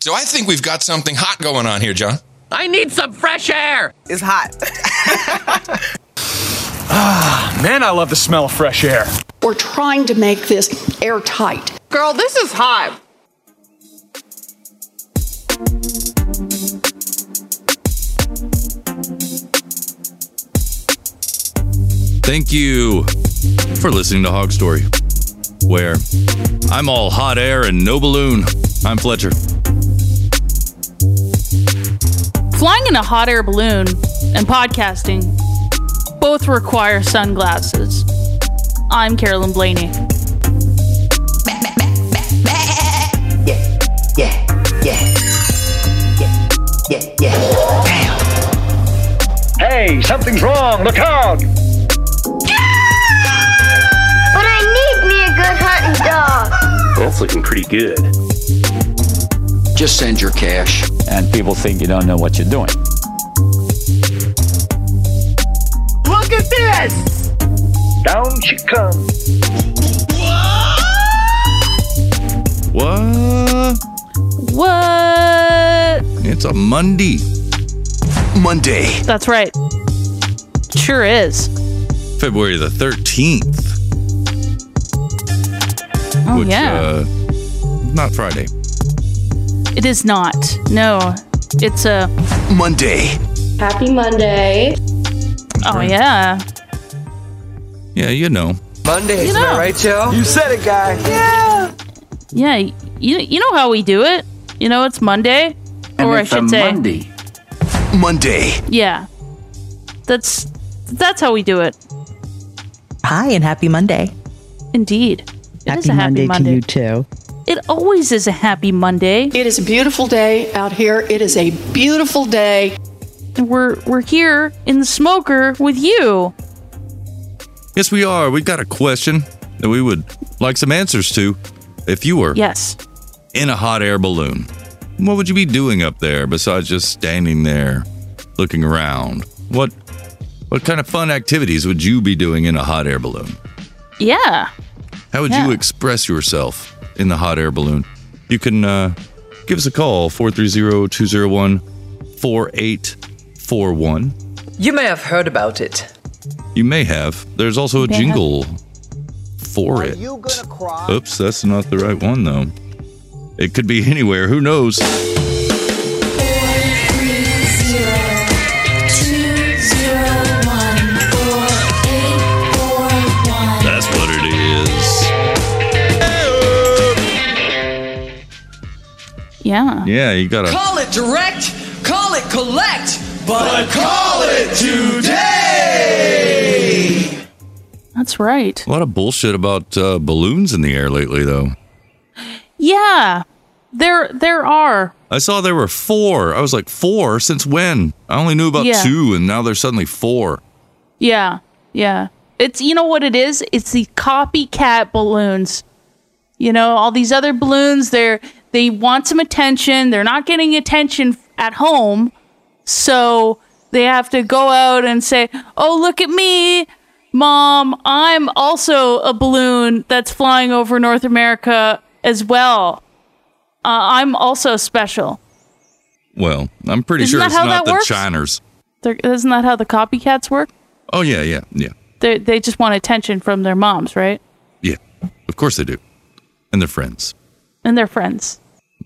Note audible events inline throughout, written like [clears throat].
So I think we've got something hot going on here, John. I need some fresh air. It's hot. Ah, Man, I love the smell of fresh air. [laughs] We're trying to make this airtight. Girl, this is hot. Thank you for listening to Hog Story, where I'm all hot air and no balloon. I'm Fletcher. Flying in a hot air balloon and podcasting both require sunglasses. I'm Carolyn Blaney. Hey, something's wrong. Look out! But I need me a good hunting dog. That's looking pretty good. Just send your cash. And people think you don't know what you're doing. Look at this. Down she comes. What? What? It's a Monday. Monday. That's right. Sure is. February the 13th. Oh, yeah. uh, not Friday. It is not. No. It's a. Monday. Happy Monday. Oh, yeah. Yeah, you know. Monday, You isn't that know. right, Joe? You said it, guy. Yeah. You, you know how we do it. You know, it's Monday. or I it's a should say. Monday. Monday. Yeah. That's that's how we do it. Hi, and happy Monday. Indeed. It is a happy Monday. to you, too. It always is a happy Monday. It is a beautiful day out here. It is a beautiful day. We're we're here in the smoker with you. Yes, we are. We've got a question that we would like some answers to. If you were Yes. in a hot air balloon, what would you be doing up there besides just standing there looking around? What what kind of fun activities would you be doing in a hot air balloon? Yeah. How would you Yeah. express yourself in the hot air balloon? You can uh, give us a call 430-201-4841. You may have heard about it. You may have. There's also a may have. jingle for it. Oops, that's not the right one though. It could be anywhere. Who knows? That's what it is. Yeah. Yeah, you gotta. Call it direct, call it collect, but That's right. A lot of bullshit about uh, balloons in the air lately, though. Yeah. There there are. I saw there were four. I was like, four? Since when? I only knew about Yeah. two, and now there's suddenly four. Yeah. Yeah. It's you know what it is? It's the copycat balloons. You know, all these other balloons, they're they want some attention. They're not getting attention at home. So they have to go out and say, "Oh, look at me. Mom, I'm also a balloon that's flying over North America as well. Uh, I'm also special." Well, I'm pretty Isn't sure that it's how not that the works? Chiners. They're, isn't that how the copycats work? Oh, yeah, yeah, yeah, They they just want attention from their moms, right? yeah. Of course they do. And they're friends. And their friends.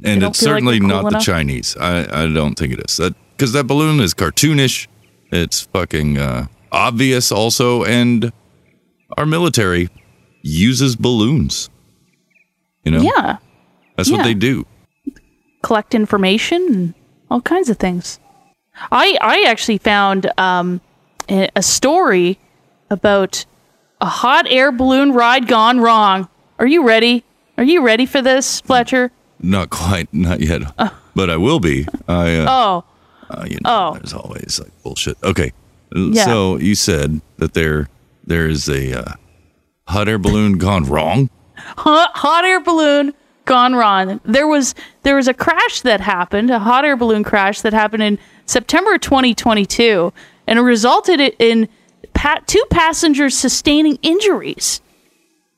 And don't it's feel like certainly they're not cool the enough? Chinese. I, I don't think it is. That Because that balloon is cartoonish. It's fucking uh, obvious also. And our military uses balloons. You know? Yeah. That's yeah. what they do. collect information and all kinds of things. I I actually found um, a a story about a hot air balloon ride gone wrong. Are you ready? Are you ready for this, Fletcher? Not quite, not yet. but I will be. I, uh, Oh, Uh, you know, Oh. there's always like bullshit. Okay, L- Yeah. so you said that there there is a uh, hot air balloon gone wrong. hot, hot air balloon gone wrong. There was there was a crash that happened, a hot air balloon crash that happened in September 2022, and it resulted i- in pa- two passengers sustaining injuries.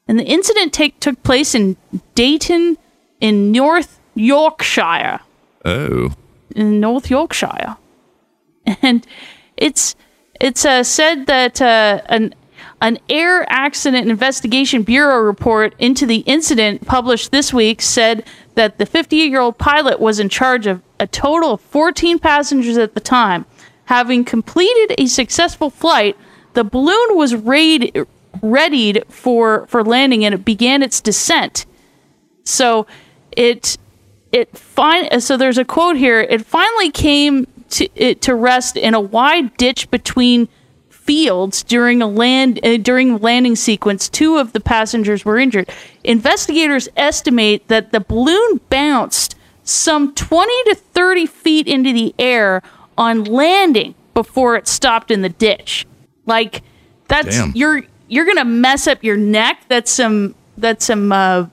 And the incident take, took place in Dayton, in North Yorkshire. Oh. in North Yorkshire, [laughs] and it's it's uh, said that uh, an an air accident investigation bureau report into the incident published this week said that the 58 year old pilot was in charge of a total of 14 passengers at the time. Having completed a successful flight, the balloon was raid, readied for, for landing and it began its descent. So it it fin- so there's a quote here it finally came to it to rest in a wide ditch between fields during a land uh, during the landing sequence two of the passengers were injured investigators estimate that the balloon bounced some 20 to 30 feet into the air on landing before it stopped in the ditch like that's Damn. you're you're gonna mess up your neck that's some that's some uh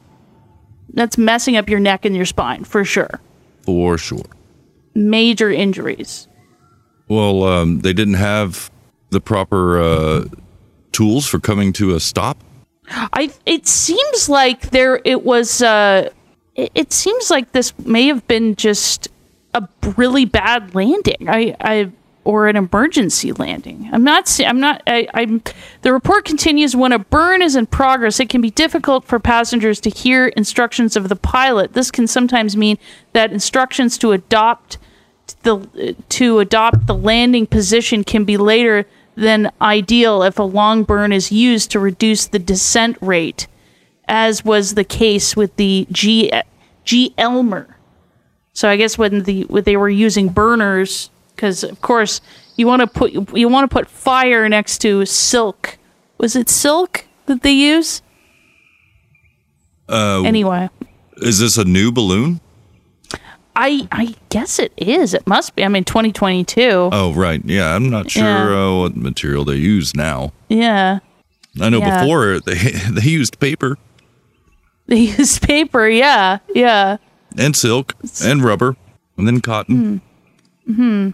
that's messing up your neck and your spine for sure. For sure. Major injuries. Well, um, they didn't have the proper uh, tools for coming to a stop. I it seems like there it was uh it, it seems like this may have been just a really bad landing. I I or an emergency landing. I'm not se- I'm not I, I'm the report continues when a burn is in progress it can be difficult for passengers to hear instructions of the pilot. This can sometimes mean that instructions to adopt the to adopt the landing position can be later than ideal if a long burn is used to reduce the descent rate, as was the case with the G G Elmer. So I guess when the when they were using burners, because of course you want to put you want to put fire next to silk. Was it silk that they use? Uh, Anyway, Is this a new balloon? I I guess it is. It must be. I mean, 2022. Oh, right. Yeah, I'm not sure Yeah. uh, what material they use now. Yeah. I know Yeah. before [laughs] they they used paper [laughs] They use paper, yeah, yeah. and silk and rubber and then cotton Hmm.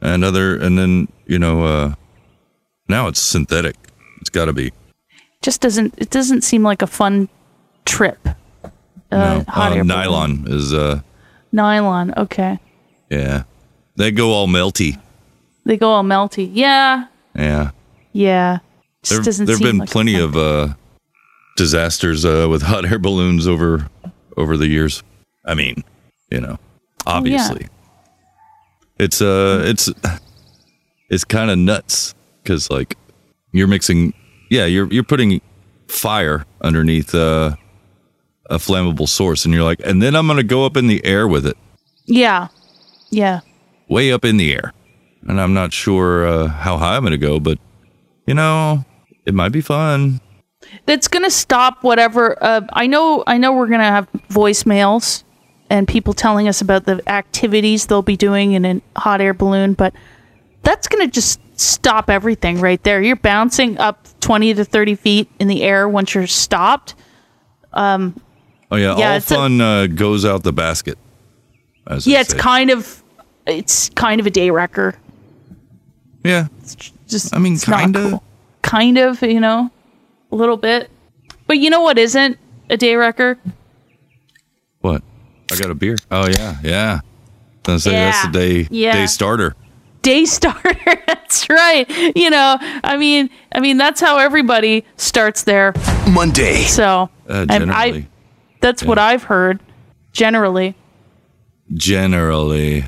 and other and then you know uh, now it's synthetic. It's got to be Just doesn't it doesn't seem like a fun trip. Uh, hot uh, air balloon. nylon is uh Nylon, okay. yeah they go all melty They go all melty. Yeah, yeah. yeah. Just There, doesn't there've seem been like plenty of uh, disasters uh, with [laughs] hot air balloons over over the years. I mean, you know, Oh, obviously, it's Hmm. uh, it's it's kind of nuts because like you're mixing, yeah, you're you're putting fire underneath uh, a flammable source, and you're like, and then I'm gonna go up in the air with it, Yeah. Yeah. way up in the air, and I'm not sure uh, how high I'm gonna go, but you know, it might be fun. that's gonna stop whatever uh, i know i know we're gonna have voicemails and people telling us about the activities they'll be doing in a hot air balloon but that's gonna just stop everything right there you're bouncing up 20 to 30 feet in the air once you're stopped um Oh yeah, Yeah, all it's a- fun uh, goes out the basket. as they yeah it's say. kind of it's kind of a day wrecker yeah. just I mean, it's not kind of. cool. kind of you know a little bit but you know what isn't a day wrecker What? I got a beer. Oh yeah, yeah. I was gonna say that's the Yeah, day yeah. day starter. day starter [laughs] that's right you know i mean i mean that's how everybody starts their Monday. so Uh, and generally, that's what i've heard generally generally.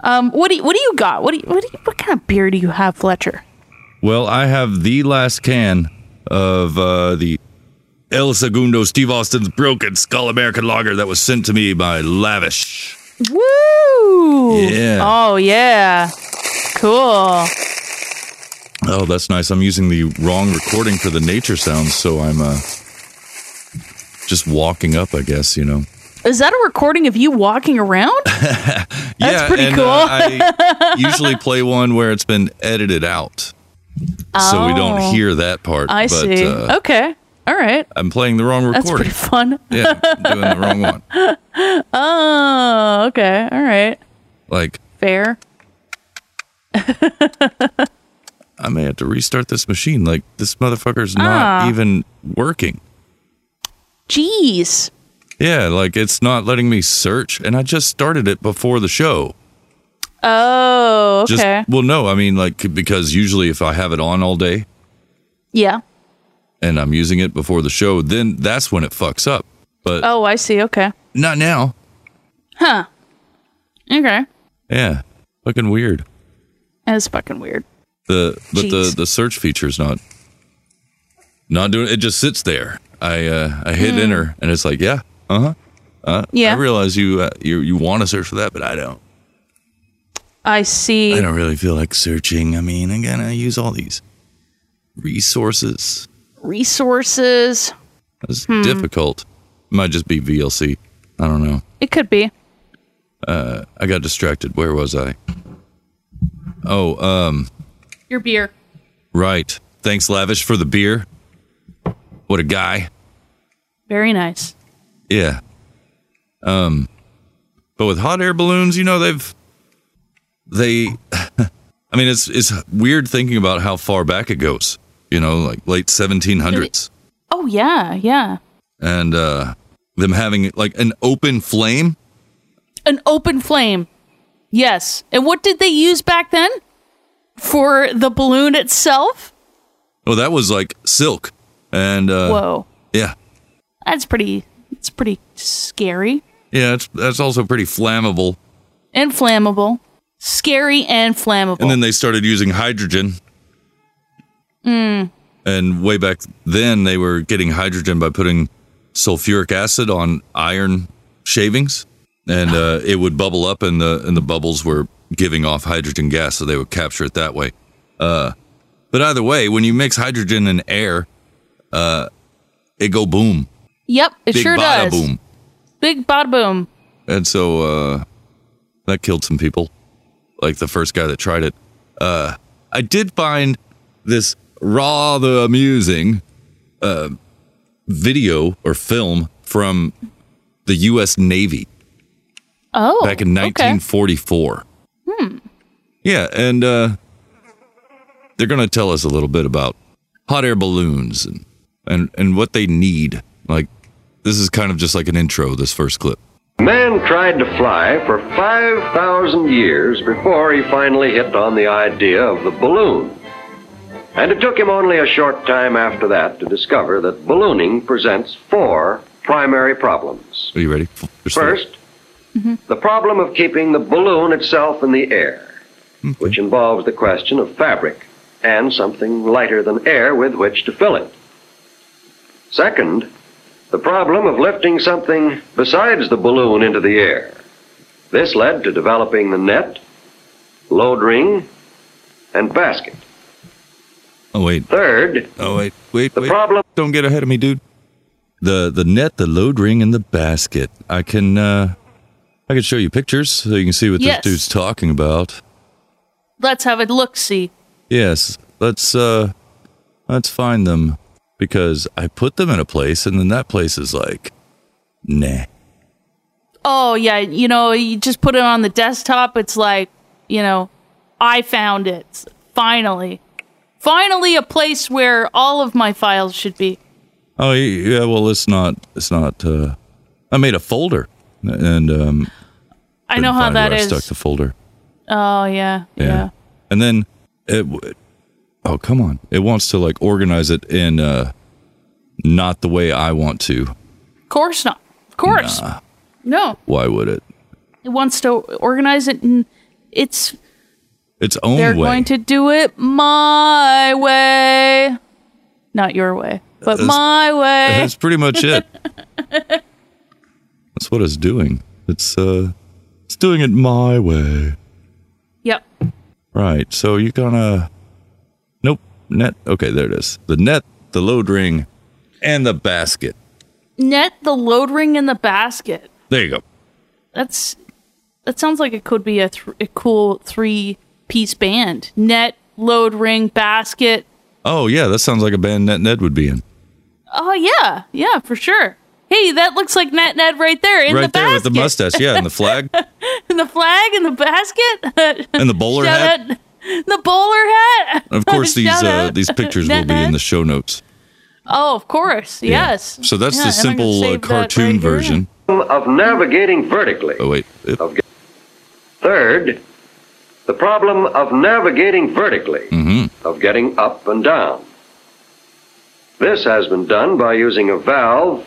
um what do you, what do you got what do you, what, do you, what kind of beer do you have fletcher Well, I have the last can of uh, the El Segundo Steve Austin's Broken Skull American Lager that was sent to me by Lavish. woo Yeah. oh yeah cool Oh, that's nice. I'm using the wrong recording for the nature sounds, so I'm uh, just walking up, I guess, you know. is that a recording of you walking around that's pretty and, cool uh, [laughs] I usually play one where it's been edited out, [laughs] so we Oh. don't hear that part. i but, see Uh, okay all right I'm playing the wrong that's pretty recording. fun yeah, I'm doing the wrong one. [laughs] oh okay all right Like, fair I may have to restart this machine. Like, this motherfucker's not Ah. even working. Jeez. Yeah, like it's not letting me search, and I just started it before the show. Oh, okay. Just, well, no, I mean, like, because usually if I have it on all day yeah. and I'm using it before the show, then that's when it fucks up. But Oh, I see. Okay. not now. Huh. Okay. Yeah, fucking weird. That's fucking weird. The but the Jeez. the search feature's not not doing it. Just sits there. I uh I hit Hmm. enter, and it's like, yeah, uh-huh. uh Yeah. I realize you uh, you you want to search for that, but I don't. I see. I don't really feel like searching. I mean, again, I use all these resources. Resources. It's Hmm. difficult. Might just be VLC. I don't know. It could be. Uh, I got distracted. Where was I? Oh, um, Your beer. right. Thanks, Lavish, for the beer. What a guy. Very nice. Yeah. Um, but with hot air balloons, you know they've they. [laughs] I mean, it's it's weird thinking about how far back it goes. You know, like late 1700s. Oh yeah, yeah. and uh, them having like an open flame. An open flame. Yes. And what did they use back then? For the balloon itself? Oh, that was like silk. And uh, Whoa. yeah, That's pretty it's pretty scary. yeah, it's, that's also pretty flammable. And flammable. Scary and flammable. And then they started using hydrogen, mm. and way back then they were getting hydrogen by putting sulfuric acid on iron shavings, and uh, it would bubble up, and the and the bubbles were giving off hydrogen gas, so they would capture it that way. Uh, but either way, when you mix hydrogen and air, uh, it go boom. Yep, it Big sure bada does. boom. Big bada boom. And so uh, that killed some people, like the first guy that tried it. Uh, I did find this rather amusing uh, video or film from the U.S. Navy Oh. back in okay. [laughs] 1944. Hmm. Yeah, and uh, they're going to tell us a little bit about hot air balloons and, and, and what they need. Like, this is kind of just like an intro, this first clip. Man tried to fly for 5,000 years before he finally hit on the idea of the balloon. And it took him only a short time after that to discover that ballooning presents four primary problems. Are you ready? First, the problem of keeping the balloon itself in the air, which involves the question of fabric and something lighter than air with which to fill it. Second, the problem of lifting something besides the balloon into the air. This led to developing the net, load ring, and basket. Oh wait. Third. Oh wait. Wait. The problem. Don't get ahead of me, dude. The the net, the load ring, and the basket. I can uh I can show you pictures so you can see what Yes. this dude's talking about. Let's have a look see. Yes. Let's uh let's find them because I put them in a place and then that place is like nah. Oh yeah, you know, you just put it on the desktop, it's like, you know, I found it. Finally. Finally a place where all of my files should be. Oh yeah, well it's not it's not uh I made a folder and um I know couldn't how find where that I is. stuck the folder. Oh yeah. Yeah. And then it w- Oh, come on. It wants to like organize it in uh not the way I want to. Of course not. Of course. Nah. No. Why would it? It wants to organize it and it's Its own they're way. going to do it my way. Not your way, but That's- my way. [laughs] That's pretty much [laughs] it. That's what it's doing. It's uh it's doing it my way. Yep. Right. So you're gonna Nope. Net okay, there it is. The net, the load ring, and the basket. Net the load ring in the basket. There you go. That's that sounds like it could be a, th- a cool three piece band. Net load ring basket. Oh yeah, that sounds like a band Net Ned would be in. Oh yeah, yeah for sure. Hey, that looks like Net Net right there in right the there basket. with the mustache, yeah, and [laughs] the flag and the flag and the basket and the bowler Shout hat. out- [laughs] the bowler hat. Of course, these [laughs] Shout uh, out. [laughs] these pictures will be in the show notes. Oh, of course. Yes. So that's Yeah, the and I can simple uh, save that right cartoon here. version. Of navigating vertically. Oh, wait. Of, third, the problem of navigating vertically, of getting up and down. This has been done by using a valve,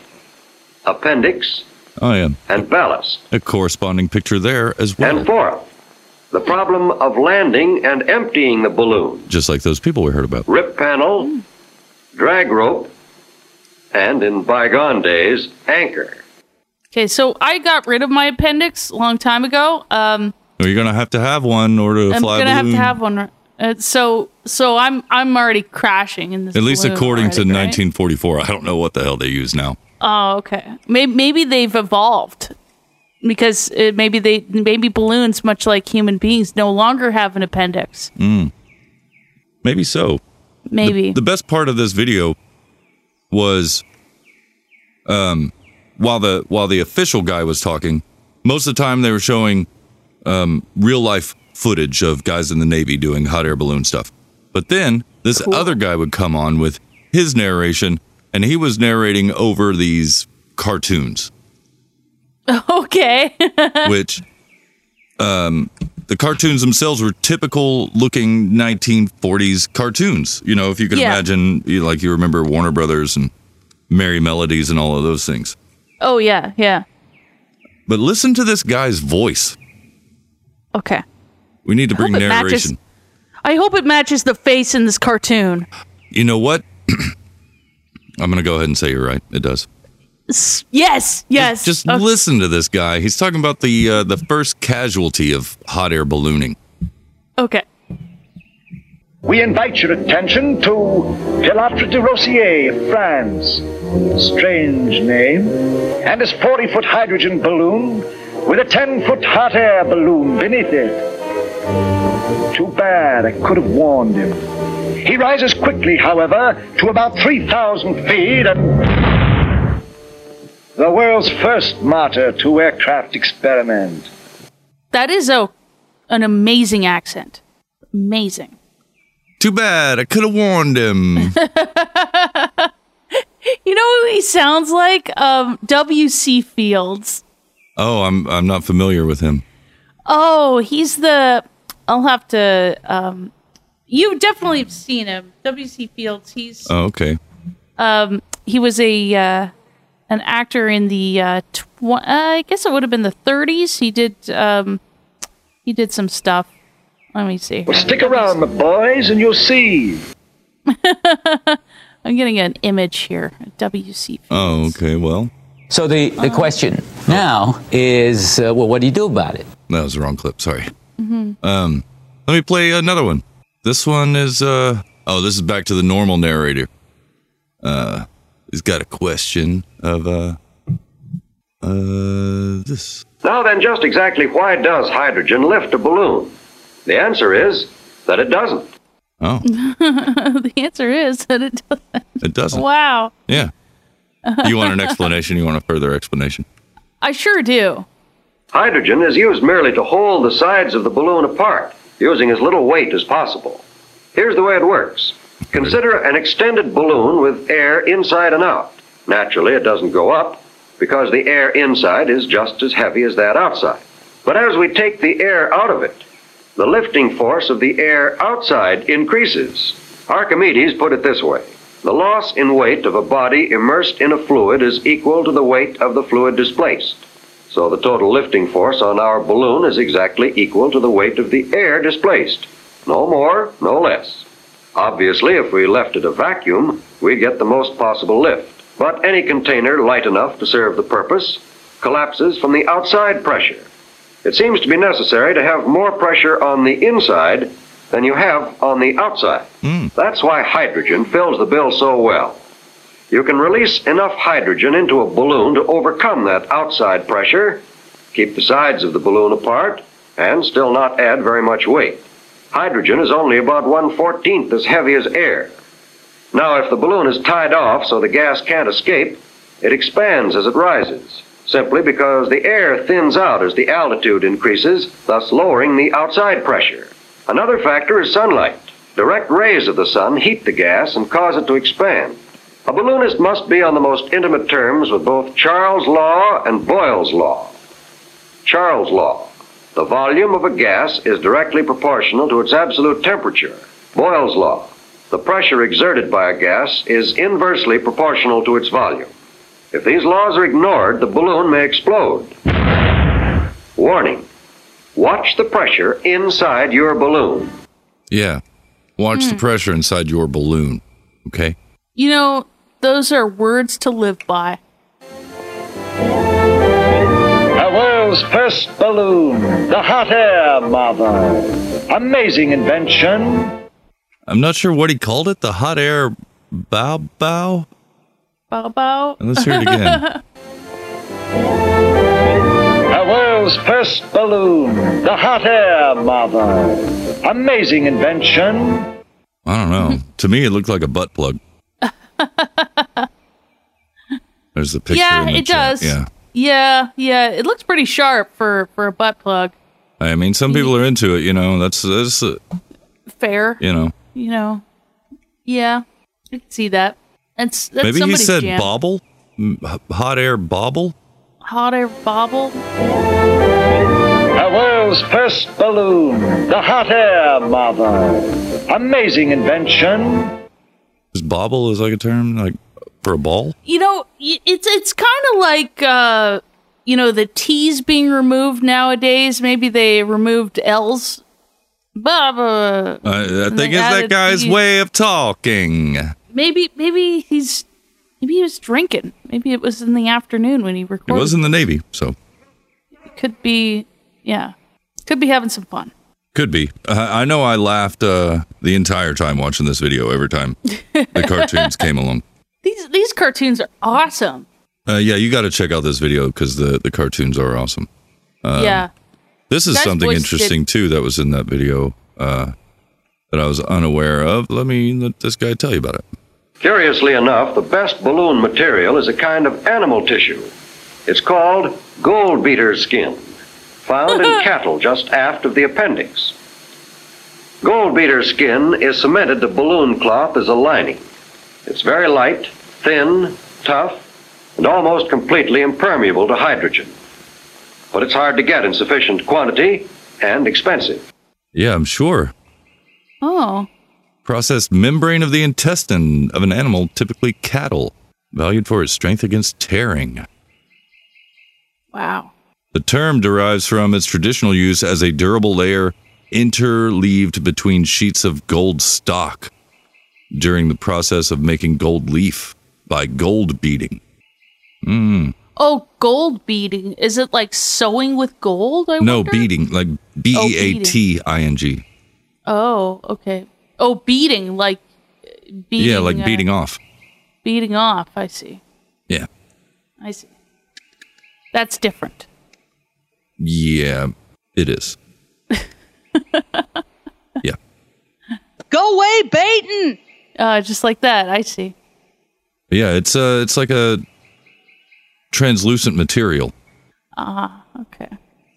appendix, Oh, yeah. and ballast. A corresponding picture there as well. And fourth, the problem of landing and emptying the balloon, Just like those people we heard about. rip panel, drag rope, and in bygone days, anchor. Okay, so I got rid of my appendix a long time ago. Um, Or you're going to have to have one or to I'm fly gonna a have balloon. to have one. Uh, so, so I'm I'm already crashing in this. At least balloon according to already, right? 1944. I don't know what the hell they use now. Oh, okay. Maybe maybe they've evolved because uh maybe they maybe balloons, much like human beings, no longer have an appendix. [laughs] Mm. Maybe so. Maybe. The best part of this video was um while the while the official guy was talking, most of the time they were showing um real life footage of guys in the Navy doing hot air balloon stuff. But then this other guy would come on with his narration and he was narrating over these cartoons okay. [laughs] which um, the cartoons themselves were typical looking 1940s cartoons. You know, if you can Yeah. imagine, you, like you remember Warner Brothers and Merry Melodies and all of those things. oh yeah, yeah. But listen to this guy's voice. Okay. We need to bring it matches- narration. I hope it matches the face in this cartoon. You know what? [clears throat] I'm going to go ahead and say you're right. It does. S- yes, yes. Just Okay. listen to this guy. He's talking about the uh, the first casualty of hot air ballooning. Okay. We invite your attention to Pilatre de Rossier of France. Strange name. And his 40 foot hydrogen balloon with a 10 foot hot air balloon beneath it. Too bad, I could have warned him. He rises quickly, however, to about 3,000 feet and. The world's first martyr to aircraft experiment. That is a an amazing accent. Amazing. Too bad. I could have warned him. You know who he sounds like? Um, W.C. Fields. oh, I'm I'm not familiar with him. Oh, he's the. I'll have to. Um, you've definitely seen him, W.C. Fields. He's Oh, okay. um, he was a uh, an actor in the uh, tw- uh, I guess it would have been the 30s. He did um, he did some stuff. Let me see. Well, stick around, my boys, and you'll see. I'm getting an image here. W.C. Oh, okay. Well, So the, the question now is, uh, well, what do you do about it? that was the wrong clip. Sorry. Mhm. Um, let me play another one. This one is uh oh, this is back to the normal narrator. Uh, he's got a question of uh uh this. Now then, just exactly why does hydrogen lift a balloon? The answer is that it doesn't. Oh, [laughs] the answer is that it doesn't. it doesn't. Wow. Yeah. You want [laughs] an explanation? You want a further explanation? I sure do. Hydrogen is used merely to hold the sides of the balloon apart, using as little weight as possible. Here's the way it works consider an extended balloon with air inside and out. Naturally, it doesn't go up because the air inside is just as heavy as that outside. But as we take the air out of it, the lifting force of the air outside increases. Archimedes put it this way The loss in weight of a body immersed in a fluid is equal to the weight of the fluid displaced. So the total lifting force on our balloon is exactly equal to the weight of the air displaced. No more, no less. Obviously, if we left it a vacuum, we'd get the most possible lift. But any container light enough to serve the purpose collapses from the outside pressure. It seems to be necessary to have more pressure on the inside than you have on the outside. That's why hydrogen fills the bill so well. You can release enough hydrogen into a balloon to overcome that outside pressure, keep the sides of the balloon apart, and still not add very much weight. Hydrogen is only about 1/14th as heavy as air. Now, if the balloon is tied off so the gas can't escape, it expands as it rises, simply because the air thins out as the altitude increases, thus lowering the outside pressure. Another factor is sunlight. Direct rays of the sun heat the gas and cause it to expand. A balloonist must be on the most intimate terms with both Charles' law and Boyle's law. Charles' law. The volume of a gas is directly proportional to its absolute temperature. Boyle's law. The pressure exerted by a gas is inversely proportional to its volume. If these laws are ignored, the balloon may explode. Warning. Watch the pressure inside your balloon. Yeah. Watch Hmm. the pressure inside your balloon. Okay. You know, those are words to live by. The world's first balloon, the hot air marvel. Amazing invention. I'm not sure what he called it. The hot air bow bow. Bow bow. Let's hear it [laughs] again. The world's first balloon, the hot air marvel. Amazing invention. I don't [laughs] know. to me, it looked like a butt plug. There's the picture. yeah, in the it chat. does. Yeah. yeah, yeah. It looks pretty sharp for for a butt plug. I mean, some people are into it. You know, that's that's uh, Fair. you know. You know. Yeah, I can see that. That's, that's Maybe he somebody's said jam. bobble, M- h- hot air bobble. Hot air bobble. The world's first balloon, the hot air marvel. Amazing invention. Is bobble is like a term like for a ball? you know y- it's it's kind of like uh you know the t's being removed nowadays maybe they removed l's uh, Baba. I, I And think it's they that added guy's these- way of talking. It maybe maybe he's maybe he was drinking maybe it was in the afternoon when he recorded was in the Navy, so could be yeah could be having some fun could be. Uh, I know I laughed uh, the entire time watching this video. Every time [laughs] the [laughs] cartoons came along. these these cartoons are awesome Uh, yeah, you got to check out this video because the the cartoons are awesome. Uh, yeah This is That something voice did- interesting too that was in that video uh, that I was unaware of. Let me let this guy tell you about it. Curiously enough, the best balloon material is a kind of animal tissue. It's called gold beater skin, found in cattle just aft of the appendix. Gold beater skin is cemented to balloon cloth as a lining. It's very light, thin, tough, and almost completely impermeable to hydrogen. But it's hard to get in sufficient quantity and expensive. Yeah, I'm sure. oh Processed membrane of the intestine of an animal, typically cattle, valued for its strength against tearing. wow The term derives from its traditional use as a durable layer interleaved between sheets of gold stock during the process of making gold leaf by gold beating. Mm. oh gold beading is it like sewing with gold I No, wonder? beating, like B E A T I N G. Oh, okay. Oh, beating like beating. Yeah, like uh, beating off. Beating off. I see. Yeah. I see. That's different. Yeah, it is. Go away, Baton. Uh, just like that. I see. Yeah, it's uh it's like a translucent material. Ah, okay.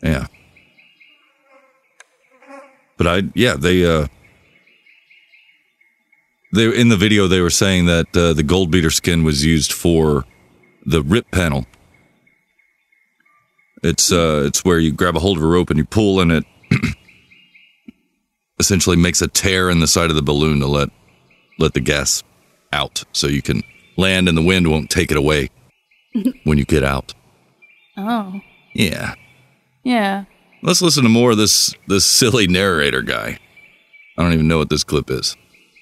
Yeah. But I yeah, they uh they in the video they were saying that uh, the gold beater skin was used for the rip panel. It's uh it's where you grab a hold of a rope and you pull and it [clears throat] essentially makes a tear in the side of the balloon to let let the gas out so you can land and the wind won't take it away when you get out. Oh, Yeah. yeah. Let's listen to more of this this silly narrator guy. I don't even know what this clip is.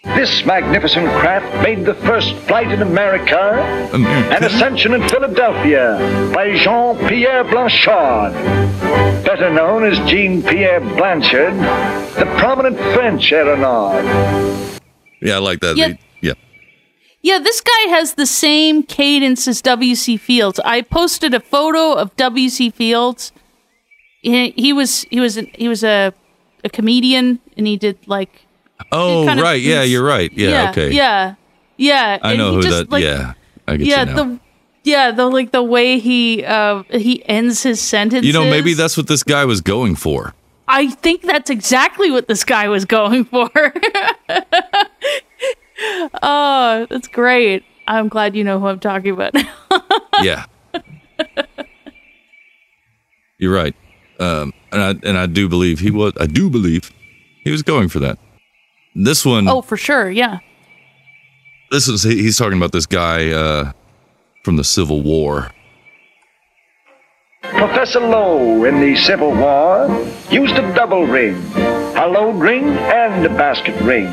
This magnificent craft made the first flight in America An ascension in Philadelphia by Jean Pierre Blanchard, better known as Jean Pierre Blanchard, the prominent French aeronaut. Yeah, I like that. Yeah. They- yeah. Yeah, this guy has the same cadence as W.C. Fields. I posted a photo of W.C. Fields. He, he was he was he was a a comedian, and he did like Oh, kind of- right. Yeah, you're right. Yeah, okay. yeah, yeah. I and know he who just, that like, yeah. I get yeah you now. the yeah the like the way he uh he ends his sentence you know, maybe that's what this guy was going [laughs] for. i think that's exactly what this guy was going for [laughs] oh that's great I'm glad you know who I'm talking about. [laughs] yeah. You're right. Um, and I and I do believe he was. I do believe he was going for that. This one, oh, for sure. Yeah. this is he- he's talking about this guy uh, from the Civil War. Professor Lowe in the Civil War used a double ring, a load ring and a basket ring.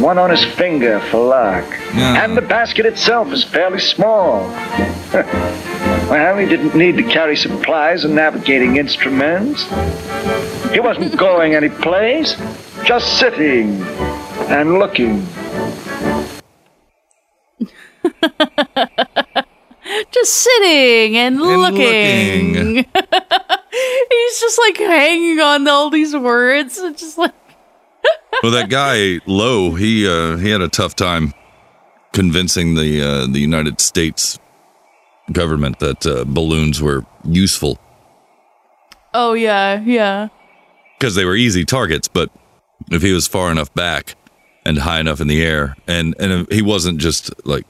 One on his finger for luck. And the basket itself is fairly small. [laughs] well, he didn't need to carry supplies and navigating instruments. He wasn't [laughs] going anyplace, just sitting and looking. just sitting and, looking. [laughs] He's just like hanging on to all these words. It's just like Well, that guy Lowe, he uh, he had a tough time convincing the uh, the United States government that uh, balloons were useful oh yeah, yeah. because they were easy targets. But if he was far enough back and high enough in the air, and and he wasn't just like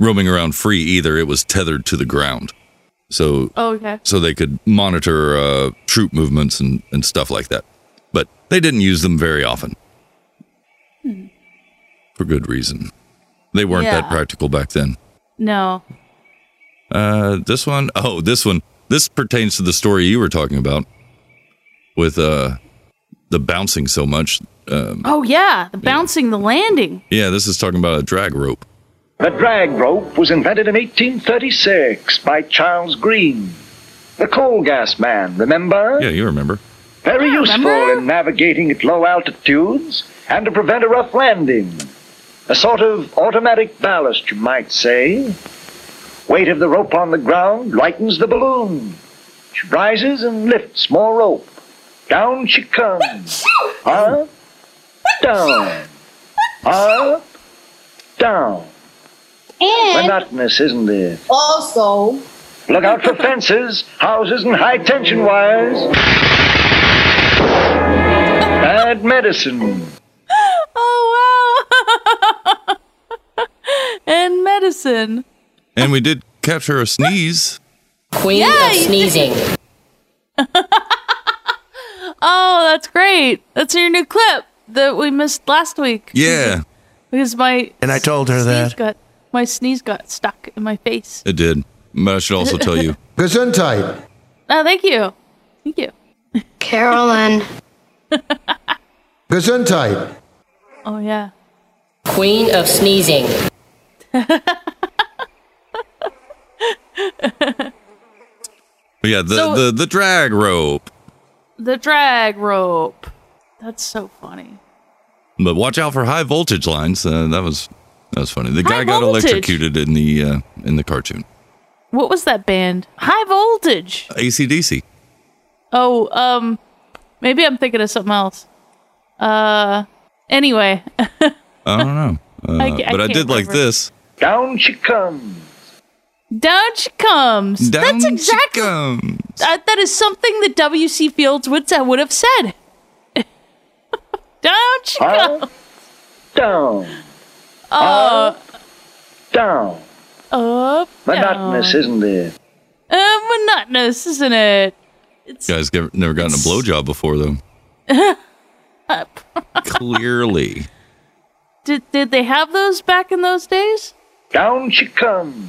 roaming around free either, it was tethered to the ground, so Okay. so they could monitor uh, troop movements and and stuff like that. But they didn't use them very often Hmm. for good reason. They weren't that Yeah. practical back then. No. Uh, this one, oh, this one. This pertains to the story you were talking about with uh the bouncing so much. Um, Oh yeah, the bouncing the [gasps] landing. Yeah, this is talking about a drag rope. The drag rope was invented in 1836 by Charles Green, the coal gas man, remember? Yeah, you remember. Very useful in navigating at low altitudes and to prevent a rough landing. A sort of automatic ballast, you might say. Weight of the rope on the ground lightens the balloon. She rises and lifts more rope. Down she comes. Up, down. Up, down. Monotonous, isn't it? Also, Look out for fences, houses, and high tension wires. Bad medicine. Oh, [laughs] And medicine. And we did capture a sneeze. Queen Yeah, of you- Sneezing. [laughs] Oh, that's great. That's your new clip that we missed last week Yeah, because my And I told her sneeze that. got my sneeze got stuck in my face. it did. But I should also tell you. Gesundheit. [laughs] Oh, thank you. Thank you. Carolyn. Gesundheit. [laughs] Oh yeah. Queen of Sneezing. Yeah, the, So- the the drag rope. The drag rope. That's so funny. But watch out for high voltage lines. Uh, that was that was funny. The guy High got voltage? electrocuted in the uh, in the cartoon. What was that band? High voltage. ACDC. Oh, um maybe I'm thinking of something else. Uh anyway. I don't know. Uh, [laughs] I ca- I but I can't did like remember. this. Down she comes. Down she comes. Down That's she exactly Uh, comes. That, that is something that W.C. Fields would sa- would have said. [laughs] Down she comes. Down, Uh, down. up, Monotonous, down. isn't it? Uh, monotonous, isn't it? Guys never, never gotten a blowjob before [laughs] though. Up. Clearly. [laughs] Did did they have those back in those days? Down she [laughs] comes.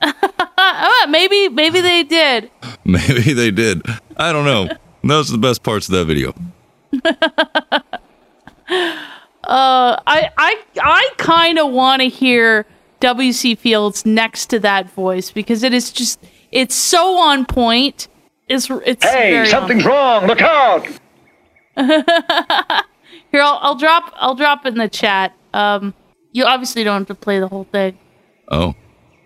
Ah, maybe maybe they did. Maybe they did. I don't know. Those are the best parts of that video. Uh, I I I kind of want to hear W.C. Fields next to that voice because it is just it's so on point. It's it's Hey, very something's on wrong. Look out. [laughs] Here, I'll, I'll drop I'll drop in the chat. Um, you obviously don't have to play the whole thing. Oh.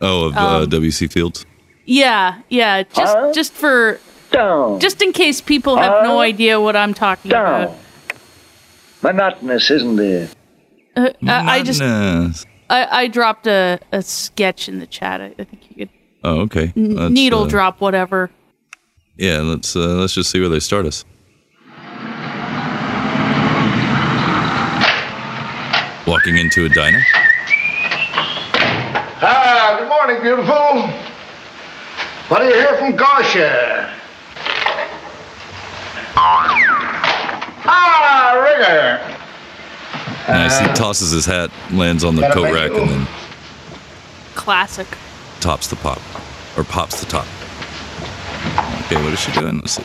Oh, of uh, Um, W.C. Fields. Yeah, yeah, just just for just in case people have no idea what I'm talking about. Monotonous, isn't it? Uh, I, I just Madness. I, I dropped a, a sketch in the chat. I, I think you could Oh, okay. n- Let's, needle uh, drop whatever. Yeah, let's uh, let's just see where they start us. Walking into a diner. Ah, good morning, beautiful. What do you hear from Gosha? Ah, Rigger. Nice. Uh, He tosses his hat, lands on the Gotta coat make rack, it- and then Classic. tops the pop, or pops the top. Okay, what is she doing? Let's see.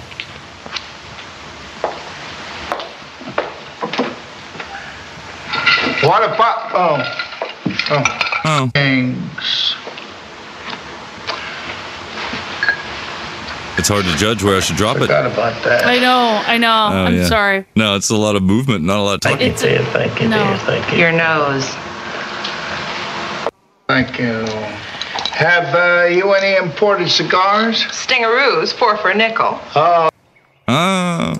What about oh oh oh things? It's hard to judge where I should drop it. about that. I know, I know. Oh, I'm yeah. sorry. [laughs] No, it's a lot of movement, not a lot of talking. It's a- no. Your nose. Thank you. Have uh, you any imported cigars? Stingaroos, four for a nickel. Oh. Oh. Well,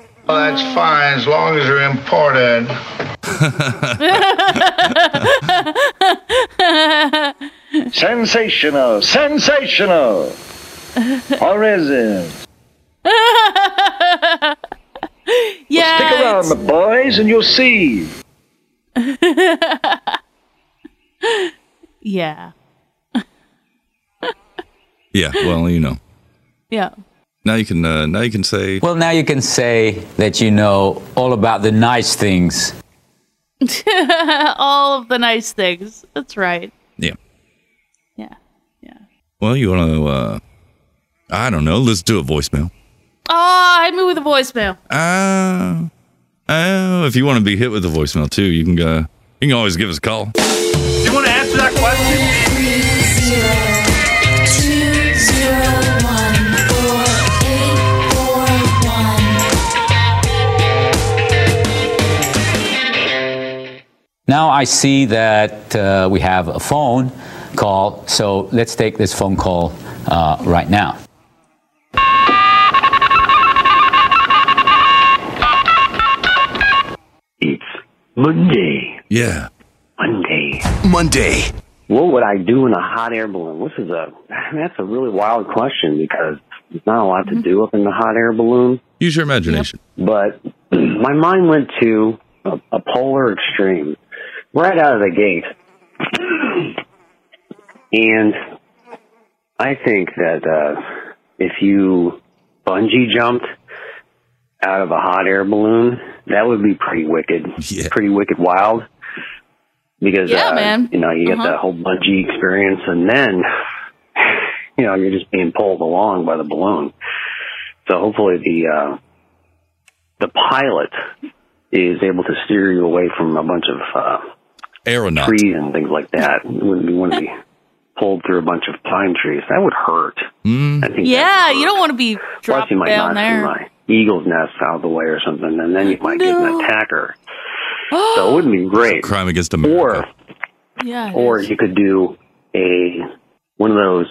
that's fine as long as they're imported. sensational, [laughs] sensational. Horizon. Yeah. Stick around, my boys, and you'll see. yeah. Yeah, well, you know. Yeah. [laughs] Now you can uh, now you can say Well, now you can say that you know all about the nice things. All of the nice things. That's right. yeah. Yeah. Well, you want to uh I don't know, let's do a voicemail. Oh, hit me with a voicemail. Uh, oh, if you want to be hit with a voicemail too, you can uh, you can always give us a call. You want to answer that Now I see that uh, we have a phone call, so let's take this phone call uh, right now. Monday. Yeah. Monday. Monday. What would I do in a hot air balloon? This is a that's a really wild question because there's not a lot to do up in the hot air balloon. Use your imagination. But [clears throat] my mind went to a, a polar extreme right out of the gate, and I think that uh, if you bungee jumped out of a hot air balloon, that would be pretty wicked, pretty wicked wild. Because Yeah, uh, man. you know you get Uh-huh. that whole bungee experience, and then [sighs] you know you're just being pulled along by the balloon. So hopefully the uh, the pilot is able to steer you away from a bunch of uh, Aeronaut. trees and things like that. You wouldn't you wouldn't be pulled through a bunch of pine trees. That would hurt. Mm. I think Yeah, you don't want to be [gasps] Plus, dropped you might down knock there. my eagle's nest out of the way or something, and then you might get an attacker. so it wouldn't be great. crime against America. Yeah. Or, or you could do a one of those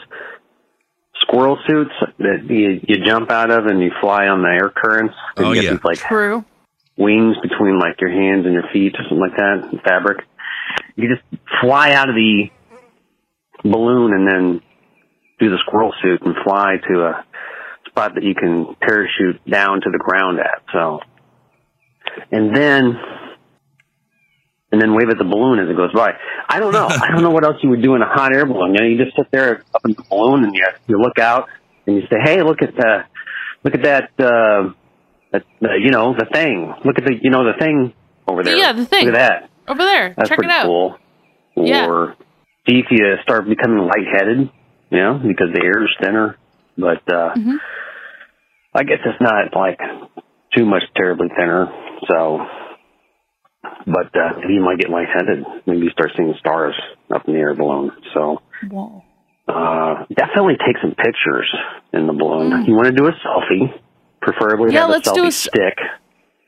squirrel suits that you, you jump out of and you fly on the air currents. And Oh, you get yeah. these, like True. wings between like your hands and your feet, something like that, fabric. You just fly out of the balloon and then do the squirrel suit and fly to a spot that you can parachute down to the ground at. So, and then, and then wave at the balloon as it goes by. I don't know. I don't know what else you would do in a hot air balloon. You know, you just sit there up in the balloon and you, you look out and you say, Hey, look at the, look at that, uh, that, uh, you know, the thing. Look at the, you know, the thing over there. Yeah, the thing. Look at that. Over there. That's Check pretty it out. cool. Or Yeah. see if you start becoming lightheaded, you know, because the air is thinner. But uh, Mm-hmm. I guess it's not like too much terribly thinner. So, but uh, you might get lightheaded. Maybe you start seeing stars up in the air balloon. So, Whoa. uh, definitely take some pictures in the balloon. Mm. You want to do a selfie, preferably Yeah, have let's a selfie do a s- stick,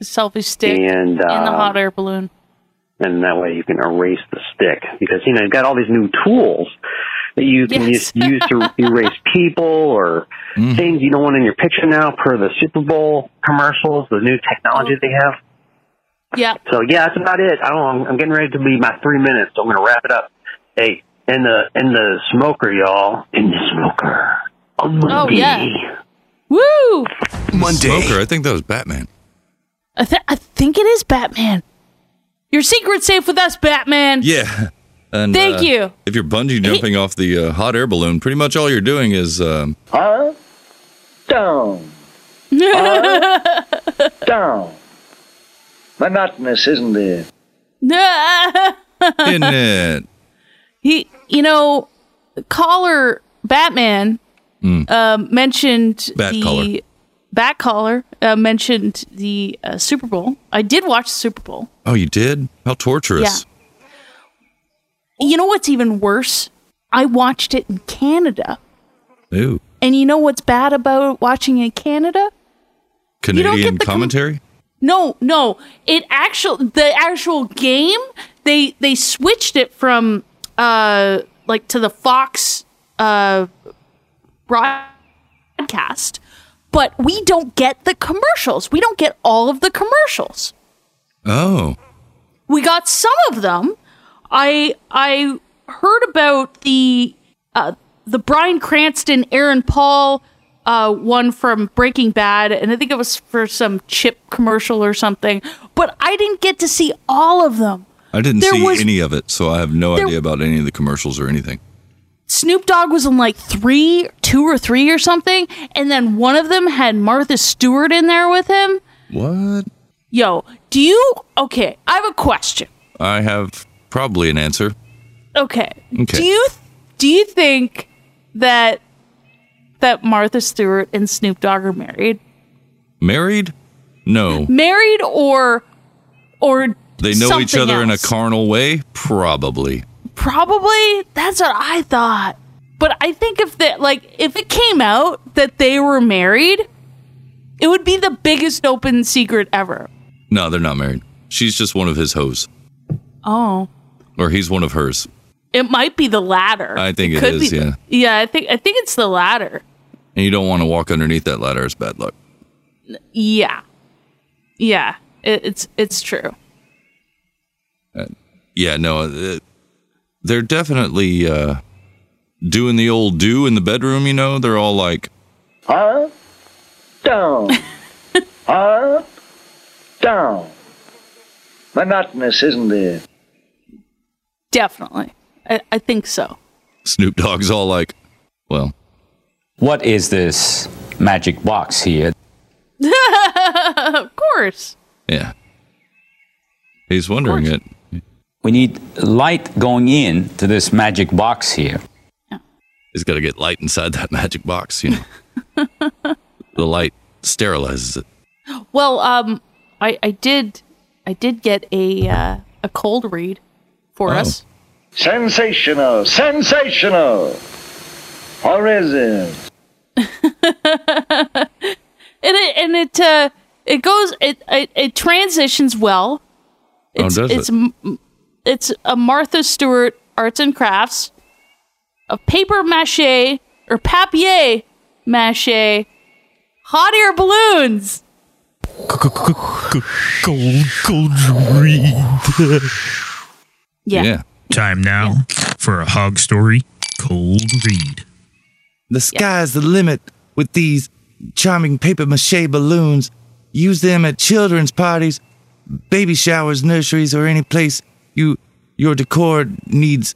Selfie stick and uh, in the hot air balloon. and that way you can erase the stick because you know you've got all these new tools that you can Yes. just use [laughs] to erase people or things you don't want in your picture now per the Super Bowl commercials, the new technology they have. Yeah. So yeah, that's about it. I don't. I'm getting ready to be my three minutes, so I'm going to wrap it up. Hey, in the in the smoker, y'all, in the smoker. I'm gonna Oh, be- yeah. Woo! Monday. Smoker. I think that was Batman. I, th- I think it is Batman. Your secret's safe with us, Batman. Yeah. And, Thank uh, you. If you're bungee jumping off the uh, hot air balloon, pretty much all you're doing is um, Up, down. Up, down. Monotonous, isn't it? in it. [laughs] He, you know, caller Batman Mm. uh, mentioned Bat the caller. Bat caller uh, mentioned the uh, Super Bowl. I did watch the Super Bowl. Oh, you did? How torturous. Yeah. You know what's even worse? I watched it in Canada. Ooh. And you know what's bad about watching in Canada? Canadian commentary? No, no. It actual the actual game they they switched it from uh like to the Fox uh broadcast, but we don't get the commercials. We don't get all of the commercials. oh. We got some of them. I I heard about the uh, the Brian Cranston, Aaron Paul uh, one from Breaking Bad, and I think it was for some chip commercial or something. But I didn't get to see all of them. I didn't There see was- any of it, so I have no idea about any of the commercials or anything. Snoop Dogg was in like three, two or three or something, and then one of them had Martha Stewart in there with him. What? Yo, do you? Okay, I have a question. I have probably an answer. Okay. Okay. Do you do you think that that Martha Stewart and Snoop Dogg are married? Married? No. Married or or They know each something other in a else? carnal way? Probably. Probably. That's what I thought. But I think if that like if it came out that they were married, it would be the biggest open secret ever. No, they're not married. She's just one of his hoes, Oh, or he's one of hers. it might be the latter. I think it could is, be the- yeah. Yeah, I think I think it's the latter. And you don't want to walk underneath that ladder. It's bad luck. Yeah, yeah. It, it's it's true. Yeah, no, uh, they're definitely uh, doing the old do in the bedroom. You know, they're all like, Up, down. Up, down. Monotonous, isn't it? Definitely. I, I think so. Snoop Dogg's all like, well. What is this magic box here? [laughs] of course. Yeah. He's wondering it. We need light going in to this magic box here. He's got to get light inside that [laughs] magic box, you know. the light sterilizes it. Well, um, I, I did, I did get a uh, a cold read for Oh. us. Sensational, sensational. Or is it? and it and it uh, it goes it, it it transitions well. It's, oh, does it's it? m- it's a Martha Stewart Arts and Crafts, a paper mache or papier mache, hot air balloons. Gold, gold read. Yeah. Time now for a hog story. Cold read. The sky's the limit with these charming paper mache balloons. Use them at children's parties, baby showers, nurseries, or any place you your decor needs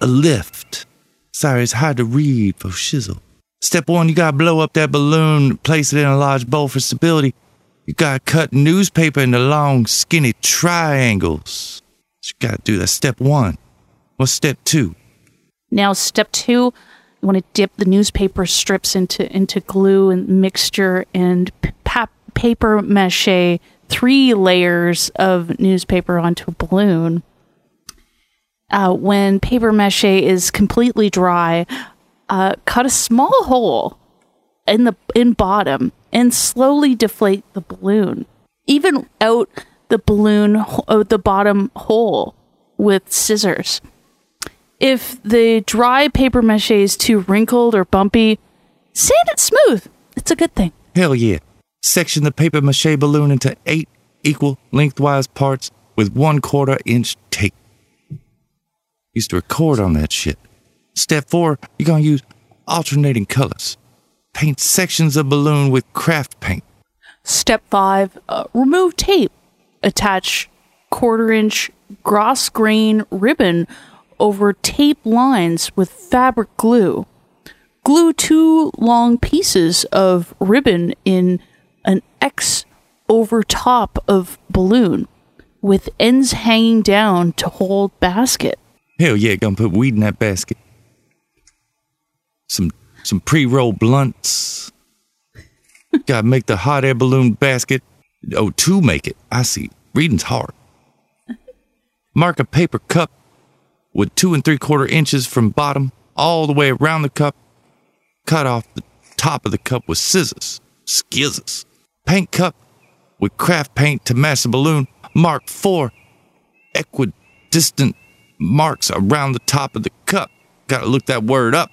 a lift. Sorry, it's hard to read for shizzle. Step one, you gotta blow up that balloon, place it in a large bowl for stability. You gotta cut newspaper into long, skinny triangles. You gotta do that. Step one. What's step two? Now, step two, you want to dip the newspaper strips into into glue and mixture and p- pap- paper mache, three layers of newspaper onto a balloon. Uh, when paper mache is completely dry, uh, cut a small hole in the in bottom and slowly deflate the balloon. Even out the balloon, ho- uh, the bottom hole with scissors if the dry paper mache is too wrinkled or bumpy, sand it smooth. It's a good thing. Hell yeah. Section the paper mache balloon into eight equal lengthwise parts with one quarter inch tape. Used to record on that shit. Step four, you're gonna use alternating colors. Paint sections of balloon with craft paint. Step five: uh, remove tape. Attach quarter inch gross grain ribbon over tape lines with fabric glue. Glue two long pieces of ribbon in an X over top of balloon with ends hanging down to hold basket. Hell yeah, gonna put weed in that basket. Some some pre-roll blunts. Gotta make the hot air balloon basket. Oh, to make it. I see. Reading's hard. Mark a paper cup with two and three quarter inches from bottom all the way around the cup. Cut off the top of the cup with scissors. Skizzers. Paint cup with craft paint to match the balloon. Mark four equidistant marks around the top of the cup. Gotta look that word up.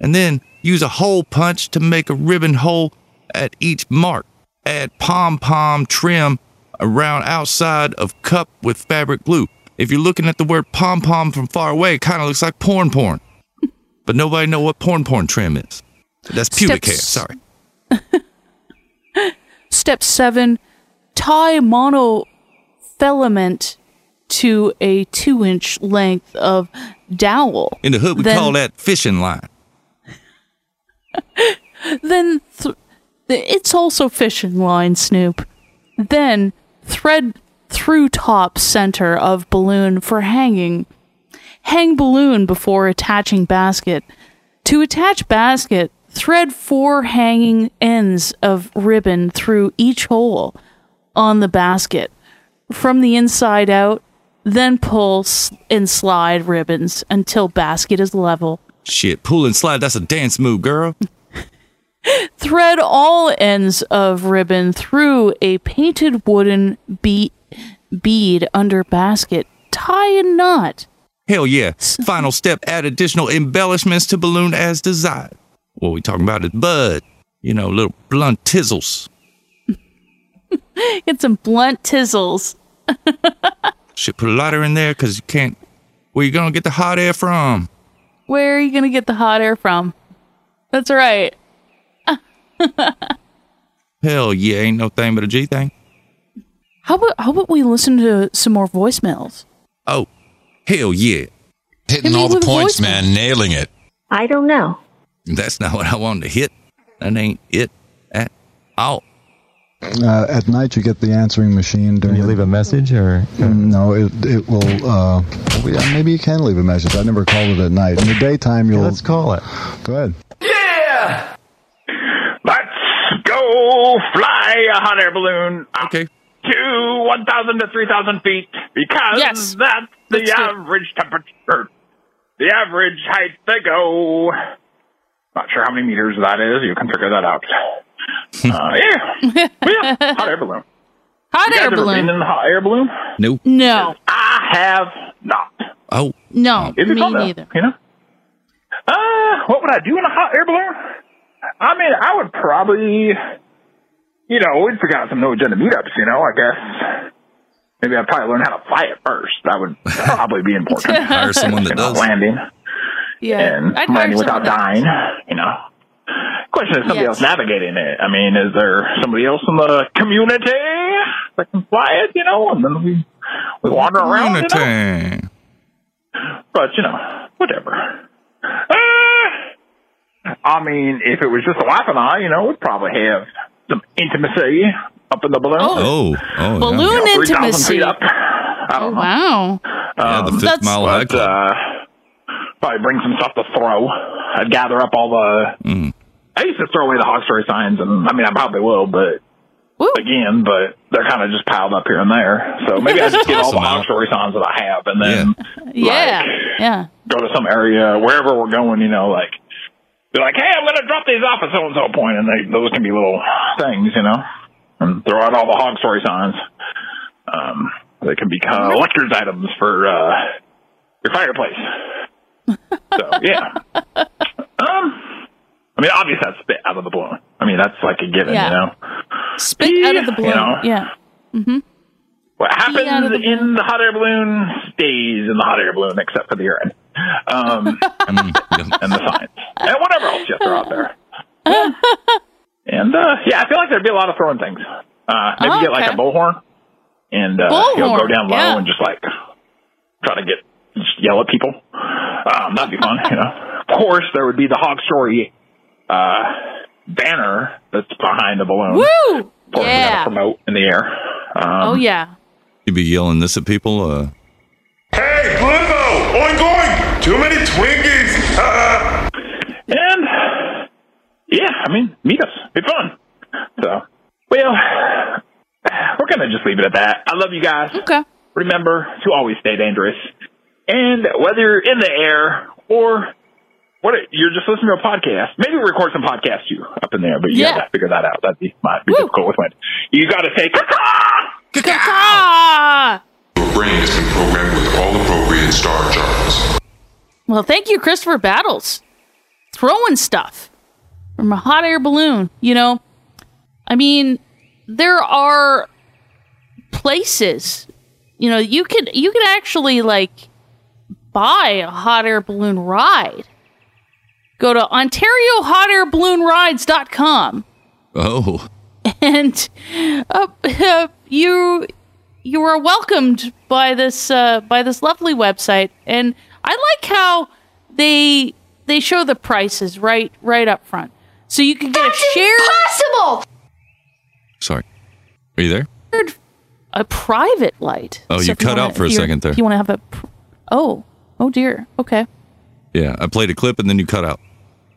And then use a hole punch to make a ribbon hole at each mark. Add pom pom trim around outside of cup with fabric glue. If you're looking at the word pom pom from far away, it kind of looks like porn porn. [laughs] But nobody know what porn porn trim is. That's pubic hair. Steps- Sorry. Step seven, tie monofilament to a two inch length of dowel. In the hood, we Then- call that fishing line. Then th- it's also fishing line, Snoop. Then thread through top center of balloon for hanging. Hang balloon before attaching basket. To attach basket, thread four hanging ends of ribbon through each hole on the basket from the inside out, then pull s- and slide ribbons until basket is level. Shit, pull and slide. That's a dance move, girl. Thread all ends of ribbon through a painted wooden be- bead under basket. Tie a knot. [gasps] Hell [laughs] yeah. Final step add additional embellishments to balloon as desired. What we talking about is bud. You know, little blunt tizzles. Get some blunt tizzles. Should put a lighter in there because you can't. Where you gonna get the hot air from? Where are you going to get the hot air from? That's right. Hell yeah, ain't no thing but a G thing. How about how about we listen to some more voicemails? Oh, hell yeah. Hitting all the points, man. Nailing it. I don't know. That's not what I wanted to hit. That ain't it at all. Uh, at night, you get the answering machine. During you leave a message, or no? It it will. Uh, well, yeah, maybe you can leave a message. I never called it at night. In the daytime, you'll. let's call it. Go ahead. Yeah! Let's go fly a hot air balloon up to 1,000 to 3,000 feet because that's the Let's do it. average temperature, the average height they go. Not sure how many meters that is. You can figure that out. uh, yeah. But yeah, [laughs] hot air balloon. Hot you guys air ever balloon. Been in a hot air balloon? Nope. No, I have not. Oh. No, It'd be me fun, though, neither. You know? Uh, what would I do in a hot air balloon? I mean, I would probably, you know, we'd figure out some no agenda meetups, you know, I guess. Maybe I'd probably learn how to fly it first. [laughs] That would probably be important. Hire someone that You know, does. Landing. Yeah, And I'd hire landing without someone dying, you know. Question is somebody Yes. else navigating it. I mean, is there somebody else in the community that can fly it, you know? And then we, we wander around. You know? Unity. But you know, whatever. Uh, I mean, if it was just the wife and I, you know, we'd probably have some intimacy up in the balloon. Oh, oh, yeah. You know, Balloon 3,000 intimacy. Oh, feet up. I don't know. Wow. Yeah, the fifth That's- mile high but, Um, uh, probably bring some stuff to throw. I'd gather up all the. Mm-hmm. I used to throw away the hog story signs, and I mean, I probably will, but again, but they're kind of just piled up here and there. So maybe I just get Toss all the them hog story signs that I have, and then Yeah, yeah. go to some area wherever we're going, you know, like they're like, Hey, I'm gonna drop these off at so and so point and they those can be little things, you know. And throw out all the hog story signs. Um they can become collector's items for uh your fireplace. so yeah. Um I mean obviously that's spit out of the balloon. I mean that's like a given, Yeah. you know. Spit out of the balloon. know. Yeah. Mm-hmm. What happens out of the in the hot air balloon stays in the hot air balloon, except for the urine [laughs] um, and the science and whatever else you throw out [laughs] there. and uh, yeah, I feel like there'd be a lot of throwing things. Uh, maybe Oh, get like okay. a bullhorn and uh, he'll go Bullhorn, down low yeah. and just like try to get just yell at people. Um, that'd be fun, you know. Of course, there would be the Hog Story uh, banner that's behind the balloon. Woo! Of course, we gotta Yeah. promote in the air. Um, oh yeah. You'd be yelling this at people. Uh, Limbo, ongoing. Too many Twinkies. and yeah, I mean, meet us. Be fun. So, well, we're gonna just leave it at that. I love you guys. Okay. Remember to always stay dangerous, and whether you're in the air or what you're just listening to a podcast, maybe record some podcast too up in there. But you Yeah. gotta figure that out. That'd be might be difficult with wind. You gotta say. Caw-caw! Your brain has been programmed with all appropriate star charts. Well, thank you, Christopher Battles. Throwing stuff from a hot air balloon. You know, I mean, there are places. You know, you could you could actually like buy a hot air balloon ride. Go to OntarioHotAirBalloonRides.com oh, [laughs] and uh, you you are welcomed by this uh, by this lovely website and i like how they they show the prices right right up front so you can get a shared possible sorry. Are you there? a private light Oh, you if you cut wanna- out for a if you're- second there. if you want to have a pr- oh oh dear okay Yeah, I played a clip and then you cut out.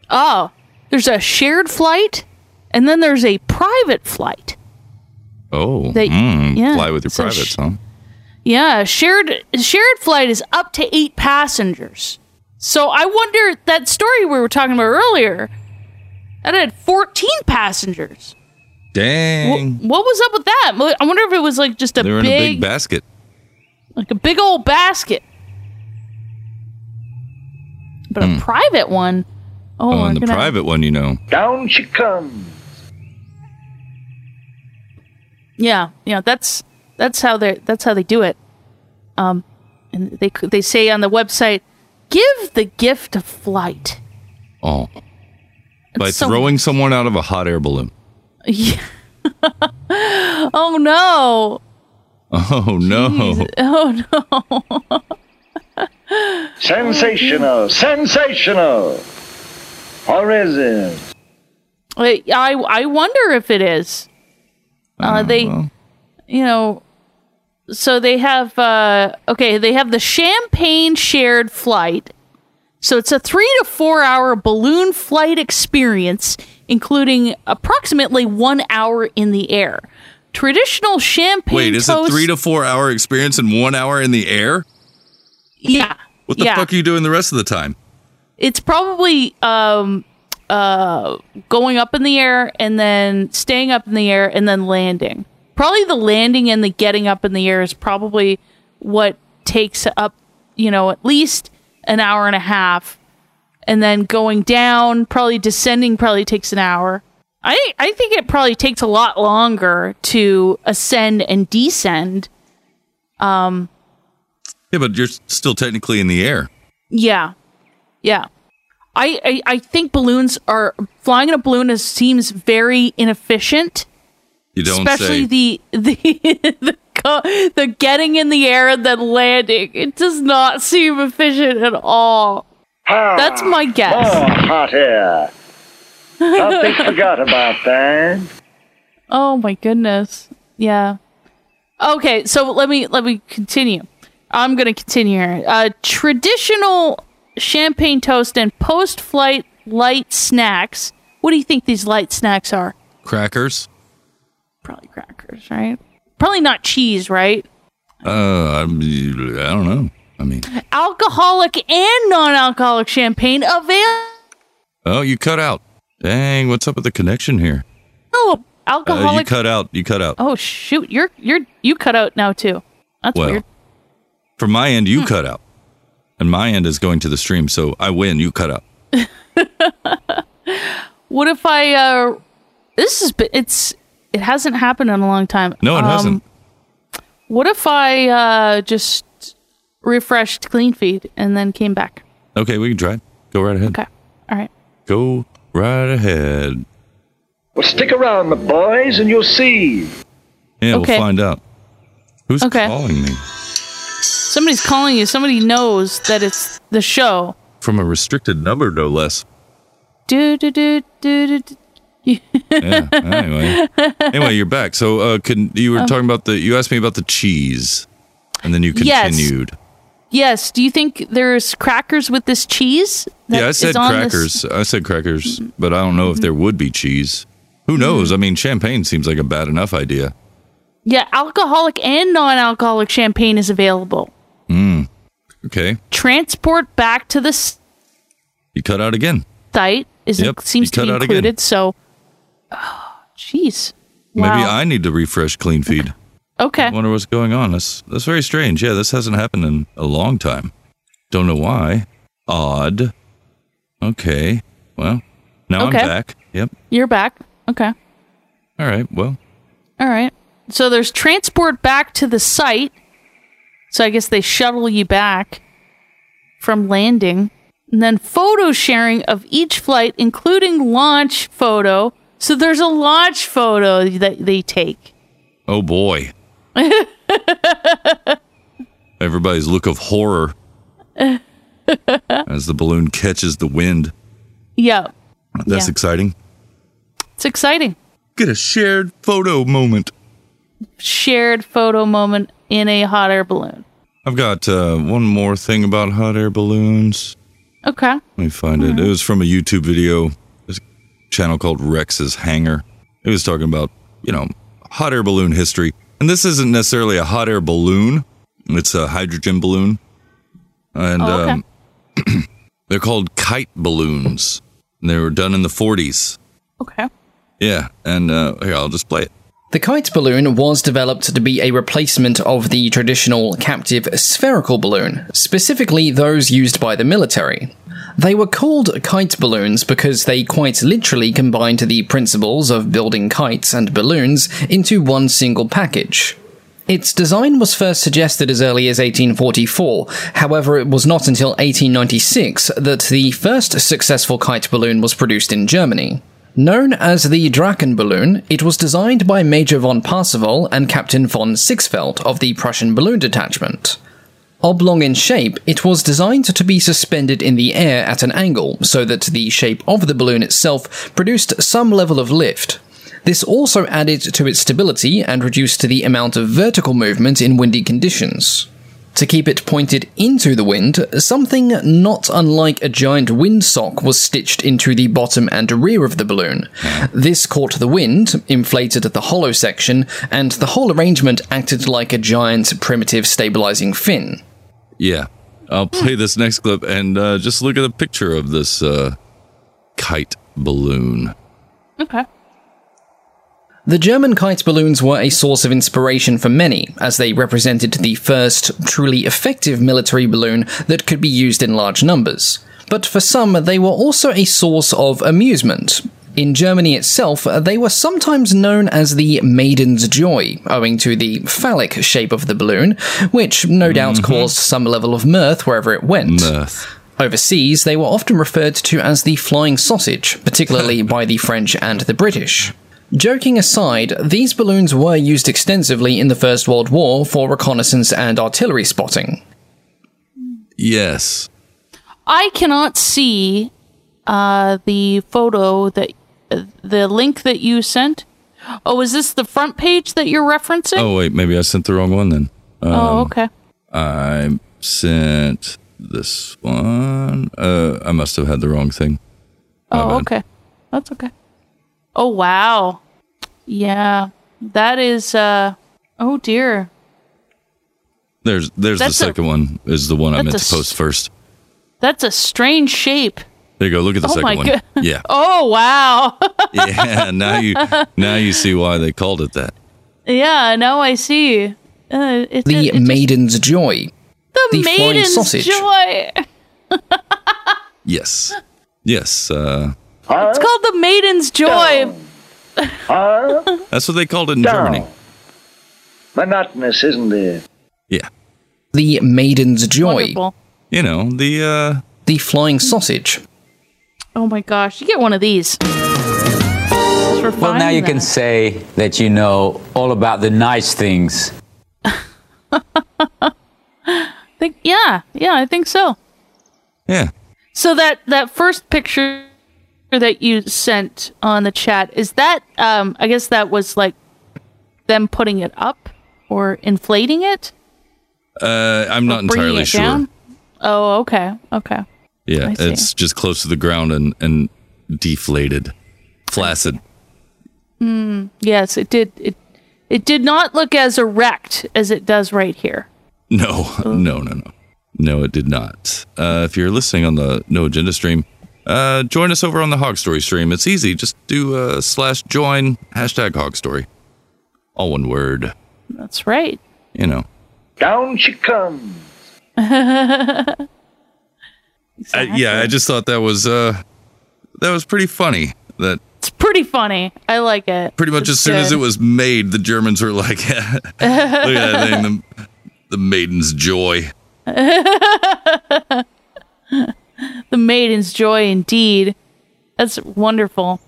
oh there's a shared flight and then there's a private flight Oh, They- mm, yeah, fly with your so privates, sh- huh? Yeah, shared shared flight is up to eight passengers. So I wonder that story we were talking about earlier. That had fourteen passengers. Dang, What was up with that? Mo- I wonder if it was like just a they were big, in a big basket. like a big old basket. But Hmm. a private one. Oh, Oh, we're and the gonna- private one, you know. Down she comes. Yeah, yeah. That's that's how they that's how they do it. Um, and they c- they say on the website, give the gift of flight. [gasps] Oh, by so- throwing someone out of a hot air balloon. [laughs] Yeah. oh no. [laughs] Oh no! Oh no. Sensational, sensational. Or is it? Wait, I I wonder if it is. Uh, they you know so they have uh okay, they have the champagne shared flight. So it's a 3 to 4 hour balloon flight experience including approximately 1 hour in the air. Traditional champagne Wait, is it toast- three to four hour experience and one hour in the air? Yeah. What the yeah. fuck are you doing the rest of the time? it's probably um uh going up in the air and then staying up in the air and then landing probably the landing and the getting up in the air is probably what takes up you know at least an hour and a half and then going down probably descending probably takes an hour i i think it probably takes a lot longer to ascend and descend um Yeah, but you're still technically in the air. yeah. Yeah. I, I, I think balloons are flying in a balloon is, seems very inefficient. You don't say. especially the [laughs] the the, co- the getting in the air and then landing. It does not seem efficient at all. That's my More guess. hot air. Something forgot about that. Oh my goodness. Yeah. Okay, so let me let me continue. I'm gonna continue here. Uh, traditional champagne toast and post-flight light snacks. What do you think these light snacks are? Crackers? Probably crackers, right? Probably not cheese, right? Uh, I'm- I don't know. I mean, Alcoholic and non-alcoholic champagne available. oh, you cut out. Dang, what's up with the connection here? Uh, you Alcoholic. cut out. You cut out. oh shoot, you're you're you cut out now too. That's well, weird. from my end, you cut out, and my end is going to the stream, so I win. You cut out. What if I? uh This is it's it hasn't happened in a long time. No, it Um, hasn't. What if I uh, just refreshed clean feed and then came back? Okay, we can try. it. Go right ahead. Okay. All right. Go right ahead. Well, stick around, my boys, and you'll see. Yeah, Okay. we'll find out. Who's Okay. calling me? Somebody's calling you. Somebody knows that it's the show. From a restricted number, no [laughs] less. Do do do do do. do. Yeah. anyway. Anyway, you're back. So, uh, can, you were Um, talking about the, you asked me about the cheese, and then you Yes. continued. [laughs] Yes. Do you think there's crackers with this cheese? that Yeah, I is said on this- crackers. I said crackers, but I don't know if there would be cheese. Who Hmm. knows? I mean, champagne seems like a bad enough idea. Yeah, alcoholic and non-alcoholic champagne is available. Mm. Okay. Transport back to the You cut out again. site is Yep, seems you to be cut out again. included. So, oh, jeez. Wow. Maybe I need to refresh clean feed. okay. I wonder what's going on. That's that's very strange. Yeah, this hasn't happened in a long time. Don't know why. Odd. Okay. Well, now Okay. I'm back. Yep. You're back. Okay. All right. Well, All right. So there's transport back to the site. So I guess they shuttle you back from landing. And then photo sharing of each flight, including launch photo. So there's a launch photo that they take. [laughs] oh boy. Everybody's look of horror as the balloon catches the wind. yeah. That's Yeah. exciting. It's exciting. Get a shared photo moment. Shared photo moment in a hot air balloon. I've got uh, one more thing about hot air balloons. Okay. Let me find Mm-hmm. it. It was from a YouTube video. This channel called Rex's Hangar. It was talking about, you know, hot air balloon history. And this isn't necessarily a hot air balloon. It's a hydrogen balloon. And Oh, okay. um, they're called kite balloons. And they were done in the 40s. Okay. Yeah. And uh, here, I'll just play it. The kite balloon was developed to be a replacement of the traditional captive spherical balloon, specifically those used by the military. They were called kite balloons because they quite literally combined the principles of building kites and balloons into one single package. Its design was first suggested as early as 1844. However, it was not until 1896 that the first successful kite balloon was produced in Germany. Known as the Draken balloon, it was designed by Major von Parseval and Captain von Sixfeld of the Prussian Balloon Detachment. Oblong in shape, it was designed to be suspended in the air at an angle so that the shape of the balloon itself produced some level of lift. This also added to its stability and reduced the amount of vertical movement in windy conditions. To keep it pointed into the wind, something not unlike a giant windsock was stitched into the bottom and rear of the balloon. This caught the wind, inflated the hollow section, and the whole arrangement acted like a giant primitive stabilizing fin. Yeah. I'll Hmm. play this next clip and uh, just look at a picture of this uh, kite balloon. Okay. The German kite balloons were a source of inspiration for many, as they represented the first truly effective military balloon that could be used in large numbers. But for some, they were also a source of amusement. In Germany itself, they were sometimes known as the Maiden's Joy, owing to the phallic shape of the balloon, which no doubt caused some level of mirth wherever it went. Overseas, they were often referred to as the flying sausage, particularly by the French and the British. Joking aside, these balloons were used extensively in the First World War for reconnaissance and artillery spotting. Yes. I cannot see uh, the photo that the link that you sent. Oh, is this the front page that you're referencing? Oh wait, maybe I sent the wrong one then. Oh, Um, okay. I sent this one. Uh, I must have had the wrong thing. Oh, okay. That's okay. Oh wow. Yeah. That is uh oh dear. There's there's That's a- the second one. Is the one I that's meant a to post first. That's a strange shape. There you go. Look at the oh second my one. god. Yeah, [laughs] Oh wow. [laughs] yeah. [laughs] Now you now you see why they called it that. yeah, now I see. Uh, it, The Maiden's Joy. the, the flying maiden's sausage. joy. Yes, yes. Uh, It's called the maiden's joy. [laughs] that's what they called it in Germany. Monotonous, isn't it? Yeah, The Maiden's Joy. you know the uh, the flying sausage. Oh my gosh, you get one of these. Well, now you can say that you know all about the nice things think yeah, yeah, I think so. Yeah. So that that first picture that you sent on the chat is that um I guess that was like them putting it up or inflating it? Uh, I'm not entirely it sure. down? Oh, okay. Okay. Yeah, I see. it's just close to the ground and and deflated, flaccid. Mm, yes, it did it it did not look as erect as it does right here. No, no, no, no. No, it did not. Uh, if you're listening on the No Agenda stream, uh, join us over on the Hog Story stream. It's easy. Just do uh, slash join hashtag Hog Story. All one word, That's right. you know. Down she comes. [laughs] I, yeah, I just thought that was uh, that was pretty funny. That It's pretty funny. I like it. pretty much as soon as it was made, the Germans were like, [laughs] "Look at that thing, the, the maiden's joy." the [laughs] maiden's joy indeed. That's wonderful.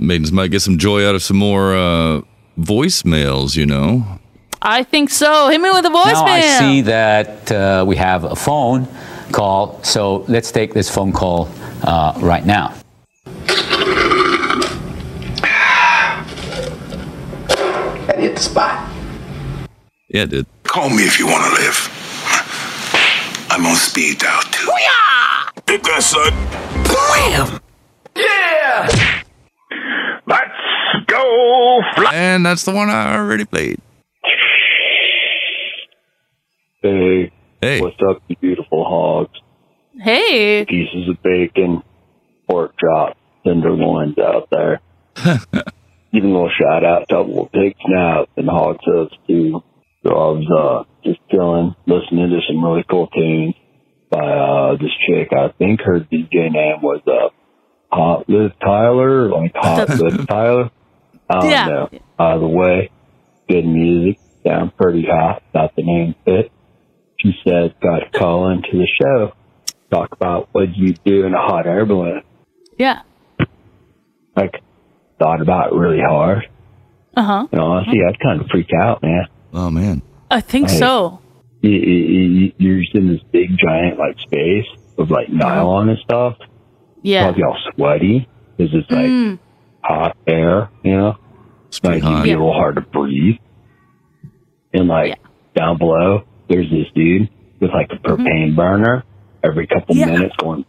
Maidens might get some joy out of some more uh, voicemails, you know. I think so. Hit me with a Now I voicemail. see that uh, we have a phone call, so let's take this phone call uh, right now. That hit the spot. Yeah, it did. Call me if you want to live. I'm on speed dial too. Yeah. Take that, son. Bam. Yeah! Let's go fly. And that's the one I already played. Hey. Hey. What's up, you beautiful hogs? Hey. Pieces of bacon, pork chop, tenderloins out [laughs] there. Even a little shout out to all the pig snaps and hog tips too. So I was uh, just chilling, listening to some really cool tunes by uh, this chick. I think her DJ name was uh, Hot Liz Tyler, like Hot Liz Tyler. I don't Yeah. know. Either way, good music. Sound pretty hot. Not the name fit. She said, "Got to call into the show. Talk about what you do in a hot air balloon." yeah. Like, thought about it really hard. Uh huh. And honestly, I'd kind of freak out, man. Oh man, I think Hey. [laughs] so. you, you, you're just in this big giant like space of like nylon and stuff. Uh-huh. Yeah. Probably all sweaty. Is it's like Mm. hot air, you know? It's like you'd be a little hard to breathe. And like down below, there's this dude with like a Mm-hmm. propane burner every couple minutes going,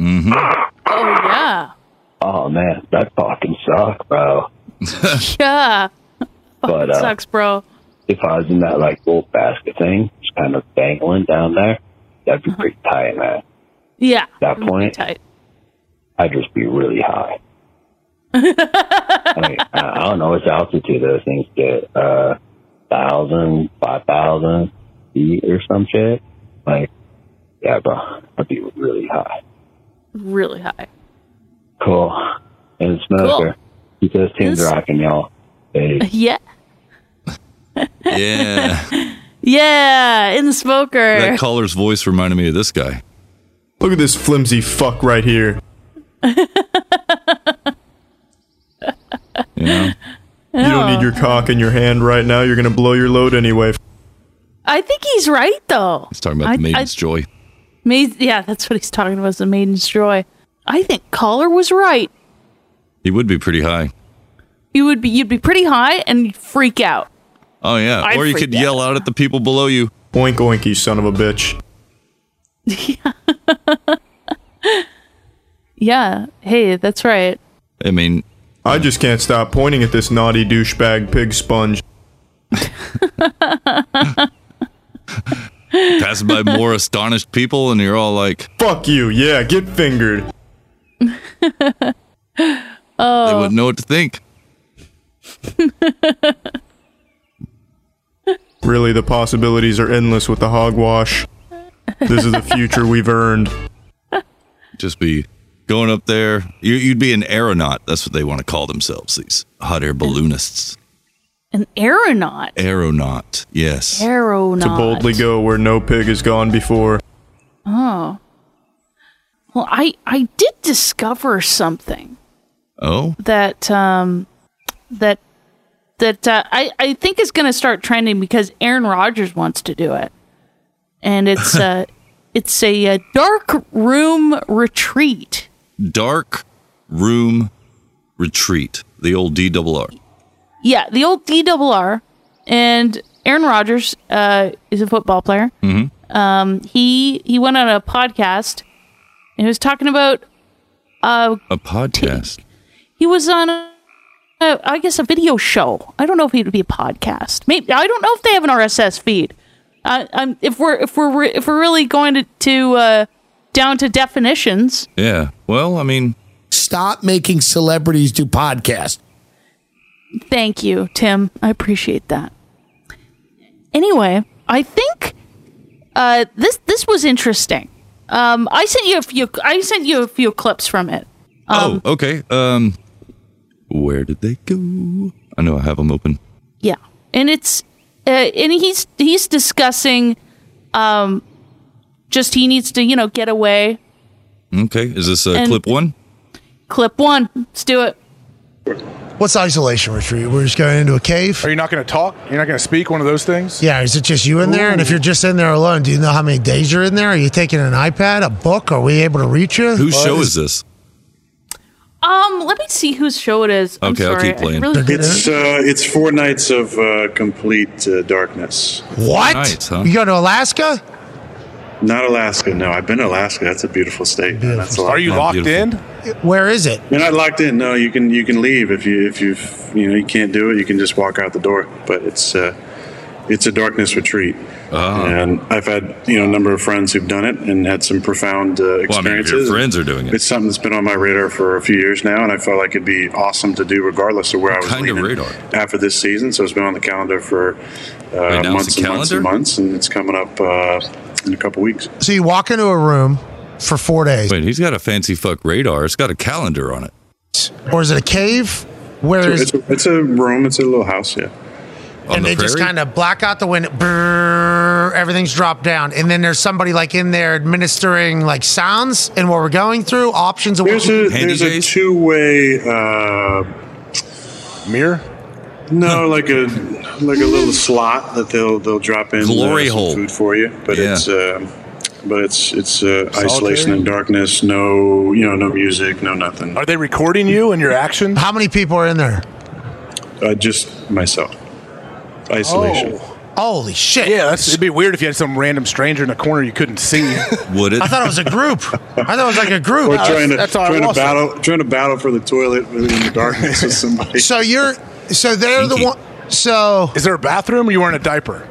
Oh yeah. oh man, that fucking suck, bro. Yeah. But That uh, sucks, bro. if I was in that like little basket thing, just kind of dangling down there, that'd Uh-huh. be pretty tight, man. Yeah. that point, tight. I'd just be really high. I mean, I I don't know what's the altitude of those things get. Uh, thousand, five thousand feet or some shit. Like, yeah, bro, I'd be really high. Really high. Cool. And smoker, keep those tunes This- rocking, y'all. Hey. [laughs] Yeah. Yeah. Yeah. In the smoker. that caller's voice reminded me of this guy. Look at this flimsy fuck right here. [laughs] You don't need your cock in your hand right now. You're going to blow your load anyway. I think he's right though. He's talking about the I- maiden's I- joy. Maids- yeah, that's what he's talking about. Is the maiden's joy. I think caller was right. He would be pretty high. You would be. You'd be pretty high and you'd freak out. Oh yeah, I'd or you freak could yell out at the people below you. Oink oink, you son of a bitch. Yeah. Hey, that's right. [laughs] I mean, I just can't stop pointing at this naughty douchebag pig sponge. Passing by more astonished people, and you're all like, "Fuck you!" Yeah, get fingered. They Oh. wouldn't know what to think. Really, the possibilities are endless with the hogwash. This [laughs] is the future we've earned. Just be going up there. You, you'd be an aeronaut. That's what they want to call themselves. These hot air balloonists. An aeronaut. Aeronaut. Yes. Aeronaut. To boldly go where no pig has gone before. Oh. Well, I I did discover something Oh. that um that that uh, I I think is going to start trending because Aaron Rodgers wants to do it, [laughs] and it's uh it's a, uh dark room retreat. Dark Room Retreat, the old DRR. Yeah, the old DRR, and Aaron Rodgers uh, is a football player. Mm-hmm. Um, he he went on a podcast and he was talking about uh A podcast. he was on a, a, I guess a video show. I don't know if it would be a podcast. Maybe I don't know if they have an RSS feed. I, I'm if we're if we're re- if we're really going to to uh, down to definitions. Yeah. Well, I mean, Stop making celebrities do podcasts. Thank you, Tim. I appreciate that. Anyway, I think uh, this this was interesting. Um, I sent you a few. I sent you a few clips from it. Um, oh, okay. Um, where did they go? I know I have them open. Yeah, and it's uh, and he's he's discussing, um, just he needs to you know get away. Okay. Is this uh, And- clip one? Clip one. Let's do it. What's isolation retreat? We're just going into a cave? Are you not going to talk? You're not going to speak? One of those things? Yeah, is it just you in there? And if you're just in there alone, do you know how many days you're in there? Are you taking an iPad, a book? Are we able to reach you? Whose show is this? Um, let me see whose show it is. I'm Okay, I'll sorry. keep playing. I [laughs] really- It's uh, it's four nights of uh, complete uh, darkness. What? You go to Alaska? Not Alaska. No, I've been to Alaska. That's a beautiful state. man. That's a lot Are you of fun. locked in? Where is it? You're not locked in. No, you can you can leave if you if you have you know you can't do it. You can just walk out the door. But it's uh, it's a darkness retreat. Ah. And I've had you know a number of friends who've done it and had some profound uh, Well, I mean, if experiences. your friends are doing it. It's something that's been on my radar for a few years now, and I felt like it'd be awesome to do regardless of where I was kind of leaning radar? after this season. So it's been on the calendar for now uh, it's a months and months calendar? and months, and it's coming up uh, in a couple weeks. So you walk into a room for four days, Wait, he's got a fancy fuck radar. It's got a calendar on it. or is it a cave? Where is? It's a, it's a room. It's a little house. Yeah. and they just kind of black out the window. Brrr, everything's dropped down, and then there's somebody like in there administering like sounds and what we're going through, options of There's what a there's a two way uh, mirror. No, like a like a little slot that they'll they'll drop in uh, Glory some hole. food for you, but Yeah. it's um but it's it's uh, isolation Solitary? and darkness. No, you know, no music, no nothing. Are they recording you and your actions? How many people are in there? Uh, just myself. Isolation. Oh. Oh, Holy shit. Yeah, that's, it'd be weird if you had some random stranger in a corner you [laughs] couldn't see. Would I thought it was a group. I thought it was like a group. Or trying to trying to battle trying to battle for the toilet in the darkness with somebody. So you're so they're the one. So is there a bathroom? or You wearing a diaper?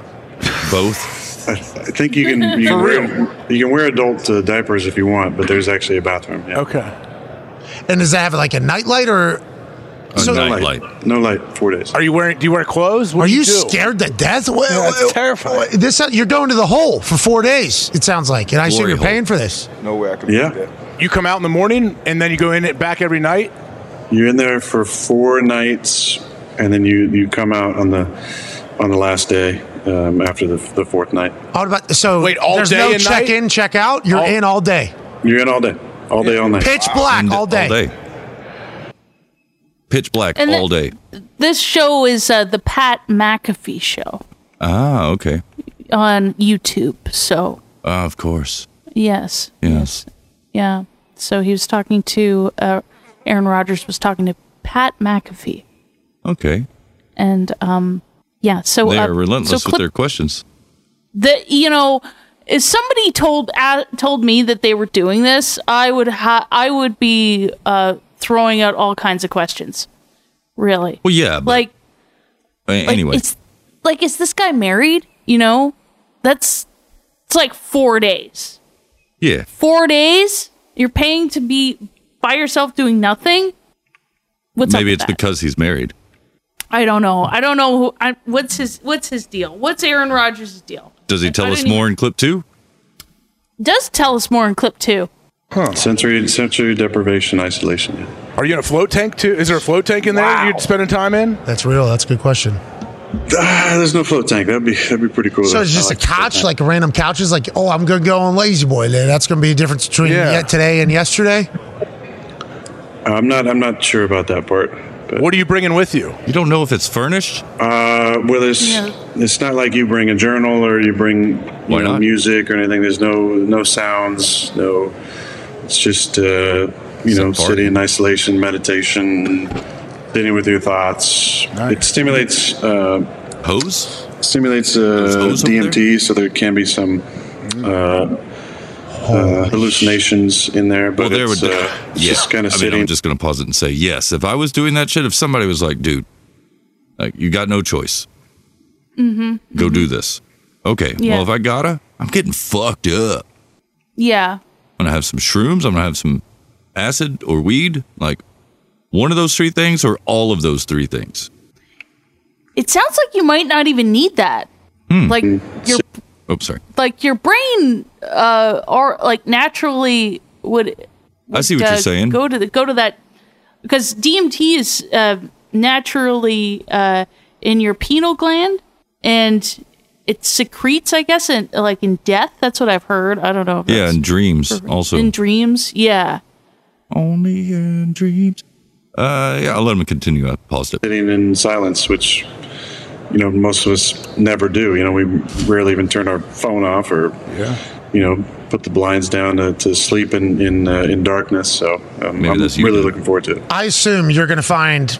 Both. I, I think you can you For can, wear, you can wear adult uh, diapers if you want, but there's actually a bathroom. Yeah. Okay. And does that have like a nightlight or? So- light. No light. Four days. Are you wearing? Do you wear clothes? What Are do you do? scared to death? Well, Yeah, that's terrifying. This you're going to the hole for four days. It sounds like, and I assume Glory you're hole. paying for this. No way I could. Yeah. You come out in the morning and then you go in it back every night. You're in there for four nights, and then you you come out on the on the last day um, after the, the fourth night. How about so? Wait, all there's day no and check in, check out. You're in all day. You're in all day, all day, all night. Pitch black all day. Pitch black And the- all day. This show is uh, the Pat McAfee show Ah, okay. on YouTube. So Ah, of course. yes, Yes. yeah. So he was talking to uh, Aaron Rodgers was talking to Pat McAfee, Okay. and um, yeah. So they uh, are relentless so with clip- their questions. that you know if somebody told uh, told me that they were doing this i would ha- i would be uh throwing out all kinds of questions really Well, yeah. But like a- anyway, it's like is this guy married you know that's it's like 4 days yeah. 4 days you're paying to be by yourself doing nothing what's Maybe up it's with that? because he's married. i don't know i don't know who I, what's his what's his deal what's aaron rodgers' deal Does he tell us didn't more in clip two? does tell us more in clip 2 Sensory sensory deprivation, isolation. yeah. Are you in a float tank too? Is there a float tank in there you're spending time in? That's real. That's a good question. Ah, there's no float tank. That'd be that'd be pretty cool. So it's I just like a couch, like random couches. Like, oh, I'm gonna go on Lazy Boy. Then That's gonna be a difference between Yeah. yet today and yesterday. I'm not I'm not sure about that part, What are you bringing with you? You don't know if it's furnished. Uh, well, it's No. it's not like you bring a journal or you bring you Why know, not? music or anything. There's no no sounds. No, it's just uh, you know sitting in isolation, meditation, sitting with your thoughts. It stimulates uh, hose. Stimulates uh, hose up DMT, so there can be some. Mm. Uh, uh, hallucinations in there, but there it's, would- uh, it's just kind of I sitting. Mean, I'm just going to pause it and say yes. If I was doing that shit, if somebody was like, "Dude, like you got no choice, Mm-hmm. go do this," okay. Yeah. Well, if I gotta, I'm getting fucked up. Yeah. I'm gonna have some shrooms. I'm gonna have some acid or weed. Like one of those three things, or all of those three things. It sounds like you might not even need that. Hmm. Like your Oh, sorry. like your brain uh or like naturally would I see what would, you're uh, saying. Go to the go to that because DMT is uh, naturally uh, in your penal gland, and it secretes, I guess, in like in death. That's what I've heard. I don't know. if yeah, that's and dreams perfect. also. in dreams. Yeah, Only in dreams. Uh, yeah, I'll let him continue. I paused it. sitting in silence, which you know most of us never do. You know, we rarely even turn our phone off or you know put the blinds down to, to sleep in in, uh, in darkness. So um, I'm really looking forward to it. I assume you're going to find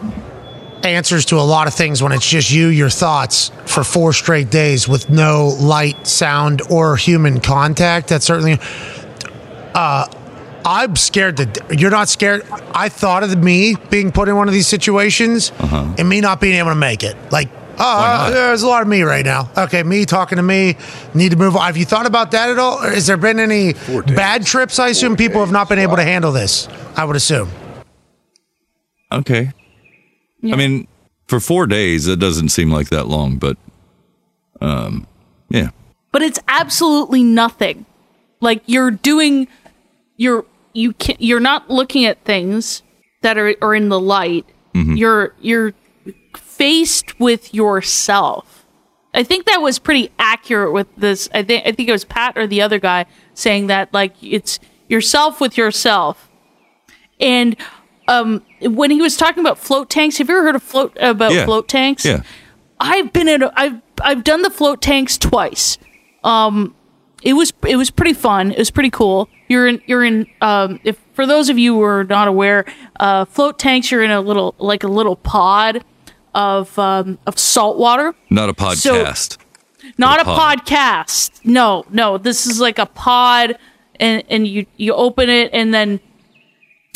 answers to a lot of things when it's just you, your thoughts for four straight days with no light, sound, or human contact. That's certainly. Uh, I'm scared that you're not scared. I thought of the- me being put in one of these situations and me not being able to make it. Like, oh, there's a lot of me right now. Okay, me talking to me. Need to move on. Have you thought about that at all? Or Has there been any bad trips? I assume people have not been able to handle this. I would assume. Okay. I mean, for four days, that doesn't seem like that long, but um, yeah. but it's absolutely nothing. Like you're doing, you're you can you're not looking at things that are are in the light. Mm-hmm. You're you're faced with yourself. I think that was pretty accurate with this. I think I think it was Pat or the other guy saying that like it's yourself with yourself. And um, when he was talking about float tanks, have you ever heard of float about Yeah. float tanks? Yeah. I've been in. A, I've I've done the float tanks twice. Um, it was it was pretty fun. It was pretty cool. You're in you're in. Um, if for those of you who are not aware, uh, float tanks you're in a little like a little pod of um, of salt water. Not a So- podcast. not a, A pod. podcast. No, no. This is like a pod, and and you you open it, and then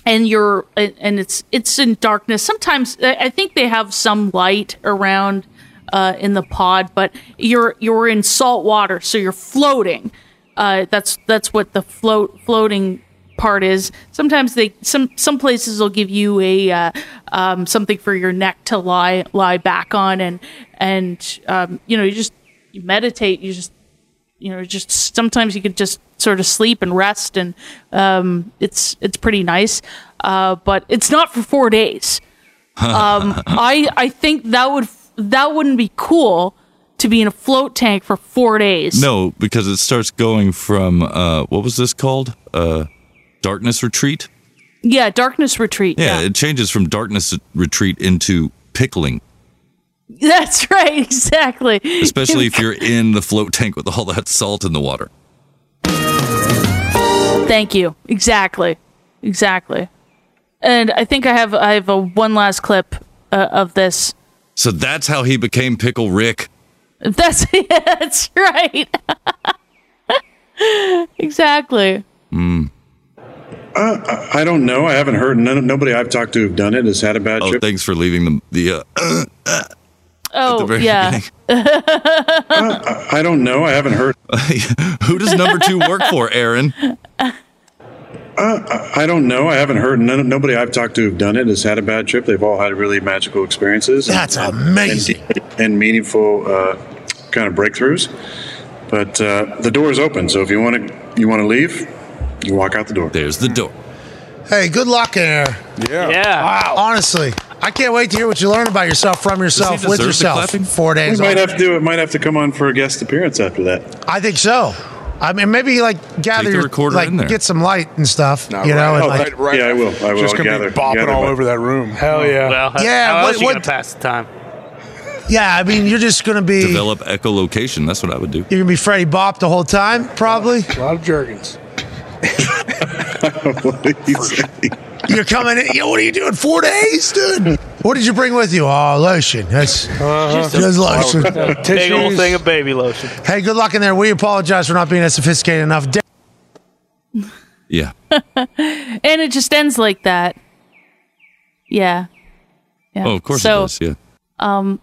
and you're and and it's it's in darkness. Sometimes I I think they have some light around uh, in the pod, but you're you're in salt water, so you're floating. Uh, that's that's what the float floating part is. Sometimes they some some places will give you a uh, um, something for your neck to lie lie back on, and and um, you know you just you meditate. You just you know just sometimes you could just sort of sleep and rest and um, it's it's pretty nice uh, but it's not for four [laughs] days um, I I think that would that wouldn't be cool to be in a float tank for four days No, because it starts going from uh, what was this called? Uh, darkness retreat. yeah darkness retreat Yeah, it changes from darkness retreat into [laughs] pickling, [laughs] that's right exactly especially if you're in the float tank with all that salt in the water. [laughs] Thank you. Exactly. Exactly. And I think I have I have a one last clip uh, of this. So that's how he became Pickle Rick. That's [laughs] that's right. [laughs] exactly. Hmm. Uh, I- I don't know. I haven't heard. None, nobody I've talked to who've done it has had a bad Oh, trip. thanks for leaving the the. Uh, Oh very yeah. I don't know. I haven't heard. [laughs] Who does number two work for, Aaron? Uh, I I don't know. I haven't heard. None, nobody I've talked to who've done it has had a bad trip. They've all had really magical experiences. That's amazing. And, and meaningful uh, kind of breakthroughs. But uh, the door is open, so if you want to, you want to leave, you walk out the door. There's the door. Hey, good luck in there. Yeah. Yeah. Wow. Honestly, I can't wait to hear what you learn about yourself from yourself with yourself. Four days. We might on. have to do. It might have to come on for a guest appearance after that. I think so. I mean, maybe like gather the your recorder like in there. get some light and stuff. Nah, you right. know, and Oh, like, right, right. Yeah, I will. I will. Just gonna be Gather- bopping gather all bu- over that room. Hell yeah. Well, how- Yeah, How what- else you what- gonna pass the time? yeah. I mean, you're just gonna be Develop echolocation. That's what I would [laughs] do. you're gonna be Freddie Bop the whole time, probably. A lot of jerkins. You're coming in. Yo, what are you doing? Four days, dude. What did you bring with you? Oh, lotion. That's Uh-huh. just lotion. Big old thing of baby lotion. Hey, good luck in there. We apologize for not being as sophisticated enough. Da- Yeah. [laughs] and it just ends like that. Yeah. yeah. Oh, of course So, it does. Yeah. um,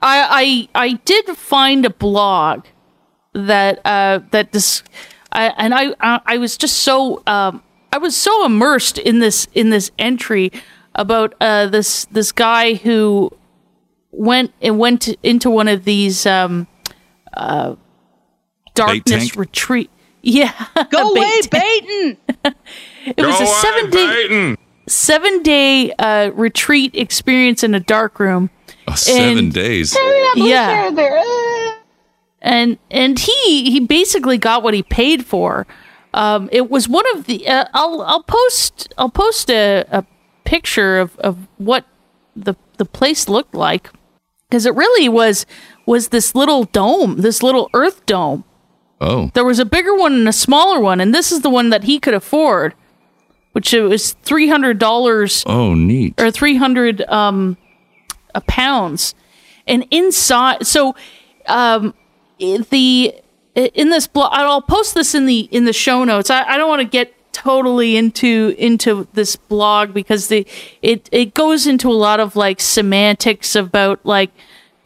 I I I did find a blog that uh that this, I, and I, I I was just so um I was so immersed in this in this entry about uh this this guy who went and went into one of these um uh darkness tank? retreat. [laughs] Yeah, Go [laughs] bait away, tank. Baton. [laughs] It was a seven day seven day uh, retreat experience in a dark room. Oh, seven days. Yeah. And and he he basically got what he paid for. Um, it was one of the uh, I'll I'll post I'll post a, a picture of, of what the the place looked like because it really was was this little dome this little earth dome Oh. there was a bigger one and a smaller one, and this is the one that he could afford, which it was three hundred dollars Oh, neat. or three hundred um, uh, pounds, and inside. So, um, i- the i- in this blog, I'll post this in the in the show notes. I, I don't want to get totally into into this blog because the it it goes into a lot of like semantics about like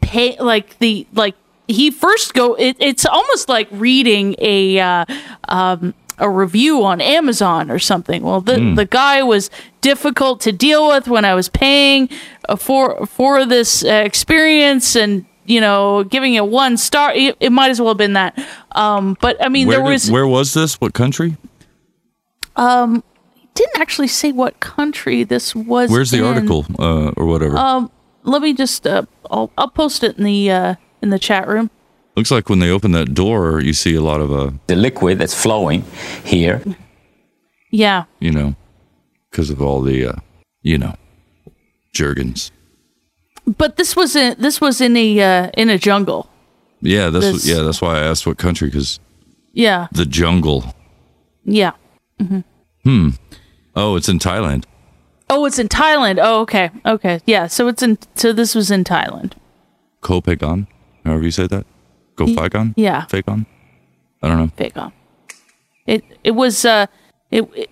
pay like the like he first go it, it's almost like reading a uh, um, a review on Amazon or something. Well, the Mm. the guy was difficult to deal with when I was paying uh, for for this uh, experience and you know giving it one star. It, it might as well have been that. Um, but I mean, where, there did- was where was this? What country? um, it didn't actually say what country this was. Where's the in. article uh, or whatever? Um, let me just uh, I'll, I'll post it in the uh, in the chat room. Looks like when they open that door, you see a lot of uh, the liquid that's flowing here. Yeah. You know, because of all the, uh, you know, Jergens. but this was in this was in a uh, in a jungle. Yeah, that's This- yeah, that's why I asked what country because Yeah, the jungle. yeah. hmm Hmm. Oh, it's in Thailand. Oh, it's in Thailand. Oh, okay, okay, yeah. So it's in so this was in Thailand. Copagon, however you say that. Go Y- Fagon. yeah. Fagon. I don't know. Fagon. It it was uh it, it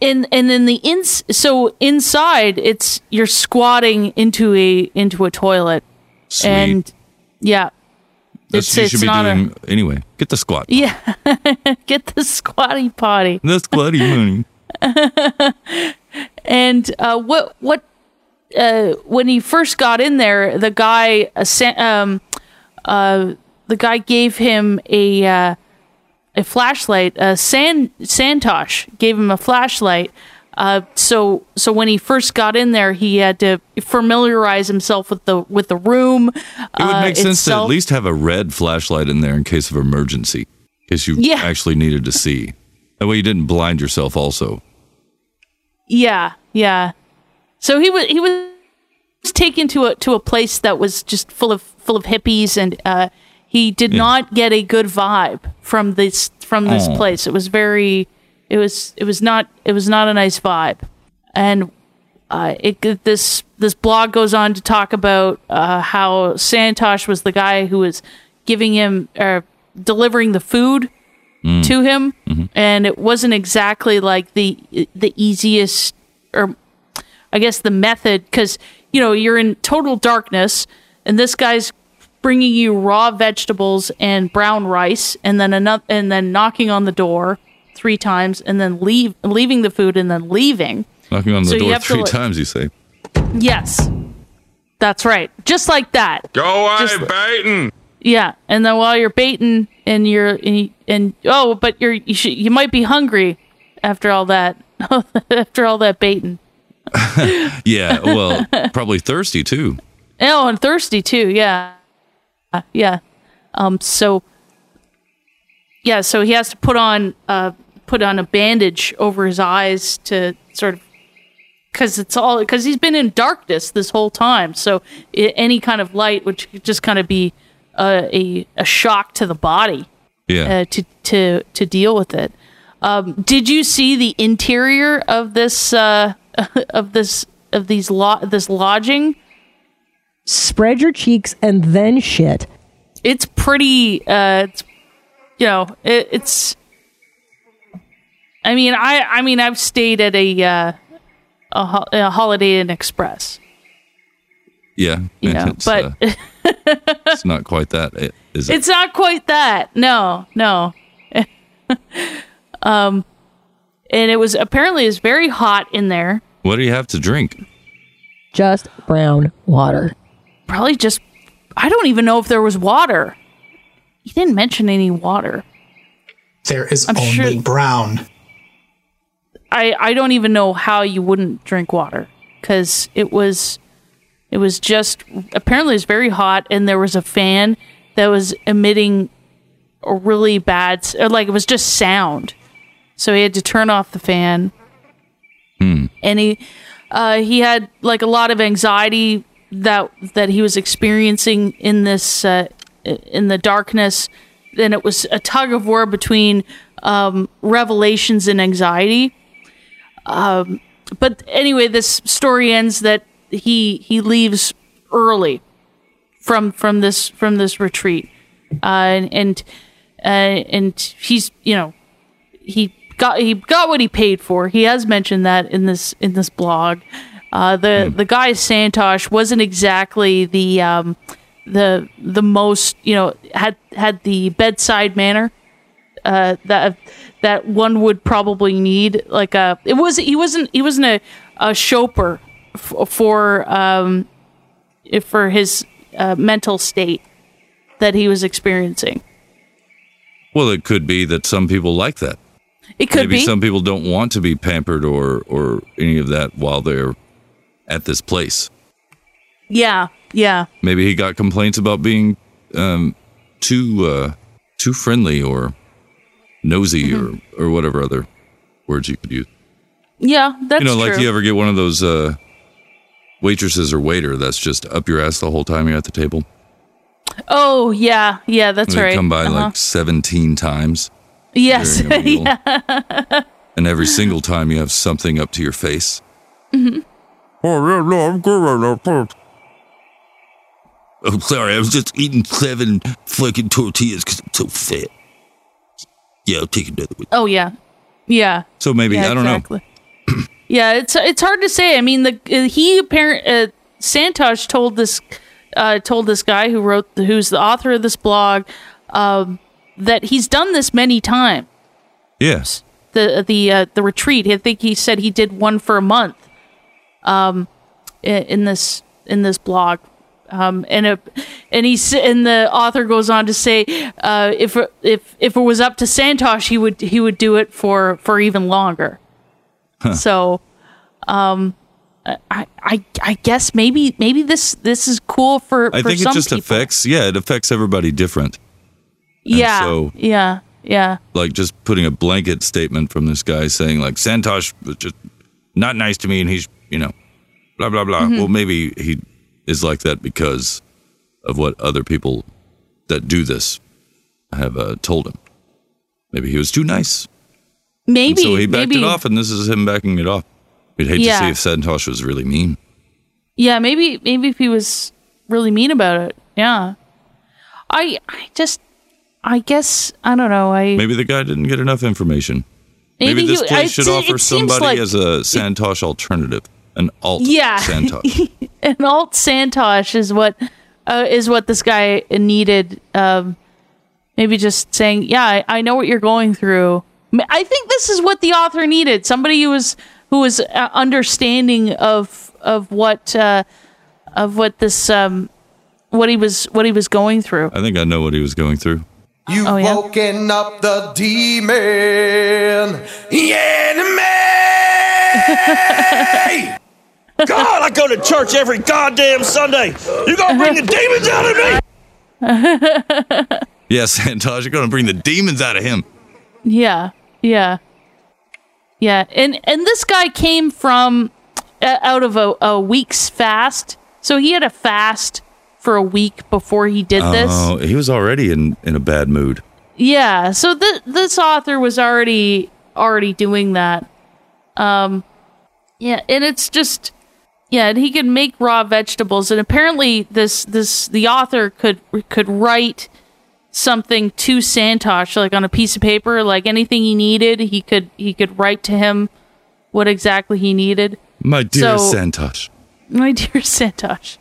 and and then the ins so inside it's you're squatting into a into a toilet Sweet. and yeah [laughs] That's It's- what you it's should be not a- doing anyway. Get the squat. yeah get the squatty potty The squatty money. [laughs] and uh, what what uh, when he first got in there, the guy uh, sent, um, uh, the guy gave him a uh, a flashlight. Uh, San Santosh gave him a flashlight. Uh, so so when he first got in there, he had to familiarize himself with the with the room. It would uh, make sense to at itself. least have a red flashlight in there in case of emergency, in case you Yeah. actually needed to see. That way you didn't blind yourself. Also, Yeah, yeah. So he was he was taken to a to a place that was just full of full of hippies, and uh, he did not get a good vibe from this from this Aw. place. It was very, it was it was not it was not a nice vibe, and uh, it this this blog goes on to talk about uh, how Santosh was the guy who was giving him or delivering the food Mm. to him, and it wasn't exactly like the the easiest or I guess the method because you know you're in total darkness, and this guy's bringing you raw vegetables and brown rice, and then another, and then knocking on the door three times, and then leave leaving the food, and then leaving. knocking on the So you door have to three look- times, you say. Yes, that's right, just like that. Go away, Just- Baton. Yeah, and then while you're baiting, and you're and, you- and oh, but you're you, should, you might be hungry after all that [laughs] after all that baiting. Yeah, [laughs] well, probably thirsty too. Oh, and thirsty too. Yeah, yeah. Um. So yeah, so he has to put on uh put on a bandage over his eyes to sort of because it's all because he's been in darkness this whole time. So i any kind of light which could just kind of be uh, a a shock to the body. Yeah. Uh, to to to deal with it. Um, did you see the interior of this uh, [laughs] of this of these lo- this lodging? Spread your cheeks and then shit. it's pretty uh it's, you know it, it's i mean i i mean i've stayed at a uh a, ho- a holiday inn express Yeah. you know [laughs] it's, but uh, it's not quite that, i- [laughs] is it? it's not quite that no no [laughs] um and it was apparently it's very hot in there What do you have to drink? Just brown water. probably just i don't even know if there was water he didn't mention any water There is I'm only sure- brown. I I don't even know how you wouldn't drink water because it was it was just apparently it's very hot and there was a fan that was emitting a really bad s- or, like it was just sound, so he had to turn off the fan. Mm. And he uh, he had like a lot of anxiety that that he was experiencing in this uh, in the darkness. Then it was a tug of war between um, revelations and anxiety. Um, but anyway, this story ends that he he leaves early from from this from this retreat, uh, and and, uh, and he's you know he got he got what he paid for. He has mentioned that in this in this blog. Uh, the Hmm. the guy Santosh wasn't exactly the um, the the most you know had had the bedside manner uh, that that one would probably need. Like a it was he wasn't he wasn't a a chauffeur f- for um if- for his uh, mental state that he was experiencing. Well, it could be that some people like that. It could Maybe be some people don't want to be pampered or or any of that while they're at this place. yeah yeah Maybe he got complaints about being um, too uh, too friendly or nosy Mm-hmm. or or whatever other words you could use. yeah that's you know, like true. you ever get one of those uh, waitresses or waiter that's just up your ass the whole time you're at the table. Oh yeah, yeah, that's they right. Come by Uh-huh. like seventeen times, yes, during a meal. [laughs] yeah. and [gasps] every single time you have something up to your face. Mhm. Oh, yeah, no, I'm good right now. Thanks. I'm Oh, sorry, I was just eating seven fucking tortillas because I'm so fat. Yeah, I'll take another one. [laughs] Oh yeah, yeah. So maybe, Yeah, I don't exactly. Yeah, it's it's hard to say. I mean, the uh, he apparent uh, Santosh told this uh, told this guy who wrote who's the author of this blog um, that he's done this many times. know. Yes. the the uh, the retreat. I think he said he did one for a month. Um, i- in this in this blog, um, and a and he s- and the author goes on to say, uh, if if if it was up to Santosh, he would he would do it for for even longer. Huh. So, um. I, I- I I guess maybe maybe this this is cool for I for think it some just people. affects, yeah, it affects everybody different. and yeah so- yeah yeah Like just putting a blanket statement from this guy saying, like, Santosh was just not nice to me and he's, you know, blah, blah, blah. Mhm. Well, maybe he is like that because of what other people that do this have uh, told him. Maybe he was too nice. And maybe so he backed maybe, it off, and this is him backing it off. We'd hate Yeah. to see if Santosh was really mean. Yeah, maybe maybe if he was really mean about it. Yeah. I I just I guess I don't know. I Maybe the guy didn't get enough information. Maybe, Maybe this he- place I- should it offer seems somebody like- as a Santosh alternative, an alt yeah. [laughs] Santosh. An alt Santosh is what uh, is what this guy needed. Um, maybe just saying, yeah, I, I know what you're going through. M- I think this is what the author needed. Somebody who was who was uh, understanding of of what uh, of what this um, what he was what he was going through. Oh, I think I know what he was going through. You've woken up the demon. Yeah, God, I go to church [laughs] every goddamn Sunday. You gonna bring the demons out of me? Yeah, [laughs] Santosh, you're going to bring the demons out of him. Yeah, yeah, yeah. And and this guy came from uh, out of a, a week's fast, so he had a fast for a week before he did this. Oh, he was already in, in a bad mood. Yeah, so th- this author was already already doing that. Um, yeah, and it's just yeah, and he could make raw vegetables, and apparently this this the author could could write something to Santosh like on a piece of paper, like anything he needed, he could he could write to him what exactly he needed. My dear So- Santosh, My [laughs] dear Santosh.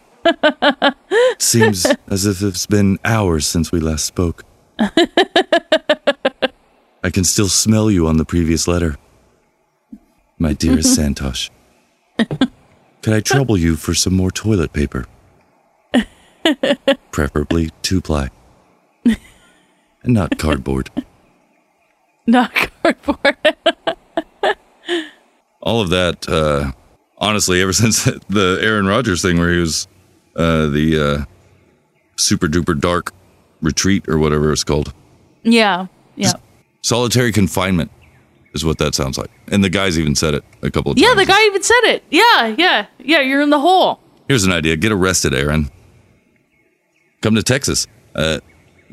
seems as if it's been hours since we last spoke. I can still smell you on the previous letter. My dear Santosh, could I trouble you for some more toilet paper? Preferably two ply. And not cardboard. Not cardboard. all of that uh honestly ever [laughs] since the aaron rodgers thing where he was uh the uh super duper dark retreat or whatever it's called Yeah, yeah, solitary confinement is what that sounds like and the guys even said it a couple of times yeah. The guy even said it. Yeah, yeah, yeah. You're in the hole. here's an idea get arrested aaron come to texas uh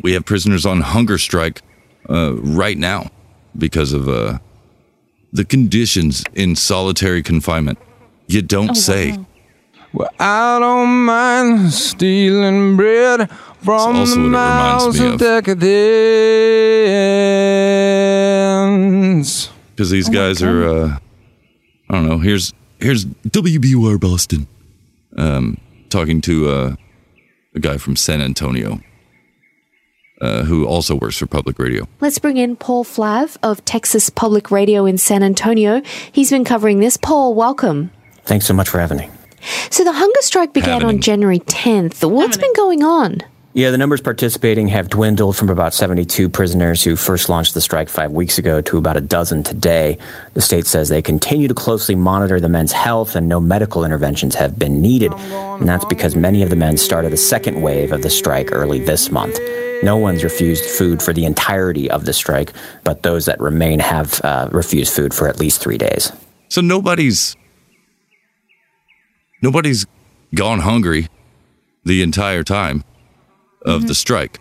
we have prisoners on hunger strike uh right now because of uh the conditions in solitary confinement you don't say Well, I don't mind stealing bread from also the what it reminds mouths me of of. decadence. because these guys are uh i don't know here's here's wbur boston um talking to uh a guy from san antonio uh who also works for public radio Let's bring in Paul Flav of Texas Public Radio in San Antonio. He's been covering this. Paul, welcome. Thanks so much for having me. So the hunger strike began on January 10th. What's been going on? Yeah, the numbers participating have dwindled from about 72 prisoners who first launched the strike five weeks ago to about a dozen today. The state says they continue to closely monitor the men's health and no medical interventions have been needed. And that's because many of the men started a second wave of the strike early this month. No one's refused food for the entirety of the strike, but those that remain have uh, refused food for at least three days. so nobody's nobody's gone hungry the entire time of the strike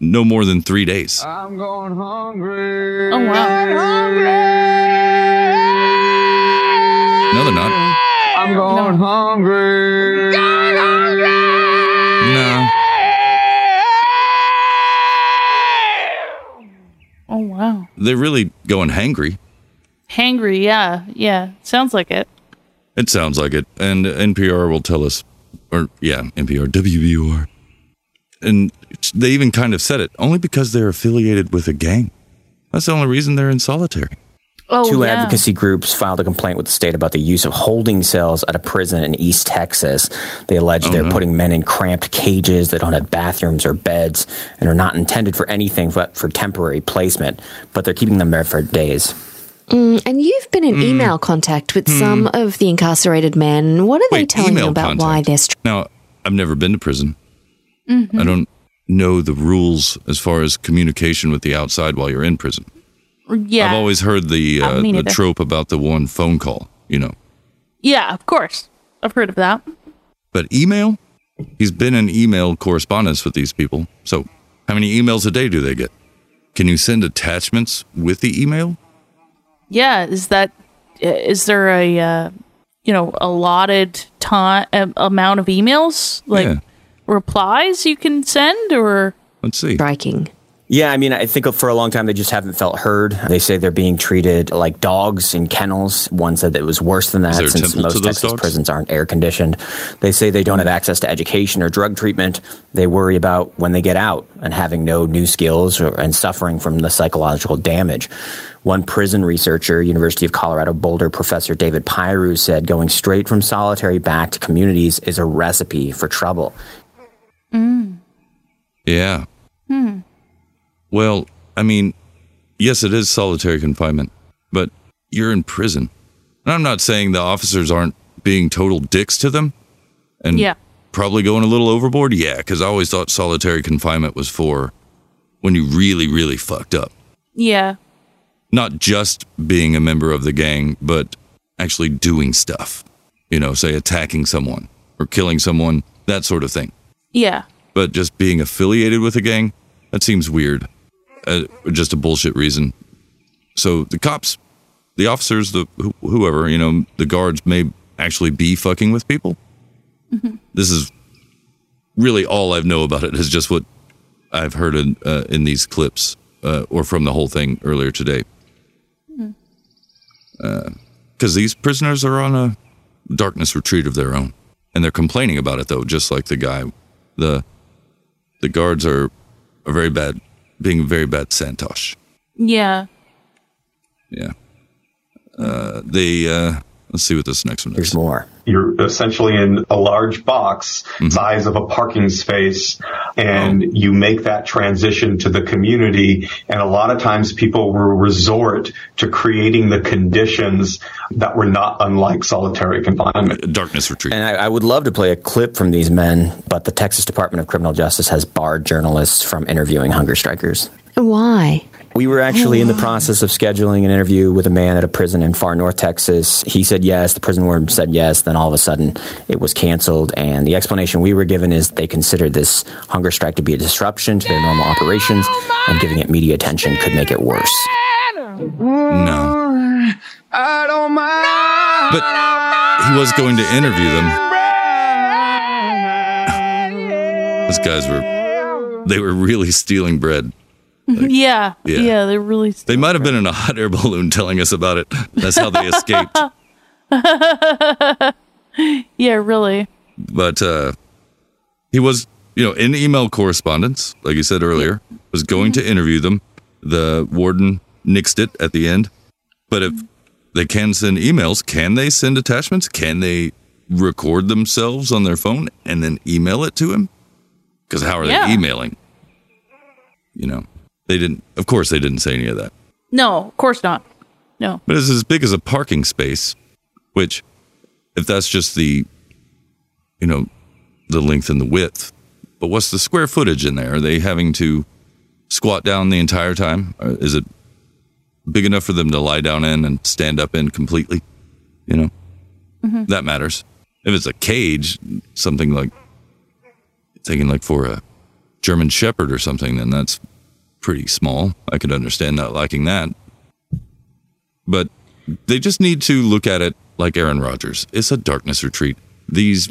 no more than three days I'm going hungry. Oh, no they're not I'm going hungry. no Oh wow. they're really going hangry Hangry. Yeah, yeah. Sounds like it. It sounds like it. And NPR will tell us, or yeah, NPR, WBUR. And they even kind of said it only because they're affiliated with a gang. That's the only reason they're in solitary. Two Oh yeah. advocacy groups filed a complaint with the state about the use of holding cells at a prison in East Texas. They allege they're putting men in cramped cages that don't have bathrooms or beds and are not intended for anything but for temporary placement, but they're keeping them there for days. Mm, and you've been in email contact with some of the incarcerated men. What are they telling you Mm. email about why they're str- Now, I've never been to prison. Mm-hmm. Mm-hmm. I don't know the rules as far as communication with the outside while you're in prison. Yeah. I've always heard the, Uh, uh, me the neither. trope about the one phone call, you know. yeah, of course. I've heard of that. But email? He's been in email correspondence with these people. So, how many emails a day do they get? Can you send attachments with the email? Yeah, is that is there a uh, you know allotted time amount of emails like Yeah. replies you can send or Let's see. Striking. Yeah, I mean, I think for a long time they just haven't felt heard. They say they're being treated like dogs in kennels. One said that it was worse than that Is there a since temple to most those Texas dogs? prisons aren't air conditioned. They say they don't have access to education or drug treatment. They worry about when they get out and having no new skills or, and suffering from the psychological damage. One prison researcher, University of Colorado Boulder professor David Pyru, said going straight from solitary back to communities is a recipe for trouble. Mm. Yeah. Hmm. Well, I mean, yes, it is solitary confinement, but you're in prison. And I'm not saying the officers aren't being total dicks to them and yeah probably going a little overboard. Yeah, because I always thought solitary confinement was for when you really, really fucked up. Yeah. Not just being a member of the gang, but actually doing stuff. You know, say attacking someone or killing someone, that sort of thing. Yeah. But just being affiliated with a gang, that seems weird. Uh, just a bullshit reason. So the cops, the officers, the wh- whoever, you know, the guards may actually be fucking with people. This is really all I know about it is just what I've heard in, uh, in these clips uh, or from the whole thing earlier today. Mhm. Because these prisoners are on a darkness retreat of their own, and they're complaining about it though, just like the guy. the The guards are are very bad, being very bad Santosh. Yeah. [laughs] Yeah. Uh, they uh, let's see what this next one is. There's more. You're essentially in a large box, size of a parking space, and you make that transition to the community. And a lot of times people will resort to creating the conditions that were not unlike solitary confinement. Darkness retreat. And I, I would love to play a clip from these men, but the Texas Department of Criminal Justice has barred journalists from interviewing hunger strikers. Why? We were actually in the process of scheduling an interview with a man at a prison in far north Texas. He said yes, the prison warden said yes, then all of a sudden it was canceled. And the explanation we were given is they considered this hunger strike to be a disruption to their normal operations, and giving it media attention could make it worse. No. I don't mind. But he was going to interview them. [laughs] Those guys were they were really stealing bread. yeah. yeah. yeah. They're really. [laughs] They might have been in a hot air balloon telling us about it. That's how they escaped. [laughs] yeah, really. But uh, he was, you know, in email correspondence, like you said earlier, was going to interview them. The warden nixed it at the end. But if they can send emails, can they send attachments? Can they record themselves on their phone and then email it to him? Because how are Yeah. they emailing? You know, they didn't, of course, they didn't say any of that. No, of course not. No. But it's as big as a parking space, which, if that's just the, you know, the length and the width, but what's the square footage in there? Are they having to squat down the entire time? Or is it big enough for them to lie down in and stand up in completely? You know, Mhm. that matters. If it's a cage, something like, thinking like for a German Shepherd or something, then that's pretty small. I could understand not liking that but they just need to look at it like Aaron Rodgers. It's a darkness retreat. These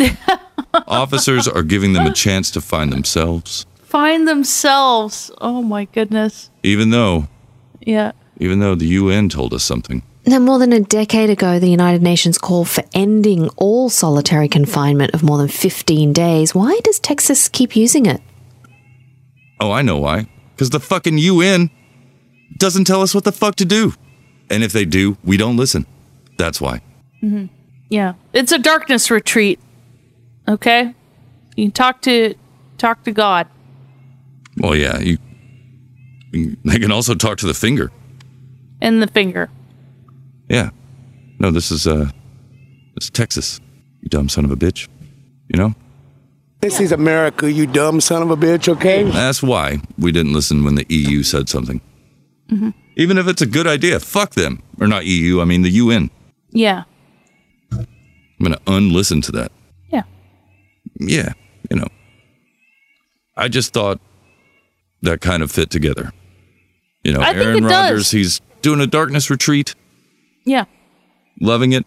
officers are giving them a chance to find themselves, Find themselves. Oh my goodness. even though Yeah. even though the UN told us something. Now, more than a decade ago, the United Nations called for ending all solitary confinement of more than 15 days. Why does Texas keep using it? Oh, I know why. Because the fucking UN doesn't tell us what the fuck to do, and if they do, we don't listen. That's why. hmm Yeah. It's a darkness retreat. Okay. You can talk to talk to God. Well, yeah, you. They can also talk to the finger. and the finger. Yeah. No, this is uh, it's Texas. You dumb son of a bitch. You know. This is America, you dumb son of a bitch, okay? That's why we didn't listen when the EU said something. Mhm. Even if it's a good idea, fuck them. Or not EU, I mean the UN. Yeah. I'm going to unlisten to that. Yeah. Yeah, you know. I just thought that kind of fit together. You know, I think Aaron it does. Rodgers, he's doing a darkness retreat, Yeah. loving it,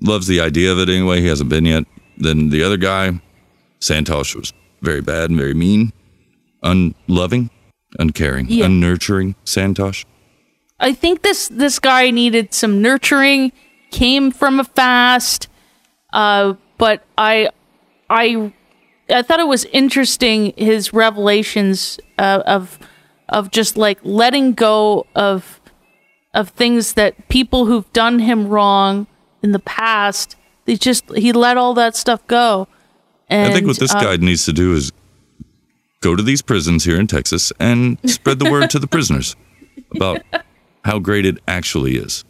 loves the idea of it anyway. He hasn't been yet. Then the other guy, Santosh, was very bad and very mean, unloving, uncaring, Yeah. unnurturing Santosh. I think this this guy needed some nurturing. Came from a fast, uh, but I, I, I thought it was interesting his revelations uh, of of just like letting go of of things that people who've done him wrong in the past. They just he let all that stuff go. And, I think what this uh, guide needs to do is go to these prisons here in Texas and spread the word to the [laughs] prisoners about how great it actually is.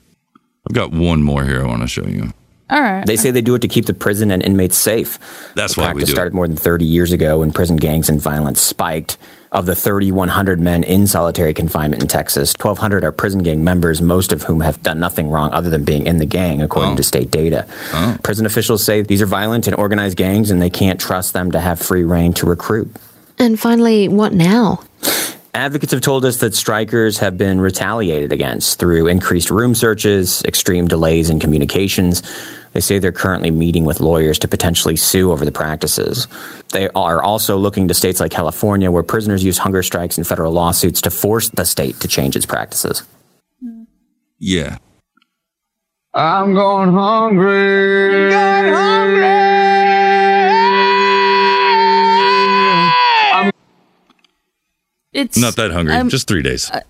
I've got one more here I want to show you. All right. They say they do it to keep the prison and inmates safe. That's the why we practice do it. started more than 30 years ago when prison gangs and violence spiked. Of the 3,100 men in solitary confinement in Texas, 1,200 are prison gang members, most of whom have done nothing wrong other than being in the gang, according Oh. to state data. Prison officials say these are violent and organized gangs, and they can't trust them to have free reign to recruit. And finally, what now? Advocates have told us that strikers have been retaliated against through increased room searches, extreme delays in communications. They say they're currently meeting with lawyers to potentially sue over the practices. They are also looking to states like California, where prisoners use hunger strikes and federal lawsuits to force the state to change its practices. Yeah. I'm going hungry. I'm going hungry. It's Not that hungry. um, just three days. I,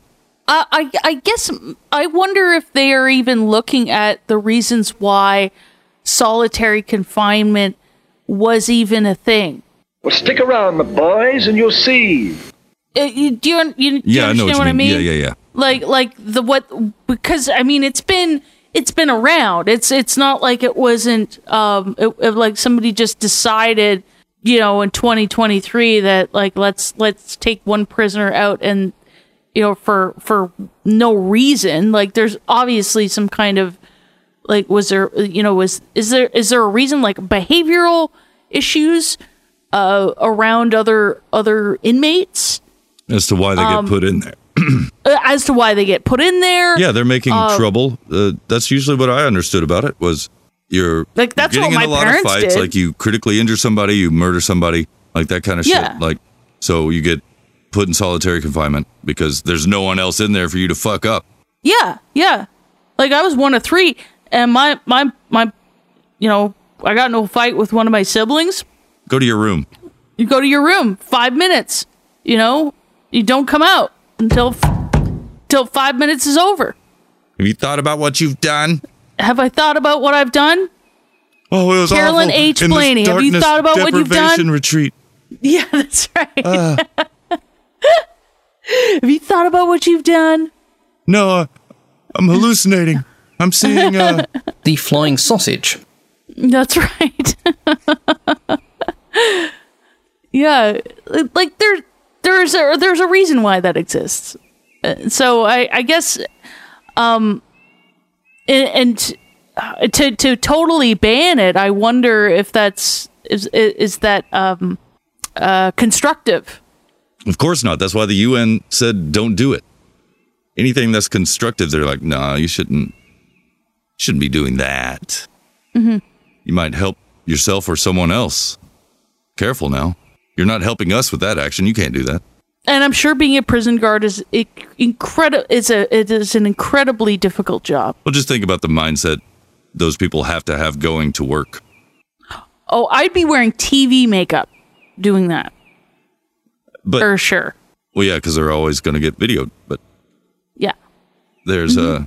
I I guess I wonder if they are even looking at the reasons why solitary confinement was even a thing. Well, stick around, my boys, and you'll see. Uh, you, do you, you, do you yeah, I understand know what you what I mean? mean. Yeah, yeah, yeah. Like like the what because I mean it's been it's been around. It's it's not like it wasn't um it, it- like somebody just decided you know in 2023 that like let's let's take one prisoner out and you know for for no reason like there's obviously some kind of like was there you know was is there is there a reason like behavioral issues uh around other other inmates As to why they Um, get put in there. uh, as to why they get put in there Yeah, they're making Uh, trouble. Uh, that's usually what I understood about it was you're Like, that's getting what my in a lot parents of fights. did. Like you critically injure somebody, you murder somebody, like that kind of Yeah. shit. Like so you get put in solitary confinement because there's no one else in there for you to fuck up. Yeah, yeah. Like I was one of three, and my my my, you know, I got into a fight with one of my siblings. Go to your room. You go to your room, five minutes. You know, you don't come out until until five minutes is over. Have you thought about what you've done? Have I thought about what I've done? [laughs] Oh, it was Carolyn awful. H. In this Blaney, have you darkness thought about what you've deprivation done? Retreat. Yeah, that's right. Uh. Ah, [laughs] Have you thought about what you've done? No, uh, I'm hallucinating. I'm seeing [laughs] uh, the flying sausage. That's [laughs] right. yeah, like there, there's a there's a reason why that exists. Uh, So I I guess, um, and, and uh, to to totally ban it, I wonder if that's is is that um uh constructive. Of course not. That's why the UN said don't do it. Anything that's constructive, they're like, nah, you shouldn't shouldn't be doing that. Mm-hmm. You might help yourself or someone else. Careful now. You're not helping us with that action. You can't do that. And I'm sure being a prison guard is incredible. It's a it is an incredibly difficult job. Well, just think about the mindset those people have to have going to work. Oh, I'd be wearing TV makeup doing that But for sure. well, yeah, because they're always going to get videoed. But Yeah. there's uh,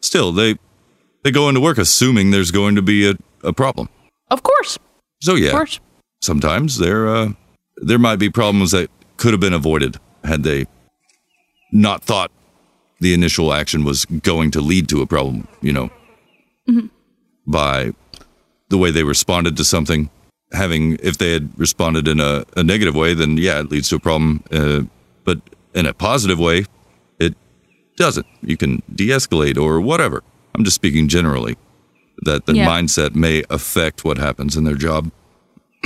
still they they go into work assuming there's going to be a, a problem. Of course. So yeah, Of course. sometimes there uh, there might be problems that could have been avoided had they not thought the initial action was going to lead to a problem. You know, Mhm. by the way they responded to something. Having if they had responded in a, a negative way, then yeah, it leads to a problem. Uh, but in a positive way, it doesn't. You can de-escalate or whatever. I'm just speaking generally that the Yeah. mindset may affect what happens in their job. [clears throat]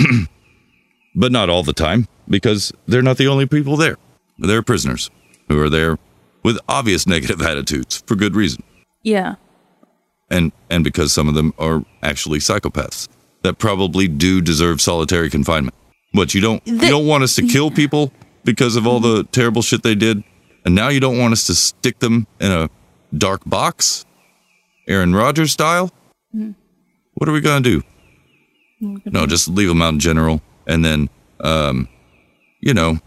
but not all the time because they're not the only people there. They're prisoners who are there with obvious [laughs] negative attitudes for good reason. Yeah. And and because some of them are actually psychopaths that probably do deserve solitary confinement. But you don't you don't want us to kill people because of all the terrible shit they did, and now you don't want us to stick them in a dark box, Aaron Rodgers style. Mm. What are we gonna do? No, just leave them out in general, and then, um, you know,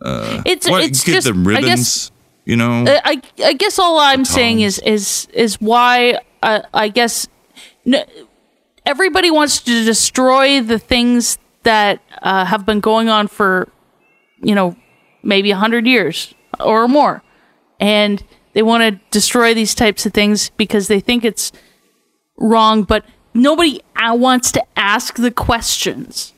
uh, It's- it's give just- them I guess- ribbons. you know, Uh, I I guess all I'm saying is is is why uh, I guess n- everybody wants to destroy the things that uh, have been going on for you know maybe a hundred years or more, and they want to destroy these types of things because they think it's wrong. But nobody a- wants to ask the questions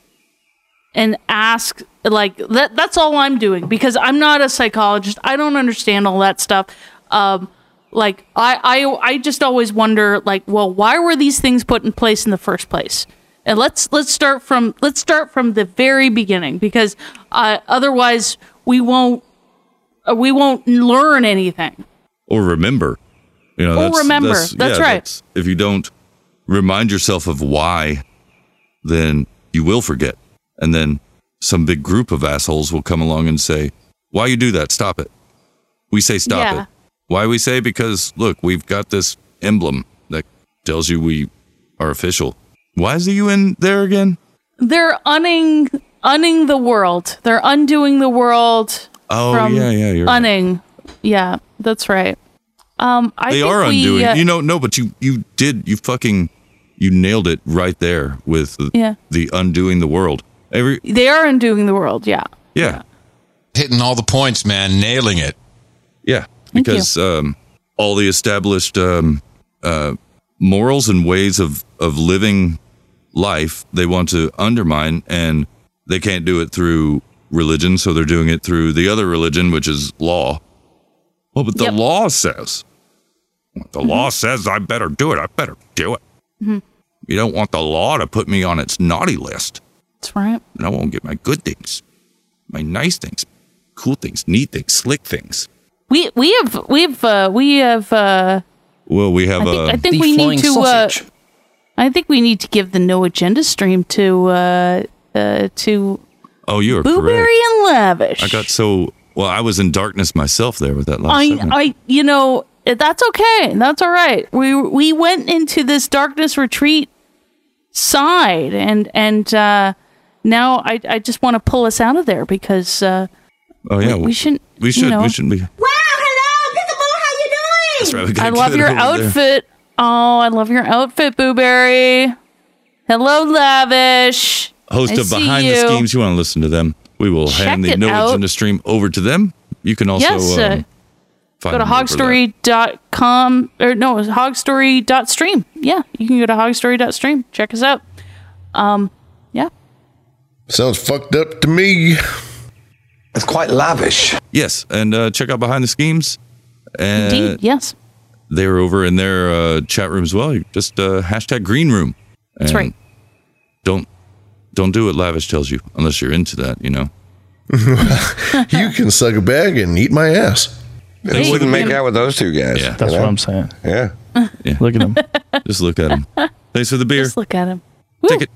and ask like that that's all I'm doing because I'm not a psychologist. I don't understand all that stuff. Um like I I I just always wonder like well why were these things put in place in the first place? And let's let's start from let's start from the very beginning because uh, otherwise we won't uh, we won't learn anything. or remember. You know, Or remember. That's right. if you don't remind yourself of why, then you will forget, and then some big group of assholes will come along and say, "Why you do that? Stop it." We say, "Stop Yeah. it." Why we say? Because look, we've got this emblem that tells you we are official. Why is the UN there again? They're unning unning the world. They're undoing the world. Oh, yeah, yeah, you're right. unning. Yeah, that's right. Um, I they think are we, undoing. uh, you know, no, but you you did you fucking you nailed it right there with the, Yeah. the undoing the world. Every They are undoing the world. Yeah. yeah, Hitting all the points, man. Nailing it. yeah, Thank because um, all the established um, uh, morals and ways of of living life they want to undermine, and they can't do it through religion, so they're doing it through the other religion, which is law. Well, but the law says, the law Mm-hmm. says I better do it. I better do it. Mhm. You don't want the law to put me on its naughty list. That's right. And I won't get my good things, my nice things, cool things, neat things, slick things. We we have we've uh, we have. Uh, Well, we have I think, uh, I think we need to. Uh, I think we need to give the no agenda stream to uh, uh, to oh, you are correct. Booberry and Lavish. I got so well. I was in darkness myself there with that last. I, segment. I, you know, that's okay. That's all right. We we went into this darkness retreat side, and and uh, now I I just want to pull us out of there because uh, oh yeah, we, we shouldn't. We you should. know. We shouldn't be. Wow! Hello, Peekaboo. How you doing? That's right. We gotta I get love it your over there. outfit. Oh, I love your outfit, Booberry. Hello, lavish. Host I of see Behind the you. Schemes. You want to listen to them? We will Check hand the it no out. agenda stream over to them. You can also Yes, uh, um, find Go to them over there. hogstory.com or no, it's hogstory.stream. Yeah, you can go to hogstory.stream. Check us out. Um, yeah. Sounds fucked up to me. It's quite lavish. Yes, and uh, check out Behind the Schemes. And Indeed, yes. They're over in their uh, chat room as well. You Just uh, hashtag Green Room. That's And right. Don't don't do what Lavish tells you unless you're into that. You know. [laughs] you can suck a bag and eat my ass. Hey, I wouldn't you make know- out with those two guys. Yeah, That's what I'm saying. Yeah. Yeah. Look at them. [laughs] Just look at [laughs] him. Thanks for the beer. Just look at him. Take it.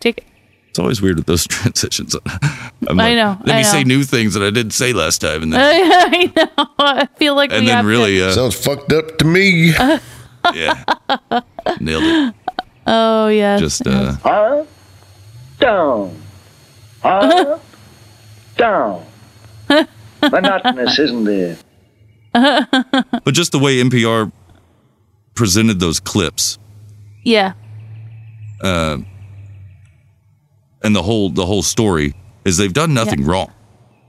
Take it. It's always weird with those [laughs] transitions. i I know, Let I me say know. new things that I didn't say last time, [laughs] and then, I, know. I feel like and we then have really uh, Sounds fucked up to me. yeah, nailed [laughs] it. To, [laughs] oh yeah. Just uh, Up, down. Up, down. Monotonous, isn't it? uh, but just the way NPR presented those clips, [laughs] yeah. uh, and the whole the whole story is they've done nothing wrong.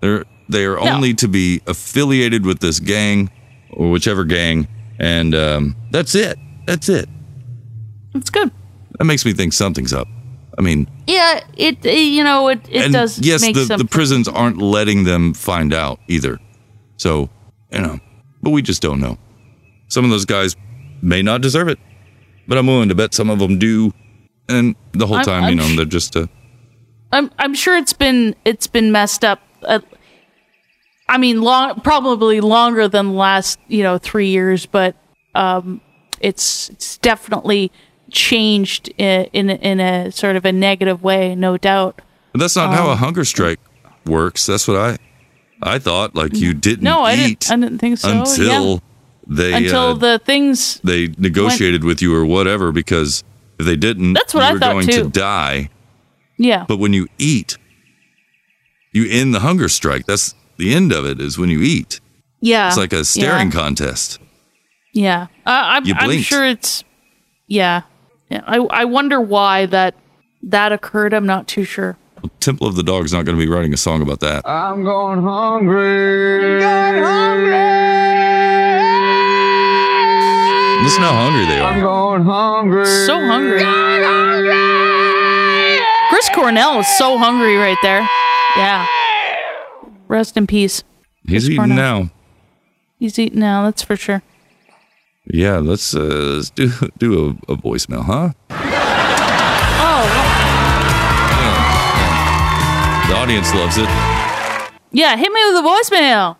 They're they are only to be affiliated with this gang or whichever gang, and um, that's it. That's it. That's good. That makes me think something's up. I mean, Yeah, it, it- you know it, it and does Yes, make the, some the prisons aren't letting them find out either. So, you know, but we just don't know. Some of those guys may not deserve it, but I'm willing to bet some of them do. And the whole I'm- time, I'm you know, sh- they're just uh, I'm I'm sure it's been it's been messed up. Uh, I mean, long probably longer than the last you know three years, but um, it's it's definitely changed in in, in a sort of a negative way, no doubt. But that's not how a Um, hunger strike works. That's what I I thought. Like you didn't No, I eat didn't. I didn't think so. until yeah. they until uh, the things. they negotiated with you or whatever. Because if they didn't, That's what you I were thought, going too. to die. Yeah, But when you eat, you end the hunger strike. That's the end of it. Is when you eat. yeah. It's like a staring Yeah, contest. yeah. I, I'm, You I'm blinked. sure it's. Yeah, yeah. I I wonder why that that occurred. I'm not too sure. Temple of the Dog's not going to be writing a song about that. I'm going hungry. Let's Listen how hungry they I'm are. going hungry. So hungry. Chris Cornell is so hungry right there. Yeah. Rest in peace. He's eating now. He's eating now, that's for sure. Yeah, let's uh, let's do do a, a voicemail, huh? Oh, The audience loves it. yeah. Hit me with a voicemail.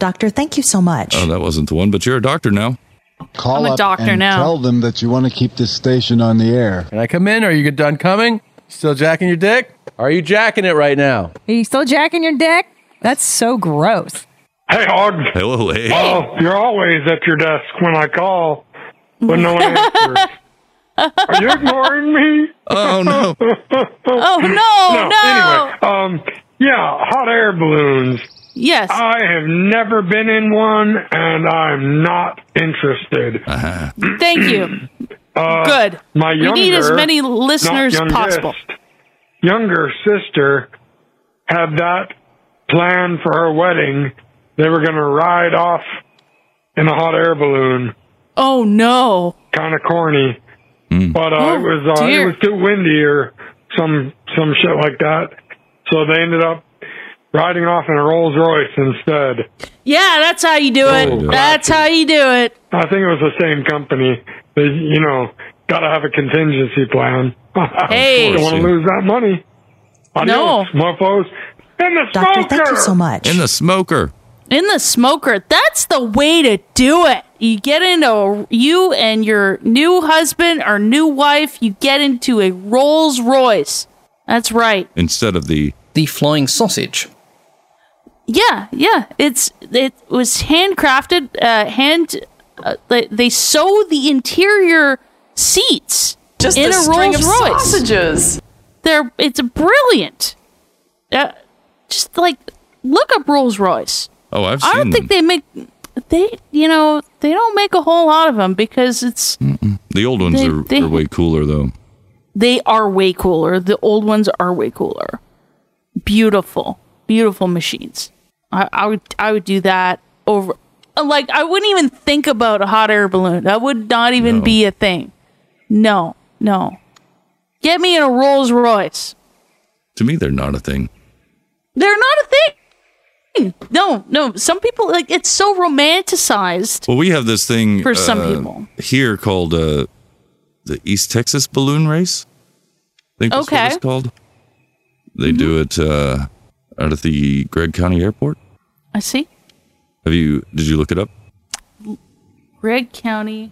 Doctor, thank you so much. Oh, that wasn't the one, but you're a doctor now. Call I'm a up doctor and now. Tell them that you want to keep this station on the air. Can I come in? Are you done coming? Still jacking your dick? Are you jacking it right now? Are you still jacking your dick? That's so gross. Hey, Hog. Hello, hey. Oh, you're always at your desk when I call, but no [laughs] one answers. Are you ignoring me? [laughs] Oh [laughs] no! oh no, no. Anyway, um, yeah, hot air balloons. Yes. I have never been in one, and I'm not interested. Uh-huh. [clears throat] Thank you. Uh, Good. My We younger, need as many not listeners youngest, possible. Younger sister had that plan for her wedding. They were going to ride off in a hot air balloon. Oh no! Kind of corny, but uh, it Oh, was uh, it dear. was too windy or some some shit like that. So they ended up riding off in a Rolls Royce instead. [clears throat] Yeah, that's how you do it. Oh, that's how you do it. I think it was the same company. They, you know, got to have a contingency plan. [laughs] Hey. don't want to lose that money. No. Adios, mofos. In the Doctor, smoker. thank you so much. In the smoker. In the smoker, that's the way to do it. You get into a, you and your new husband or new wife. You get into a Rolls Royce. That's right. Instead of the the flying sausage. Yeah, yeah. It's it was handcrafted. Uh, hand uh, they, they sew the interior seats Just in a a string Rolls of Royce. sausages. They're it's brilliant. Uh, just like look up Rolls Royce. Oh, I've I seen don't think they make they you know they don't make a whole lot of them because it's The old ones They- are, they- are way cooler though. they are way cooler. The old ones are way cooler. Beautiful, beautiful machines. I, I would I would do that over. Like I wouldn't even think about a hot air balloon. That would not even be a thing. No, no. Get me in a Rolls Royce. To me, they're not a thing. They're not a thing. No, no. Some people like it's so romanticized. Well, we have this thing uh, For some people. here called uh, the East Texas Balloon Race. I think that's Okay. Mm-hmm. what it's called. They do it uh, out at the Gregg County Airport. I see. Have you? Did you look it up? Red County.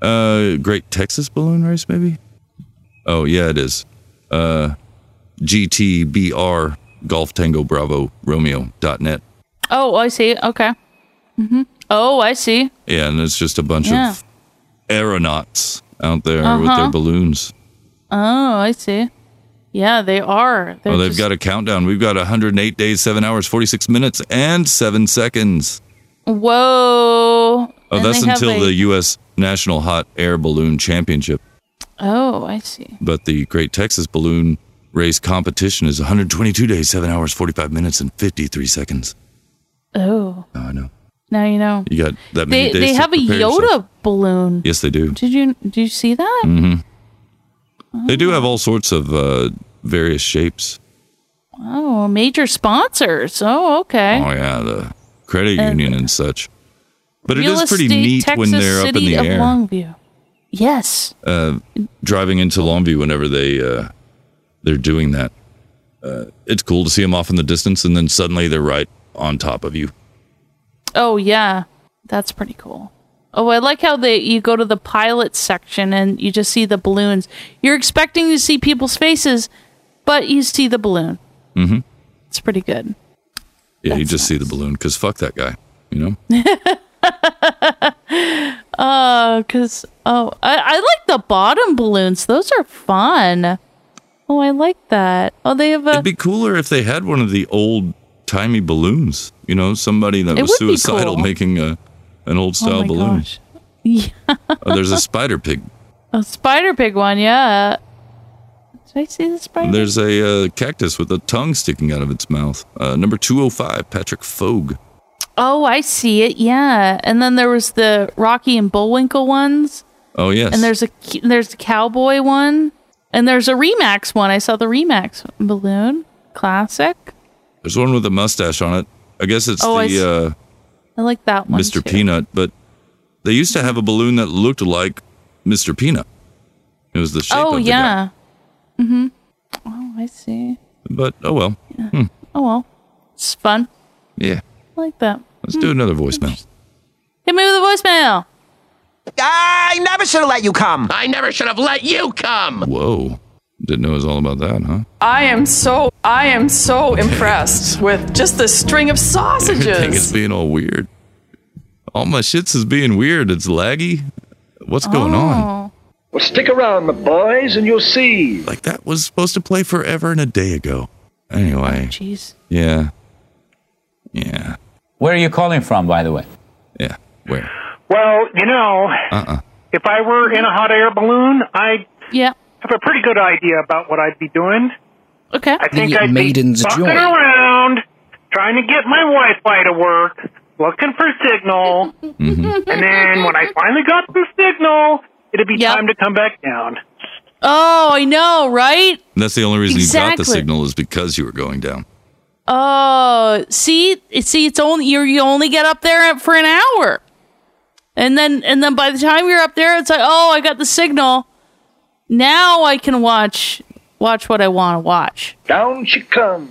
Uh, Great Texas Balloon Race, maybe. Oh yeah, it is. Uh, GTBR Golf Tango Bravo Romeo dot net. Oh, I see. Okay. hmm Oh, I see. Yeah, and it's just a bunch Yeah. of aeronauts out there with Uh-huh. their balloons. Oh, I see. Yeah, they are. They're Oh, they've just- got a countdown. We've got 108 days, 7 hours, 46 minutes, and 7 seconds. Whoa. Oh, And that's they have until a- the U.S. National Hot Air Balloon Championship. Oh, I see. But the Great Texas Balloon Race Competition is 122 days, 7 hours, 45 minutes, and 53 seconds. Oh. Oh, I know. Now you know. You got that many They days. they to have a prepare Yoda yourself. balloon. Yes, they do. Did you did you see that? hmm They do have all sorts of uh, various shapes. Oh, major sponsors. Oh, okay. Oh yeah, the credit And- union and such. But it Real is pretty estate, neat when Texas they're up in City the of air. Longview. Yes. uh, driving into Longview whenever they uh, they're doing that, uh, it's cool to see them off in the distance, and then suddenly they're right on top of you. Oh yeah. That's pretty cool. Oh, I like how they you go to the pilot section and you just see the balloons. You're expecting to see people's faces, but you see the balloon. Mm-hmm. It's pretty good. Yeah, you just see the balloon because fuck that guy, you know. Oh, cause oh, I, I like the bottom balloons. Those are fun. Oh, I like that. Oh, they have a It'd be cooler if they had one of the old timey balloons. You know, somebody that It was would be suicidal cool. making a an old Oh style my balloon. gosh. [laughs] yeah, Oh, there's a spider pig. a spider pig one. Yeah. Did I see the spider? There's a uh, cactus with a tongue sticking out of its mouth. Uh, number two hundred five, oh Patrick Fogue. Oh, I see it. Yeah. And then there was the Rocky and Bullwinkle ones. Oh yes. And there's a there's a cowboy one. And there's a Remax one. I saw the Remax balloon. Classic. There's one with a mustache on it. I guess it's Oh, I see. the I like that uh, one. Mr. Peanut, but they used to have a balloon that looked like Mr. Peanut. It was the shape of oh the guy. yeah. Mm-hmm. Oh, I see. But oh well. Hmm. Oh well. It's fun. Yeah. I like that. Let's Hmm. do another voicemail. Hit me with a voicemail. I never should have let you come. I never should have let you come. Whoa. Oh, Didn't know it was all about that, huh? I am so I am so impressed with just the string [laughs] of Everything is sausages. being all weird. All my shits is being weird. It's laggy. What's going Oh. on? Well, stick around, my boys, and you'll see. Like that was supposed to play forever and a day ago. Anyway. Jeez. Yeah. Yeah. Where are you calling from, by the way? Yeah. Where? Well, you know, Uh-uh. if I were in a hot air balloon, I'd yeah. have a pretty good idea about what I'd be doing. Okay. I think The I'd maiden's be fucking joy. around, trying to get my Wi-Fi to work, looking for [laughs] signal, Mm-hmm. and then when I finally got the signal, it'd be time to come back down. Oh, I know, right? And that's the only reason you got the Exactly. signal is because you were going down. Oh, see, It- see, it's only you. You only get up there for an hour, and then and then by the time you're up there, it's like, oh, I got the signal. Now I can watch watch what I want to watch. Down she comes.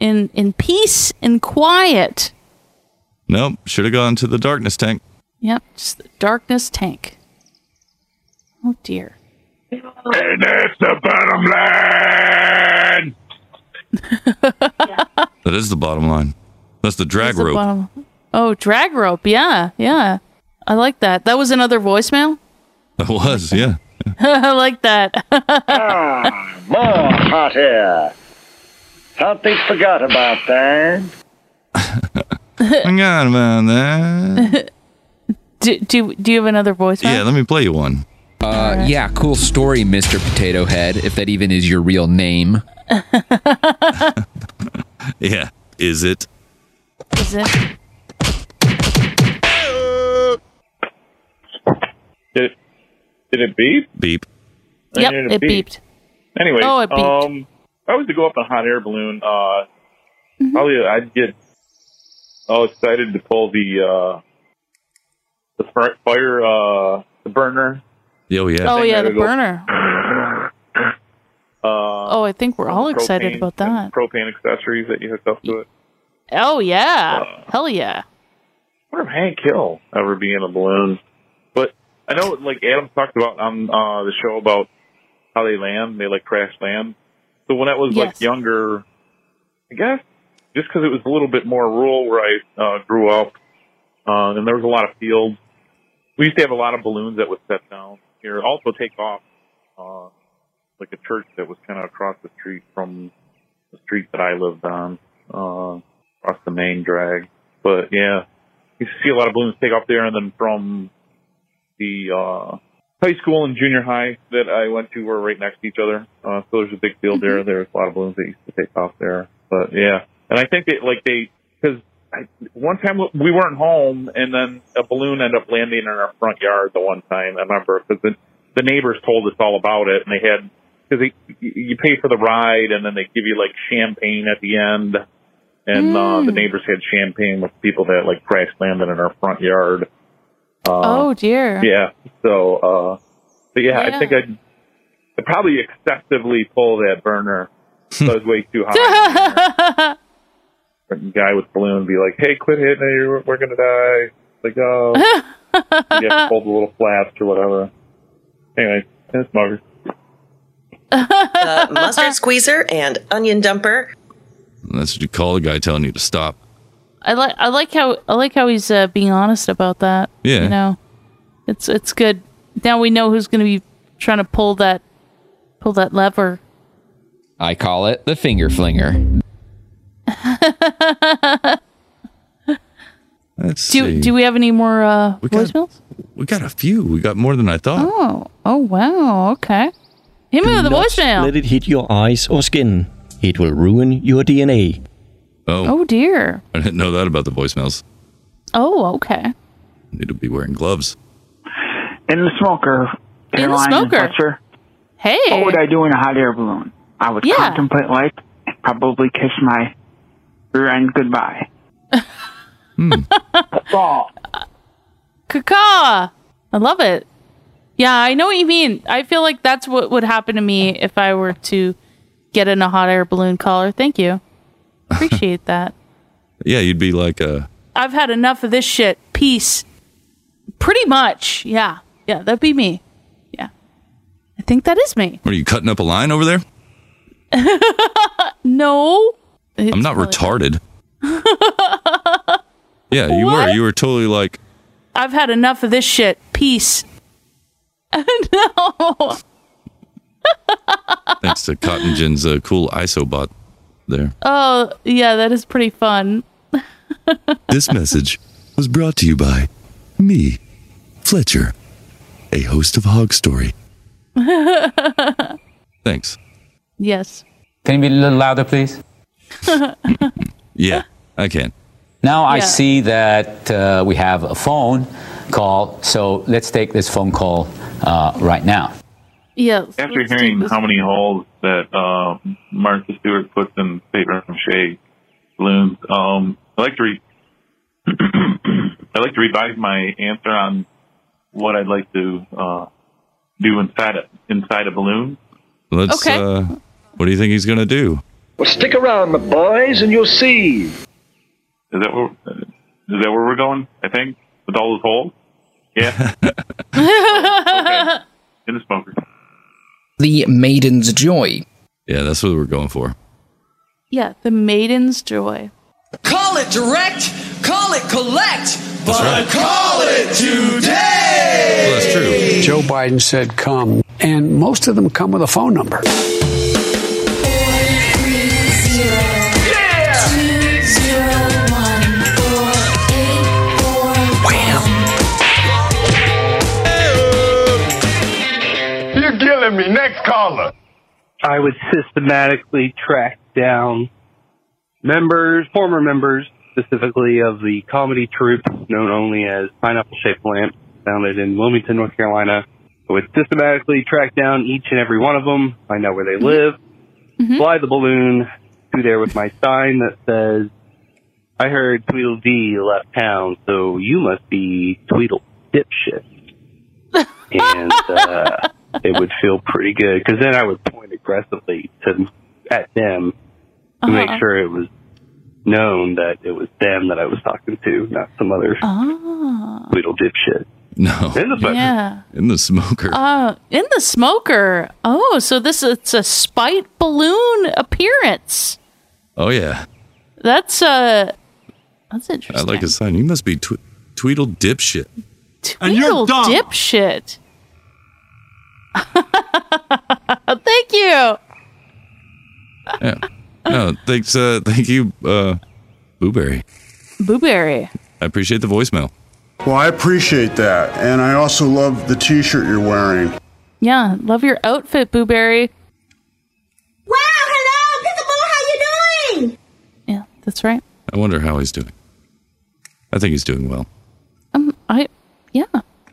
In in peace and quiet. Nope. Should have gone to the darkness tank. Yep, just the darkness tank. Oh dear. And that's the bottom line. [laughs] That is the bottom line. That's the drag The rope. bottom- Oh, drag rope. Yeah, yeah. I like that. That was another voicemail. [laughs] That was, yeah. I like that. [laughs] More hot air. Thought they forgot about that. [laughs] Hang on about that. do, do do you have another voicemail? Yeah, let me play you one. Uh, yeah, cool story, Mr. Potato Head, if that even is your real name. [laughs] yeah, is it? Is it? Did it, did it beep? Beep. Yeah, Yep, it beeped. Anyway, Oh, it beeped. um, if I was to go up in a hot air balloon, uh, Mm-hmm. probably I'd get all excited to pull the uh, the fir- fire uh, the burner. Oh yeah. Oh yeah, [coughs] the burner. Uh, Oh, I think we're all excited propane about that. and propane accessories that you hook up to it. Oh Uh. yeah, hell yeah. I wonder if Hank Hill ever be in a balloon. But I know, like Adam talked about on uh, the show about how they land, they like crash land. So when I was like Yes. younger, I guess just because it was a little bit more rural where I uh, grew up, uh, and there was a lot of fields. We used to have a lot of balloons that would set down here, also take off. Uh, like a church that was kind of across the street from the street that I lived on, uh, across the main drag. But yeah, you see a lot of balloons take off there, and then from the uh, high school and junior high that I went to were right next to each other. Uh, so there's a big field there. There's a lot of balloons that used to take off there. But yeah, and I think that like they because one time we weren't home, and then a balloon ended up landing in our front yard the one time. I remember because the, the neighbors told us all about it, and they had because they you pay for the ride, and then they give you like champagne at the end. And uh, Mm. the neighbors had champagne with people that like crash landed in our front yard. Uh, oh dear. yeah. So, uh, but yeah, Yeah. I think I'd, I'd probably excessively pull that burner. So it was way too high. Certain guy with balloon would be like, "Hey, quit hitting it! You're, we're gonna die!" It's Like, oh, [laughs] you have to pull the little flaps or whatever. Anyway, that's Mugger. the Uh, mustard squeezer and onion dumper. That's what you call a guy telling you to stop. I like I like how I like how he's uh, being honest about that. Yeah. You know, it's it's good. Now we know who's going to be trying to pull that pull that lever. [laughs] I call it the finger flinger. Let's do see. do we have any more uh, voicemails? we got a few. We got more than I thought. Oh oh wow okay. Hit me with a Not voicemail. Let it hit your eyes or skin. It will ruin your DNA. Oh, Oh dear. I didn't know that about the voicemails. Oh, okay. Need to be wearing gloves. In the smoker, In the Caroline and smoker. Fletcher, Hey. what would I do in a hot air balloon? I would Yeah. contemplate life and probably kiss my rear end goodbye. Caca. I love it. Yeah, I know what you mean. I feel like that's what would happen to me if I were to get in a hot air balloon collar. Thank you. [laughs] Appreciate that. Yeah, you'd be like uh, a I've had enough of this shit. Peace. Pretty much. Yeah. Yeah, that'd be me. Yeah. I think that is me. [laughs] What are you cutting up a line over there? No. I'm not retarded. yeah, you were. You were totally like, I've had enough of this shit. Peace. [laughs] no. thanks to Cotton Gin's uh, cool isobot there. Oh, yeah, that is pretty fun. [laughs] This message was brought to you by me, Fletcher, a host of Hog Story. Thanks. [laughs] yes. Can you be a little louder, please? Yeah, I can. Now I Yeah. see that uh, we have a phone call, so let's take this phone call uh, right now. Yeah. After hearing how many holes that uh, Martha Stewart puts in paper mache balloons, um, I like to [clears throat] re- I like to revise my answer on what I'd like to uh, do inside a, inside a balloon. Let's. Okay. Uh, what do you think he's gonna do? Well, stick around, my boys, and you'll see. Is that where is that where we're going? I think with all those holes. Yeah, [laughs] in the smoker. The Maiden's Joy. Yeah, that's what we're going for. [laughs] Yeah, the maiden's joy. Call it direct, call it collect, but right. call it today. that's true. Joe Biden said come, and most of them come with a phone number. You're killing me. Next caller. I would systematically track down members, former members, specifically of the comedy troupe known only as Pineapple Shaped Lamp, founded in Wilmington, North Carolina. I would systematically track down each and every one of them, find out where they live, fly the balloon to there with my sign that says, I heard Tweedledee left town, so you must be Tweedle dipshit. and uh, it would feel pretty good because then I would point aggressively to at them to make Uh-huh. sure it was known that it was them that I was talking to, not some other Uh-huh. Oh. Tweedle dipshit. No. In the Yeah. In the smoker. Uh, in the smoker. Oh, so this it's a spite balloon appearance. Oh yeah, That's uh that's I interesting. like his sign. You must be tw- Tweedle dipshit. and you're dumb. dipshit. [laughs] Thank you. [laughs] Yeah. No, thanks. Uh, thank you, uh, Booberry. Booberry. I appreciate the voicemail. Well, I appreciate that. And I also love the t shirt you're wearing. Yeah, love your outfit, Booberry. Wow, hello, Pickleball, how you doing? Yeah, that's right. I wonder how he's doing. I think he's doing well. Um, I yeah.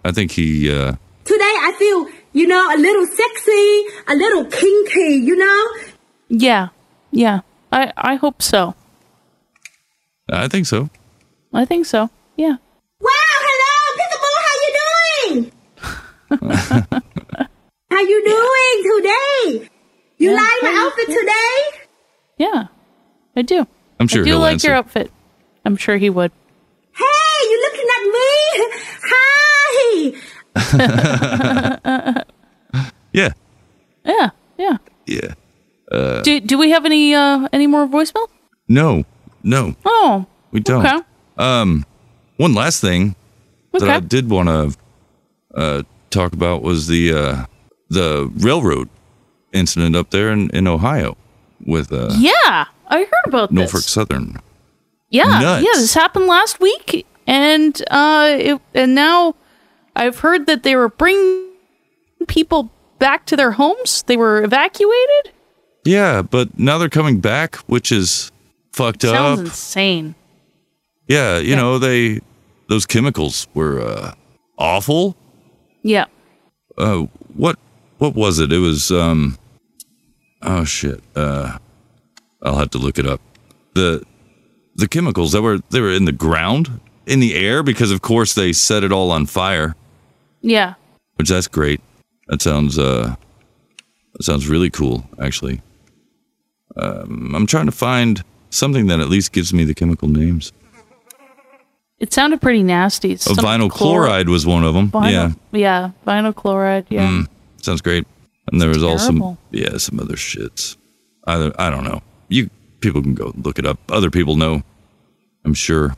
I think he. Uh, Today I feel, you know, a little sexy, a little kinky, you know? Yeah. Yeah. I I hope so. I think so. [laughs] I think so. Yeah. Wow, [laughs] hello, Pickleball, how you doing? how you doing today? You Yeah, like yeah, my outfit yeah. today? Yeah. I do. I'm sure I do he'll like answer. your outfit. I'm sure he would. Hey, you looking at me? Hi. yeah. Yeah. Yeah. Yeah. Uh, do do we have any uh any more voicemail? no. No. Oh. We don't. Okay. Um, one last thing that I Okay. did want to uh, talk about was the uh, the railroad incident up there in, in Ohio with uh, Yeah. I heard about this. Norfolk Southern. Yeah, Nuts. yeah, this happened last week, and uh, it, and now I've heard that they were bringing people back to their homes. They were evacuated. Yeah, but now they're coming back, which is fucked Sounds up. insane. Yeah, you know, they those chemicals were uh awful. Yeah. Uh what what was it? It was um oh shit. Uh I'll have to look it up. The the chemicals that were they were in the ground, in the air because of course they set it all on fire, Yeah. which that's great. That sounds uh that sounds really cool actually. Um, I'm trying to find something that at least gives me the chemical names. It sounded pretty nasty. It's Oh, some vinyl chlor- chloride was one of them. yeah. Vinyl, yeah. Vinyl chloride. Yeah. Mm, sounds great. And there was also some terrible. yeah, some other shits. I I don't know. You people can go look it up. Other people know. I'm sure.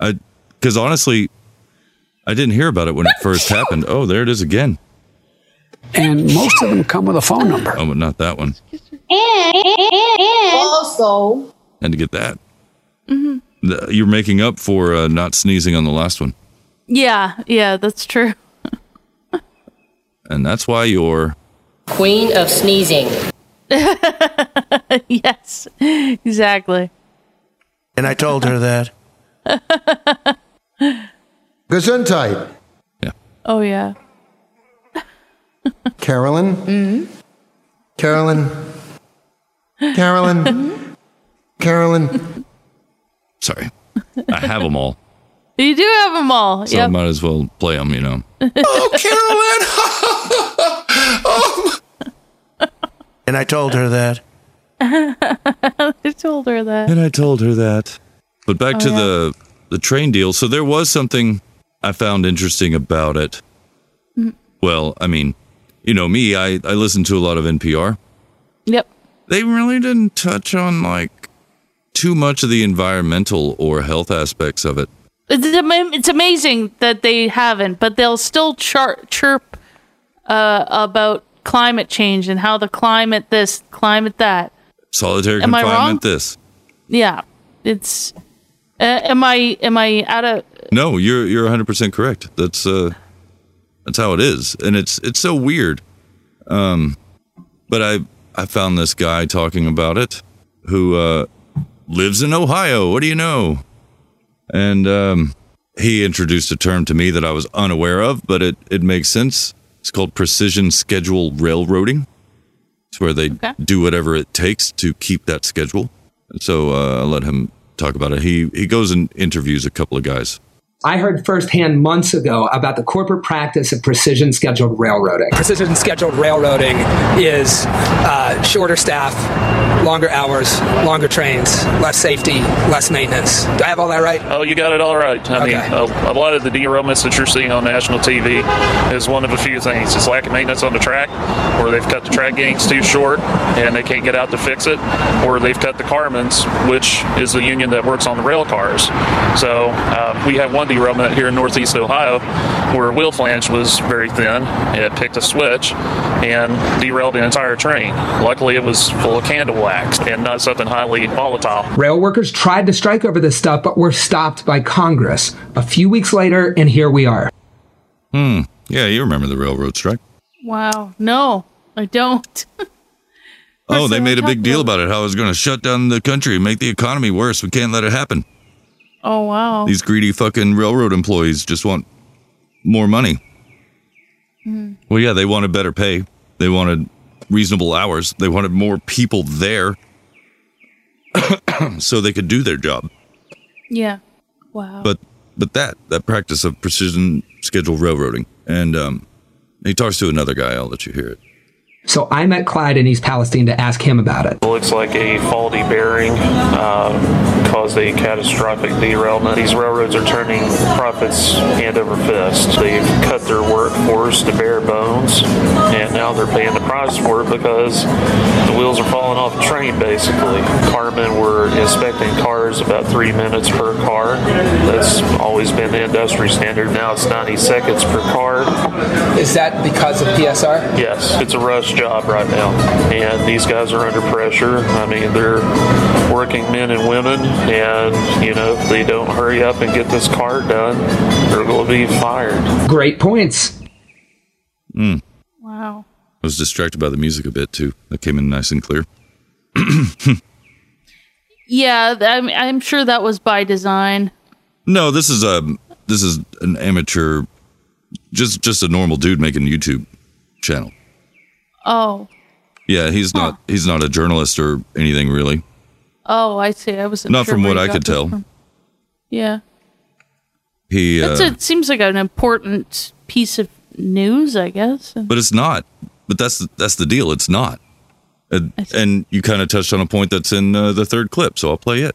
I cuz honestly I didn't hear about it when it first happened. Oh, there it is again. And most of them come with a phone number. Oh, but not that one. also, Had to get that. Mm-hmm. The- You're making up for uh, not sneezing on the last one. Yeah. Yeah. That's true. And that's why you're queen of sneezing. [laughs] yes. Exactly. And I told her that. [laughs] Gesundheit. Oh yeah. Carolyn? Carolyn? Carolyn? Carolyn? Sorry. I have them [laughs] all. You do have them all. So I yep. [laughs] might as well play them, you know. oh, And I told her that. [laughs] I told her that. And I told her that. But back Oh, to yeah. the the train deal. So there was something I found interesting about it. Mm. Well, I mean, you know me, I I listen to a lot of NPR. Yep. They really didn't touch on like too much of the environmental or health aspects of it. It's, ama- it's amazing that they haven't, but they'll still char- chirp uh, about climate change and how the climate this, climate that. Solitary Am I wrong? confinement this. Yeah, it's. Uh, am I am I out of? No, you're you're 100% correct. That's uh that's how it is. And it's it's so weird. Um but I I found this guy talking about it who uh lives in Ohio. What do you know? And um he introduced a term to me that I was unaware of, but it it makes sense. It's called precision schedule railroading. It's where they do whatever it takes to keep that schedule. And so uh, I let him talk about it. He he goes and interviews a couple of guys. I heard firsthand months ago about the corporate practice of precision scheduled railroading. Precision scheduled railroading is uh, shorter staff, longer hours, longer trains, less safety, less maintenance. Do I have all that right? Oh, you got it all right. I mean, uh, a, a lot of the derailments that you're seeing on national TV is one of a few things. It's lack of maintenance on the track, or they've cut the track gangs too short and they can't get out to fix it, or they've cut the Carmens, which is the union that works on the rail cars. So uh, we have one derailment here in Northeast Ohio where a wheel flange was very thin. It picked a switch and derailed the entire train. Luckily, it was full of candle wax and not something highly volatile. Rail workers tried to strike over this stuff, but were stopped by Congress. A few weeks later, and here we are. Hmm. Yeah, you remember the railroad strike? Wow, no, I don't. [laughs] Oh, they made a big deal about it. How it was going to shut down the country, make the economy worse. We can't let it happen. Oh wow. These greedy fucking railroad employees just want more money. Mm. Well, yeah, they wanted better pay. They wanted reasonable hours. They wanted more people there [coughs] so they could do their job. Yeah. Wow. But but that that practice of precision schedule railroading and um he talks to another guy. I'll let you hear it. So I met Clyde in East Palestine to ask him about it. It looks like a faulty bearing uh, caused a catastrophic derailment. These railroads are turning profits hand over fist. They've cut their workforce to bare bones, and now they're paying the price for it because the wheels are falling off the train, basically. Carmen were inspecting cars about three minutes per car. That's always been the industry standard. Now it's 90 seconds per car. Is that because of PSR? Yes, it's a rush job right now, and these guys are under pressure. I mean, they're working men and women, and you know, if they don't hurry up and get this car done, they're going to be fired. Great points. Mm. Wow. I [coughs] was distracted by the music a bit too. That came in nice and clear. Yeah, th- I'm, I'm sure that was by design. No, this is a this is an amateur, just just a normal dude making a YouTube channel. Oh, Yeah, he's not he's not a journalist or anything really. oh, I see. I was Not from what I could tell. Yeah, He, That's uh, it. Seems like an important piece of news, I guess. but it's not. But that's that's the deal. It's not. And, and you kind of touched on a point that's in uh, the third clip, so I'll play it.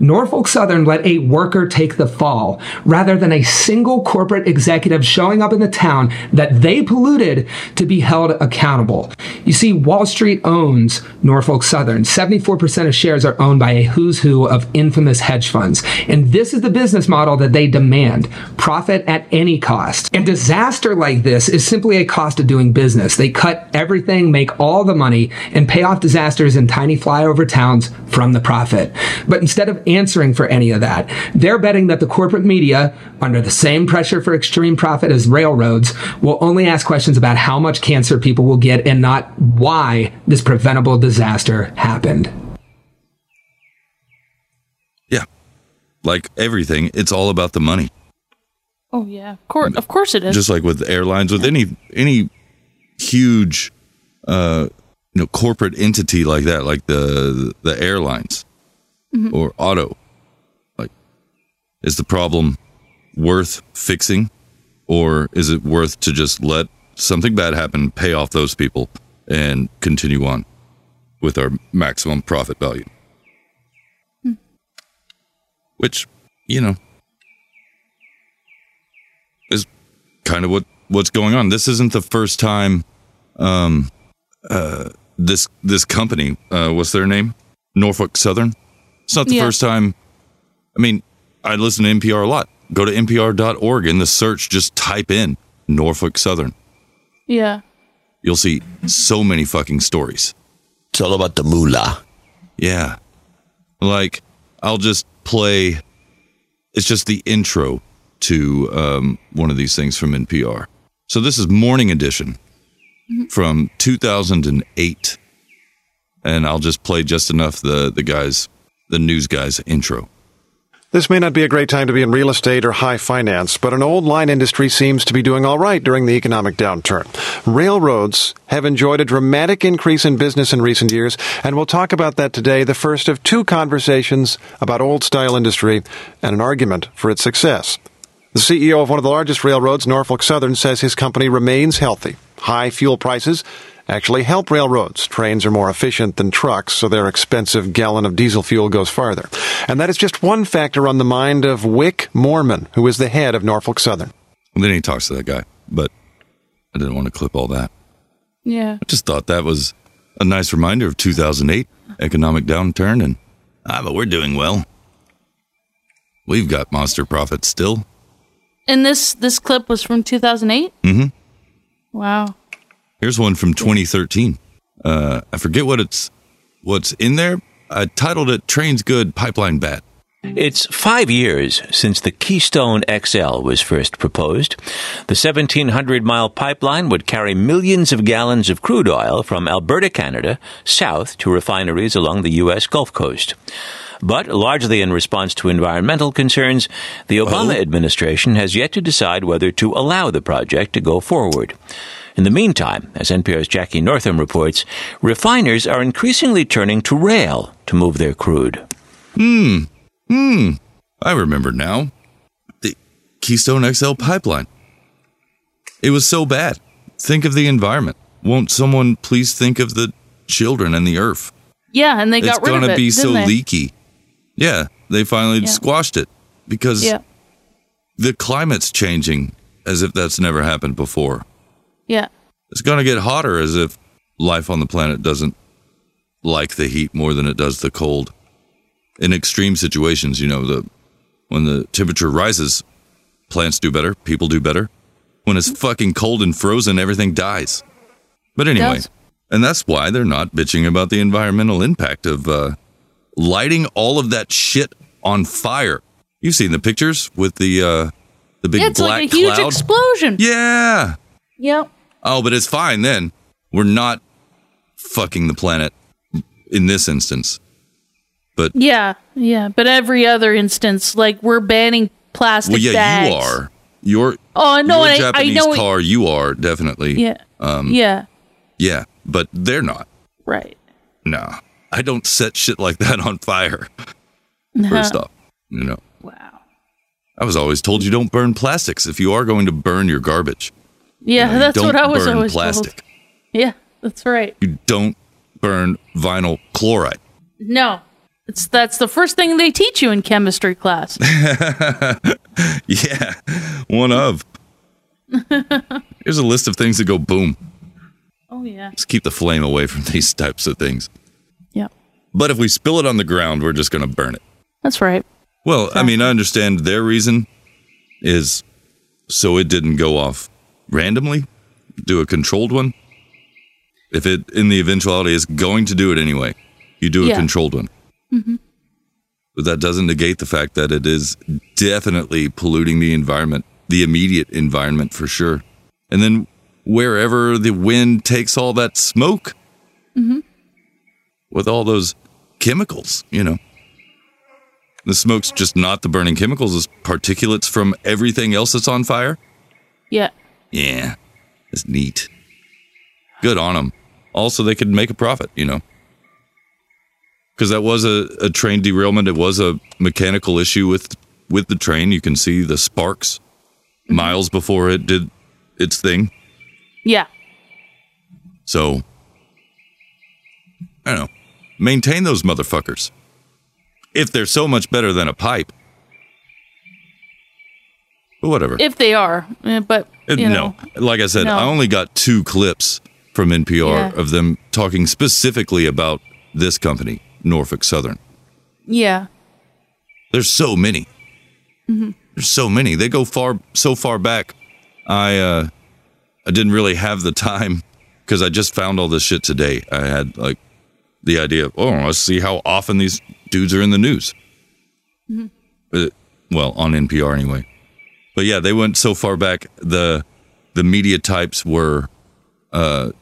Norfolk Southern let a worker take the fall rather than a single corporate executive showing up in the town that they polluted to be held accountable. You see, Wall Street owns Norfolk Southern. 74% of shares are owned by a who's who of infamous hedge funds. And this is the business model that they demand profit at any cost. And disaster like this is simply a cost of doing business. They cut everything, make all the money, and pay off disasters in tiny flyover towns from the profit. But instead of answering for any of that, they're betting that the corporate media, under the same pressure for extreme profit as railroads, will only ask questions about how much cancer people will get and not why this preventable disaster happened. Yeah, like everything, it's all about the money. Oh yeah, of course, of course it is. Mm. Just like with airlines, with any any huge, uh, you know, corporate entity like that, like the the airlines Mhm. Mm-hmm. or auto, like, is the problem worth fixing, or is it worth to just let something bad happen, pay off those people, and continue on with our maximum profit value? Hmm. Which, you know, is kind of what what's going on. This isn't the first time um, uh, this this company. Uh, what's their name? Norfolk Southern. It's not the Yeah. first time. I mean, I listen to NPR a lot. Go to npr.org in the search. Just type in Norfolk Southern. Yeah. You'll see so many fucking stories. It's all about the moolah. Yeah. Like, I'll just play. It's just the intro to um, one of these things from NPR. So this is Morning Edition from 2008. And I'll just play just enough the, the guys, the news guys intro. This may not be a great time to be in real estate or high finance, but an old line industry seems to be doing all right during the economic downturn. Railroads have enjoyed a dramatic increase in business in recent years, and we'll talk about that today, the first of two conversations about old style industry and an argument for its success. The CEO of one of the largest railroads, Norfolk Southern, says his company remains healthy. High fuel prices actually help railroads. Trains are more efficient than trucks, so their expensive gallon of diesel fuel goes farther. And that is just one factor on the mind of Wick Mormon, who is the head of Norfolk Southern. And then he talks to that guy, but I didn't want to clip all that. Yeah. I just thought that was a nice reminder of 2008 economic downturn, and ah, but we're doing well. We've got monster profits still. And this this clip was from 2008. Mm-hmm. Wow. Here's one from 2013. Uh, I forget what it's what's in there. I titled it "Trains Good, Pipeline Bad." It's five years since the Keystone XL was first proposed. The 1,700 mile pipeline would carry millions of gallons of crude oil from Alberta, Canada, south to refineries along the U.S. Gulf Coast. But largely in response to environmental concerns, the Obama administration has yet to decide whether to allow the project to go forward. In the meantime, as NPR's Jackie Northam reports, refiners are increasingly turning to rail to move their crude. Hmm. Hmm. I remember now. The Keystone XL pipeline. It was so bad. Think of the environment. Won't someone please think of the children and the earth? Yeah, and they got it's rid of gonna it, be didn't so they? leaky. Yeah, they finally Yeah. squashed it because Yeah. the climate's changing as if that's never happened before. Yeah. It's going to get hotter as if life on the planet doesn't like the heat more than it does the cold. In extreme situations, you know, the when the temperature rises, plants do better, people do better. When it's fucking cold and frozen, everything dies. But anyway, does. and that's why they're not bitching about the environmental impact of uh, lighting all of that shit on fire. You've seen the pictures with the uh, the big yeah, it's black like a huge cloud. explosion. yeah. Yep. Oh, but it's fine then. We're not fucking the planet in this instance. But Yeah, yeah. But every other instance, like we're banning plastic well, yeah, bags. you are. Your Oh no, your and I, I Japanese know. car, you are definitely. Yeah. Um, yeah. Yeah, but they're not. Right. No, I don't set shit like that on fire. Uh-huh. No. First off, you know. Wow. I was always told you don't burn plastics if you are going to burn your garbage. Yeah, You that's don't what I was burn always plastic. told. Yeah, that's right. You don't burn vinyl chloride. No, it's that's the first thing they teach you in [laughs] chemistry class. yeah, one [laughs] of. Here's a list of things that go boom. oh yeah. Just keep the flame away from these types of things. Yep. But if we spill it on the ground, we're just going to burn it. That's right. Well, I mean, I understand their reason is so it didn't go off randomly, do a controlled one. If it, in the eventuality, is going to do it anyway, you do a Yeah. controlled one. Mhm. But that doesn't negate the fact that it is definitely polluting the environment, the immediate environment for sure. And then wherever the wind takes all that smoke Mhm. with all those chemicals, you know. The smoke's just not the burning chemicals, it's particulates from everything else that's on fire. Yeah. Yeah, it's neat. Good on them. Also, they could make a profit, you know, because that was a, a train derailment. It was a mechanical issue with with the train. You can see the sparks miles before it did its thing. Yeah. So, I don't know. Maintain those motherfuckers. If they're so much better than a pipe. But whatever. If they are, eh, but It- you know, Uh, no, like I said, No. I only got two clips from NPR Yeah. of them talking specifically about this company, Norfolk Southern. yeah. There's so many. hmm There's so many. They go far so far back. I uh, I didn't really have the [laughs] time because I just found all this shit today. I had like the idea of oh, let's see how often these dudes are in the news. mm-hmm. Mhm. Uh, well, on NPR anyway. But yeah, they went so far back. The the media types were uh,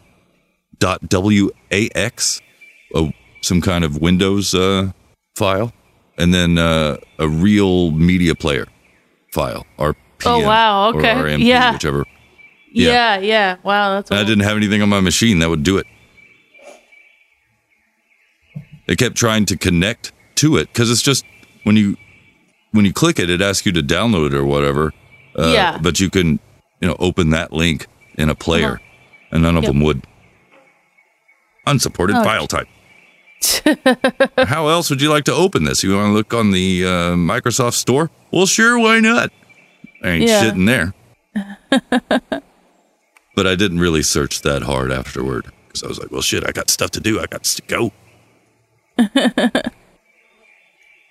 dot .wax, uh, some kind of Windows uh, file, and then uh, a real media player file. RPM, Oh, wow, or okay. RMP, Yeah. Whichever. Yeah. yeah, Wow, that's And I didn't have anything on my machine that would do it. It kept trying to connect to it because it's just when you when you click it, it asks you to download it or whatever. Uh, Yeah. Uh-huh. But you can you know open that link in a player, and none of Yep. them would. Unsupported Oh. file type. How else would you like to open this? You want to look on the uh, Microsoft Store? Well, sure, why not? There ain't Yeah. shit in there. [laughs] but I didn't really search that hard afterward because I was like, well, shit, I got stuff to do. I got to go.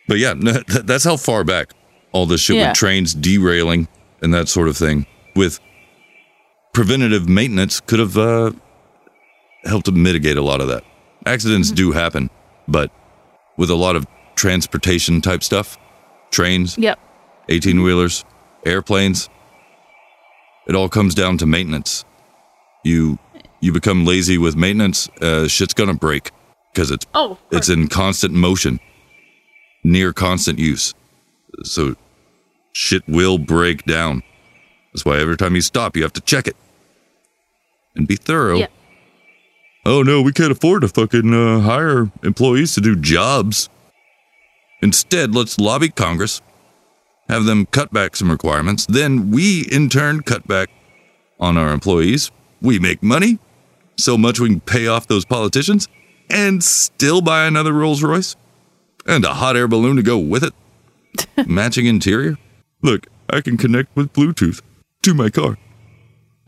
but yeah, n- th- that's how far back all this shit Yeah. with trains derailing and that sort of thing with preventative maintenance could have uh, helped to mitigate a lot of that. Accidents do happen, but with a lot of transportation type stuff, trains, Yep. 18 wheelers, airplanes. It all comes down to maintenance. You you become lazy with maintenance, uh, shit's gonna break because it's Oh, of it's in constant motion, near constant use. So shit will break down. That's why every time you stop, you have to check it and be thorough. Yeah. Oh no, we can't afford to fucking uh, hire employees to do jobs. Instead, let's lobby Congress, have them cut back some requirements. Then we, in turn, cut back on our employees. We make money so much we can pay off those politicians and still buy another Rolls Royce and a hot air balloon to go with it. Matching interior. Look, I can connect with Bluetooth to my car.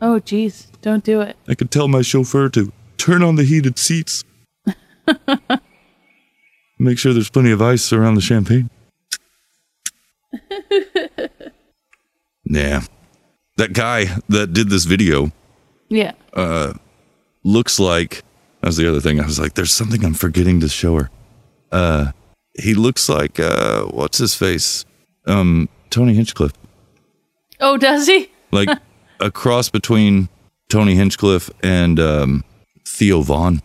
Oh, jeez, don't do it. I could tell my chauffeur to turn on the heated seats. Make sure there's plenty of ice around the champagne. nah. That guy that did this video Yeah. uh, looks like that was the other thing. I was like, there's something I'm forgetting to show her. Uh, he looks like uh, what's his face? Um, Tony Hinchcliffe, Oh, does he? like [laughs] a cross between Tony Hinchcliffe and um, Theo Vaughn.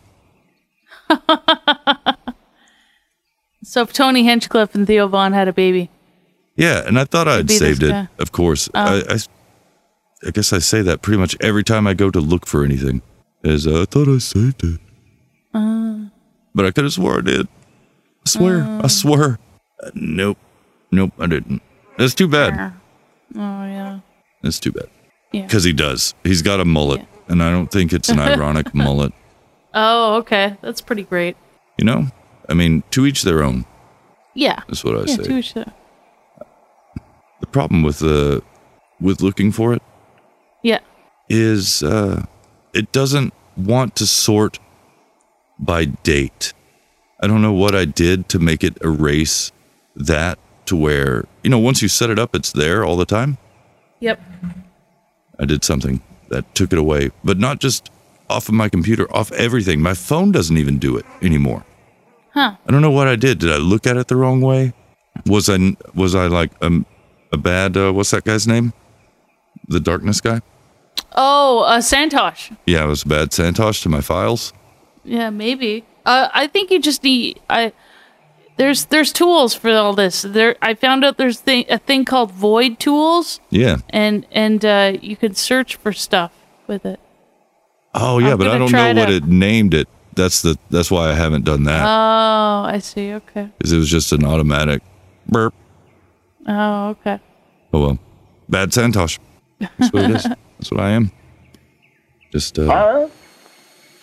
So if Tony Hinchcliffe and Theo Vaughn had a baby, Yeah, and I thought I'd be this saved it. guy. Of course, Oh. I, I, I guess I say that pretty much every time I go to look for anything. Is uh, I thought I saved it, uh, but I could have swore I did. I swear, I Mm. swear. Uh, nope, nope, I didn't. That's too bad. oh yeah, That's too bad. yeah. Because he does. He's got a mullet, and I don't think it's an ironic mullet. Oh, okay, that's pretty great. You know, I mean, to each their own. Yeah, That's what I yeah, say. to each their- The problem with uh, with looking for it Yeah, is uh, it doesn't want to sort by date. I don't know what I did to make it erase that to where, you know, once you set it up, it's there all the time. yep. I did something that took it away, but not just off of my computer, off everything. My phone doesn't even do it anymore. Huh. I don't know what I did. Did I look at it the wrong way? Was I was I like um, a bad uh, what's that guy's name? The darkness guy? Oh, uh, Santosh. Yeah, I was a bad Santosh to my files. Yeah, maybe. Uh, I think you just need. I there's there's tools for all this. There, I found out there's thing, a thing called void tools, Yeah. and and uh, you can search for stuff with it. Oh yeah, I'm but I gonna don't try know what to- it named it. That's the that's why I haven't done that Oh, I see. Okay. because it was just an automatic burp. Oh, okay. Oh well, bad Santosh. That's what it [laughs] is. That's what I am. Just uh, Up,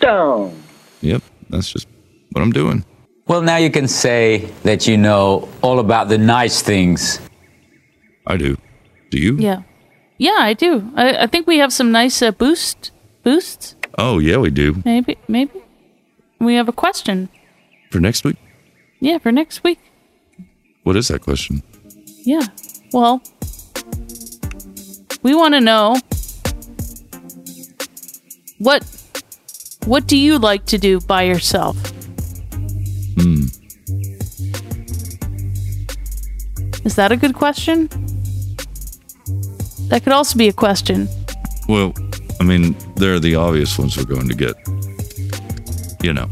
down. yep. That's just what I'm doing. Well, now you can say that you know all about the nice things. I do. Do you? Yeah, yeah, I do. I, I think we have some nice uh, boost boosts. Oh yeah, we do Maybe maybe we have a question. for next week. Yeah, for next week. What is that question? Yeah. Well, we want to know what what do you like to do by yourself? Hmm. Is that a good question? That could also be a question. Well, I mean, they're the obvious ones we're going to get. You know.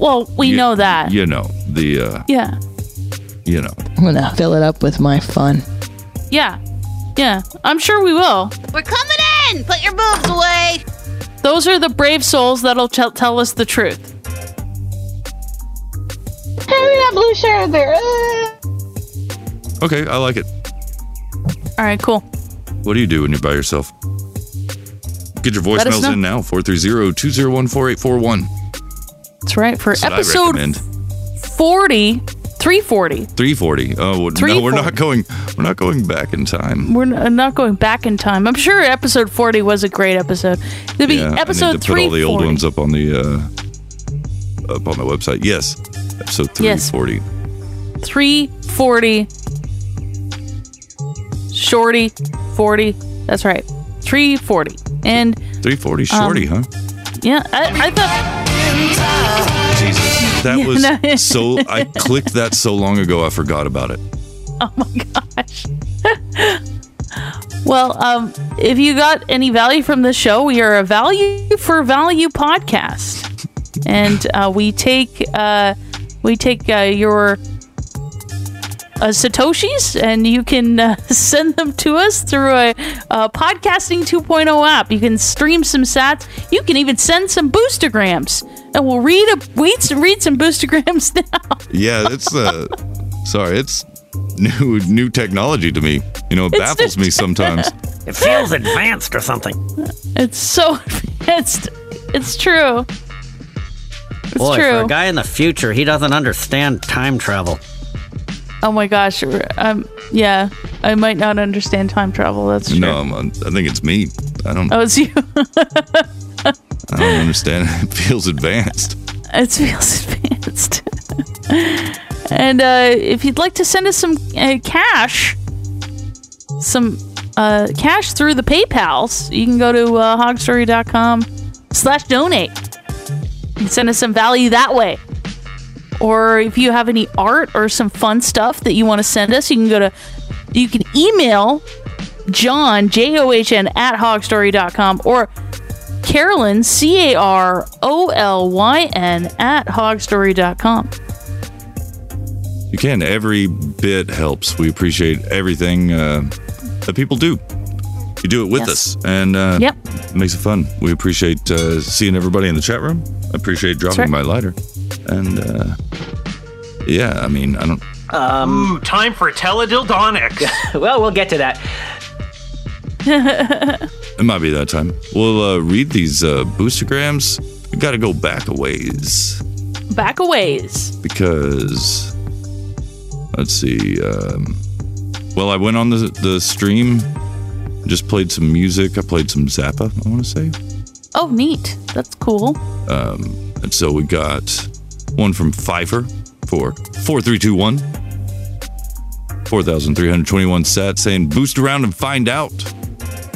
Well, we You- know that. You know the. uh Yeah. You know. I'm gonna fill it up with my fun. Yeah. Yeah. I'm sure we will. We're coming in! Put your boobs away! Those are the brave souls that'll tell tell us the truth. that blue shirt there. Uh. Okay, I like it. All right, cool. What do you do when you're by yourself? Get your Let us voicemails know. in now 430 201 4841. That's right. For episode 40, 340. 340. Oh, well, no, we're not going we're not going back in time. We're n- not going back in time. I'm sure episode 40 was a great episode. It'd be Yeah, I episode need to put all the old 340. ones up on the uh up on the website. Yes. Episode Yes. 340. 340. Shorty 40. That's right. 340. And 340 Um, shorty, huh? yeah, I, I thought. Jesus. That Yeah, was no. [laughs] so I clicked that so long ago I forgot about it. Oh my gosh. well, um, if you got any value from this show, we are a value for value podcast, and uh, we take uh, we take uh, your uh, satoshis, and you can uh, [laughs] send them to us through a, uh podcasting 2.0 app. You can stream some sats. You can even send some boostergrams, and we'll read a wait read some boostergrams [laughs] now. Yeah, it's uh sorry, it's new new technology to me. You know, it It's baffles new me sometimes. [laughs] It feels advanced or something. It's so [laughs] it's it's true. It's Boy, for true. a guy in the future, he doesn't understand time travel. oh my gosh. Um yeah, I might not understand time travel. That's true. No, I'm, I think it's me. I don't Oh, it's [laughs] you. I don't understand. [laughs] It feels advanced. It feels advanced. [laughs] and uh, if you'd like to send us some uh, cash, some uh, cash through the PayPal's, you can go to uh, hogstory.com slash donate and send us some value that way. Or if you have any art or some fun stuff that you want to send us, you can go to, you can email John, J O H N, at hogstory.com or Carolyn, C A R O L Y N, at hogstory.com. you can. Every bit helps. We appreciate everything uh, that people do. You do it with Yes. us, and uh, Yep. it makes it fun. We appreciate uh, seeing everybody in the chat room. I appreciate dropping right. by lighter, and uh, yeah, I mean, I don't. Um, Ooh, time for teledildonics. [laughs] well, we'll get to that. [laughs] It might be that time. We'll uh, read these uh, boostergrams. We got to go back a ways. Back a ways. because let's see um, well i went on the, the stream just played some music i played some zappa i want to say Oh, neat. That's cool. um, and so we got one from Pfeiffer for 4321. 4,321 sat saying, boost around and find out.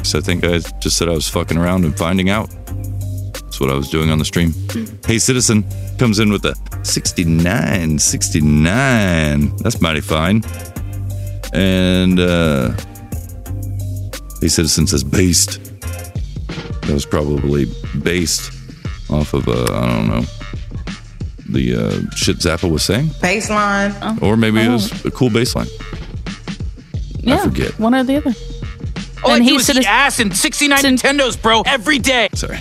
So I think I just said I was fucking around and finding out. That's what I was doing on the stream. Hey, Citizen comes in with a 69, 69. That's mighty fine. And uh, Hey, Citizen says, based that was probably based off of uh, I don't know the uh, shit Zappa was saying, Baseline. or maybe it was a cool bass line. Oh. Yeah. forget. One or the other. All And I do he is said eat it's- ass and 69 Nintendos, bro, every day. Sorry.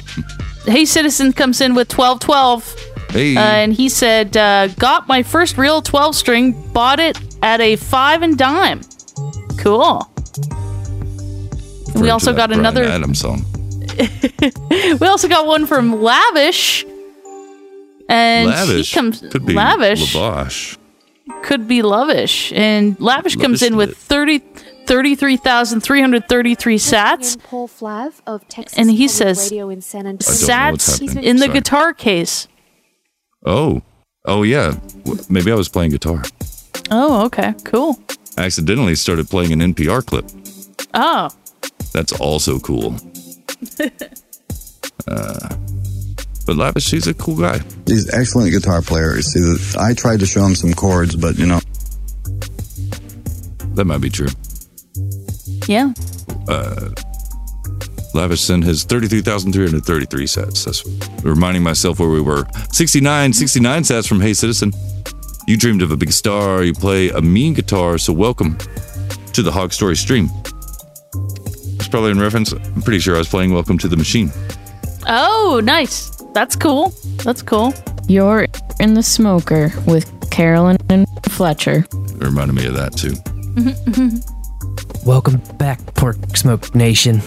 Hey Citizen comes in with 1212. Hey. Uh, and he said, uh, Got my first real 12 string, bought it at a five and dime. Cool. [laughs] Referring to also that got Bryan another- Adams song. We also got one from Lavish. And lavish she comes. could be lavish Lavash. could be lavish. And Lavish comes in with Lavish 30, 33,333 sats. Paul Flav of Texas And he Public says, Radio in San Antonio. Sats happening. in the Sorry. guitar case. Oh, oh yeah. W- Maybe I was playing guitar. Oh, okay. Cool. I accidentally started playing an NPR clip. Oh. [laughs] That's also cool. Uh, but lavish, she's a cool guy. He's an excellent guitar player. See, the- I tried to show him some chords, but you know. That might be true. Yeah. uh, Lavish sent his 33,333 sets. That's reminding myself where we were. 69, 69 sets from Hey Citizen. You dreamed of a big star. You play a mean guitar. So welcome to the Hog Story stream. It's probably in reference. I'm pretty sure I was playing Welcome to the Machine. Oh, nice. That's cool. That's cool. You're in the smoker with Carolyn and Fletcher. It reminded me of that too. Mm-hmm. Welcome back, Pork Smoke Nation.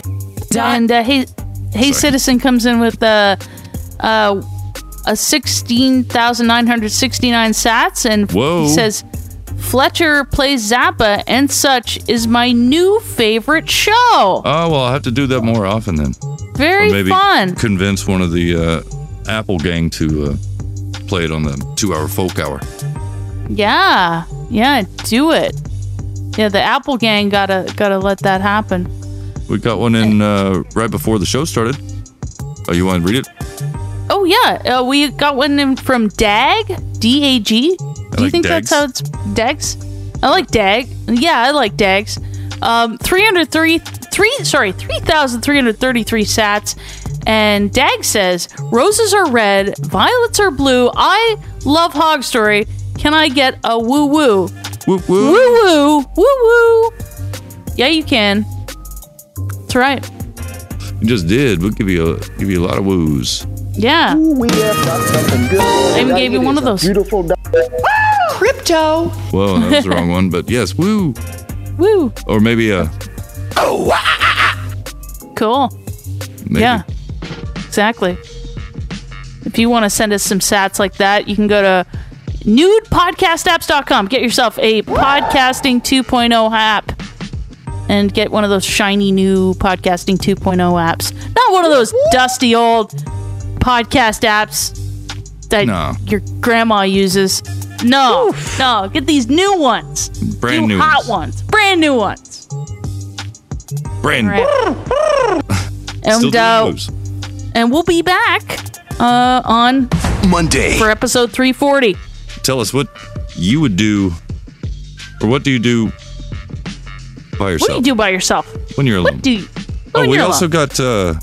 And uh, hey, hey, citizen comes in with uh, uh, a sixteen thousand nine hundred sixty nine sats, and Whoa. he says Fletcher plays Zappa and such is my new favorite show. Oh, well, I'll have to do that more often then. Very or maybe fun. convince one of the uh, Apple gang to uh, play it on the two hour folk hour. Yeah, yeah, do it. Yeah, the Apple Gang gotta gotta let that happen. We got one in uh, right before the show started. Oh, you want to read it? Oh yeah, uh, we got one in from Dag D A G. Do you like think Dags. that's how it's Dags? I like Dag. Yeah, I like Dags. Um, three hundred three three sorry three thousand three hundred thirty three sats. And Dag says roses are red, violets are blue. I love Hog Story. Can I get a woo woo? Woo woo woo woo woo. Yeah, you can. That's right. You just did. We'll give you a give you a lot of woos. Yeah. I even gave you one of those. Beautiful. Crypto. Whoa, that was the wrong one, but yes, woo. Woo. Or maybe uh, a Cool. Maybe. Yeah. Exactly. If you want to send us some sats like that, you can go to nudepodcastapps.com. Get yourself a podcasting 2.0 app and get one of those shiny new podcasting 2.0 apps. Not one of those dusty old podcast apps that No. your grandma uses. No. No, get these new ones. Brand new, new hot ones. Brand new ones. brand. [laughs] Still And doing uh, moves. and we'll be back uh, on Monday. for episode 340. Tell us what you would do, or what do you do by What do yourself you do by yourself? when you're alone? What do you? oh, when we you're also alone? got uh,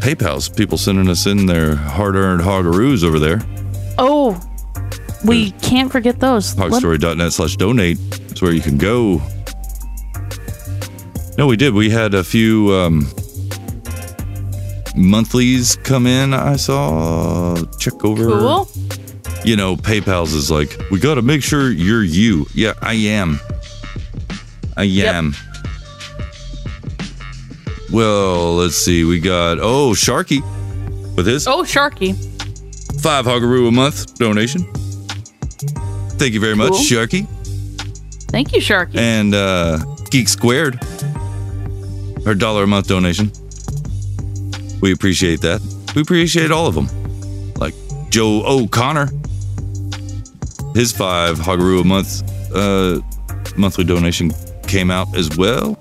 PayPal's people sending us in their hard-earned hogaroos over there. Oh, We can't forget those. Let- Hogstory.net slash donate is where you can go. No, we did. We had a few um, monthlies come in. I saw check over. Cool. You know, PayPal's is like, we got to make sure you're you. Yeah, I am. I am. Well, let's see. We got, oh, Sharky with his Oh, Sharky. Oh. five hogaroo a month donation. Thank you very much, Cool. Sharky. Thank you, Sharky. and uh, Geek Squared, her dollar a month donation. We appreciate that. We appreciate all of them, like Joe O'Connor, his five Hogaroo a month uh, monthly donation came out as well.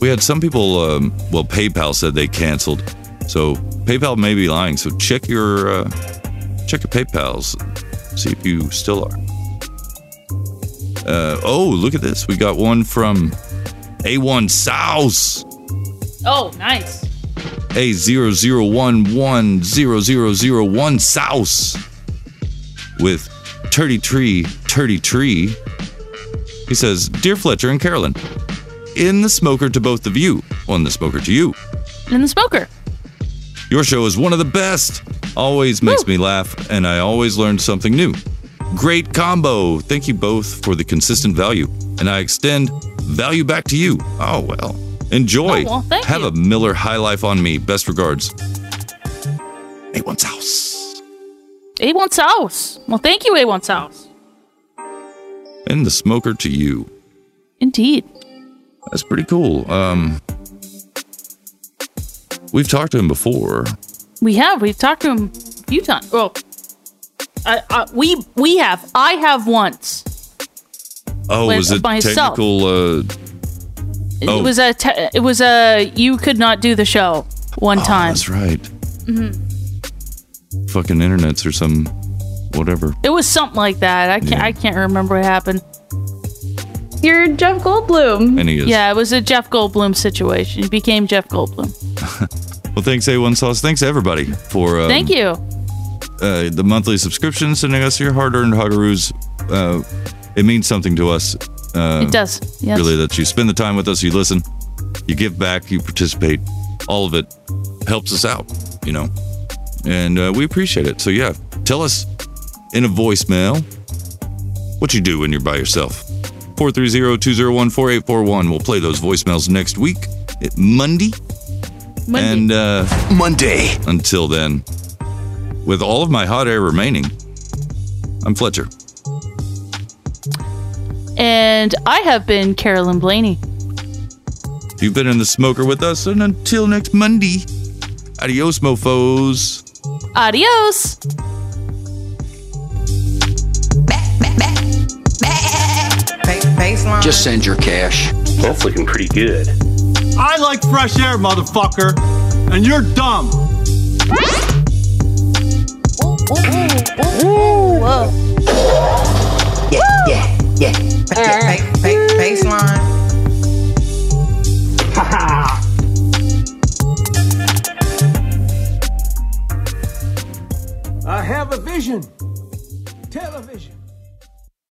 We had some people. Um, well, PayPal said they canceled, so PayPal may be lying. So check your uh, check your PayPal's, see if you still are. Uh, oh, look at this. We got one from A1 Souse. Oh, nice. A00110001 Souse with Turdy Tree, Turdy Tree. He says, Dear Fletcher and Carolyn, in the smoker to both of you, on the smoker to you. And the smoker. Your show is one of the best. Always makes me laugh, and I always learn something new. Great combo. Thank you both for the consistent value, and I extend value back to you. Oh, well. Enjoy. Oh, well, thank Have a Miller High Life on me. Best regards. A1's house. A1 House. Well, thank you, A1 House. And the smoker to you. Indeed. That's pretty cool. Um, we've talked to him before. We have. We've talked to him a few times. Well, I, I, we we have. I have once. Oh, With was it myself. technical? Uh, oh, It was a. Te- it was a. You could not do the show one time. Oh, that's right. Mhm. Fucking internets or some whatever. It was something like that. I can't. Yeah. I can't remember what happened. You're Jeff Goldblum. And he is. Yeah, it was a Jeff Goldblum situation. He became Jeff Goldblum. Well, thanks A1 Sauce. Thanks everybody for um, Thank you. uh, the monthly subscription, sending us your hard-earned huggaroos. Uh, it means something to us. Uh, it does. Yes. Really, that you spend the time with us, you listen, you give back, you participate. All of it helps us out, you know, and uh, we appreciate it. So yeah, tell us in a voicemail what you do when you're by yourself. 430-201-4841. We'll play those voicemails next week, it, Monday. Monday. And uh, Monday. Until then, with all of my hot air remaining, I'm Fletcher. And I have been Carolyn Blaney. You've been in the smoker with us, and until next Monday, adios, mofos. Adios. Just send your cash. That's looking pretty good. I like fresh air, motherfucker, and you're dumb. Yeah, yeah, yeah. yeah ba- ba- baseline. I have a vision.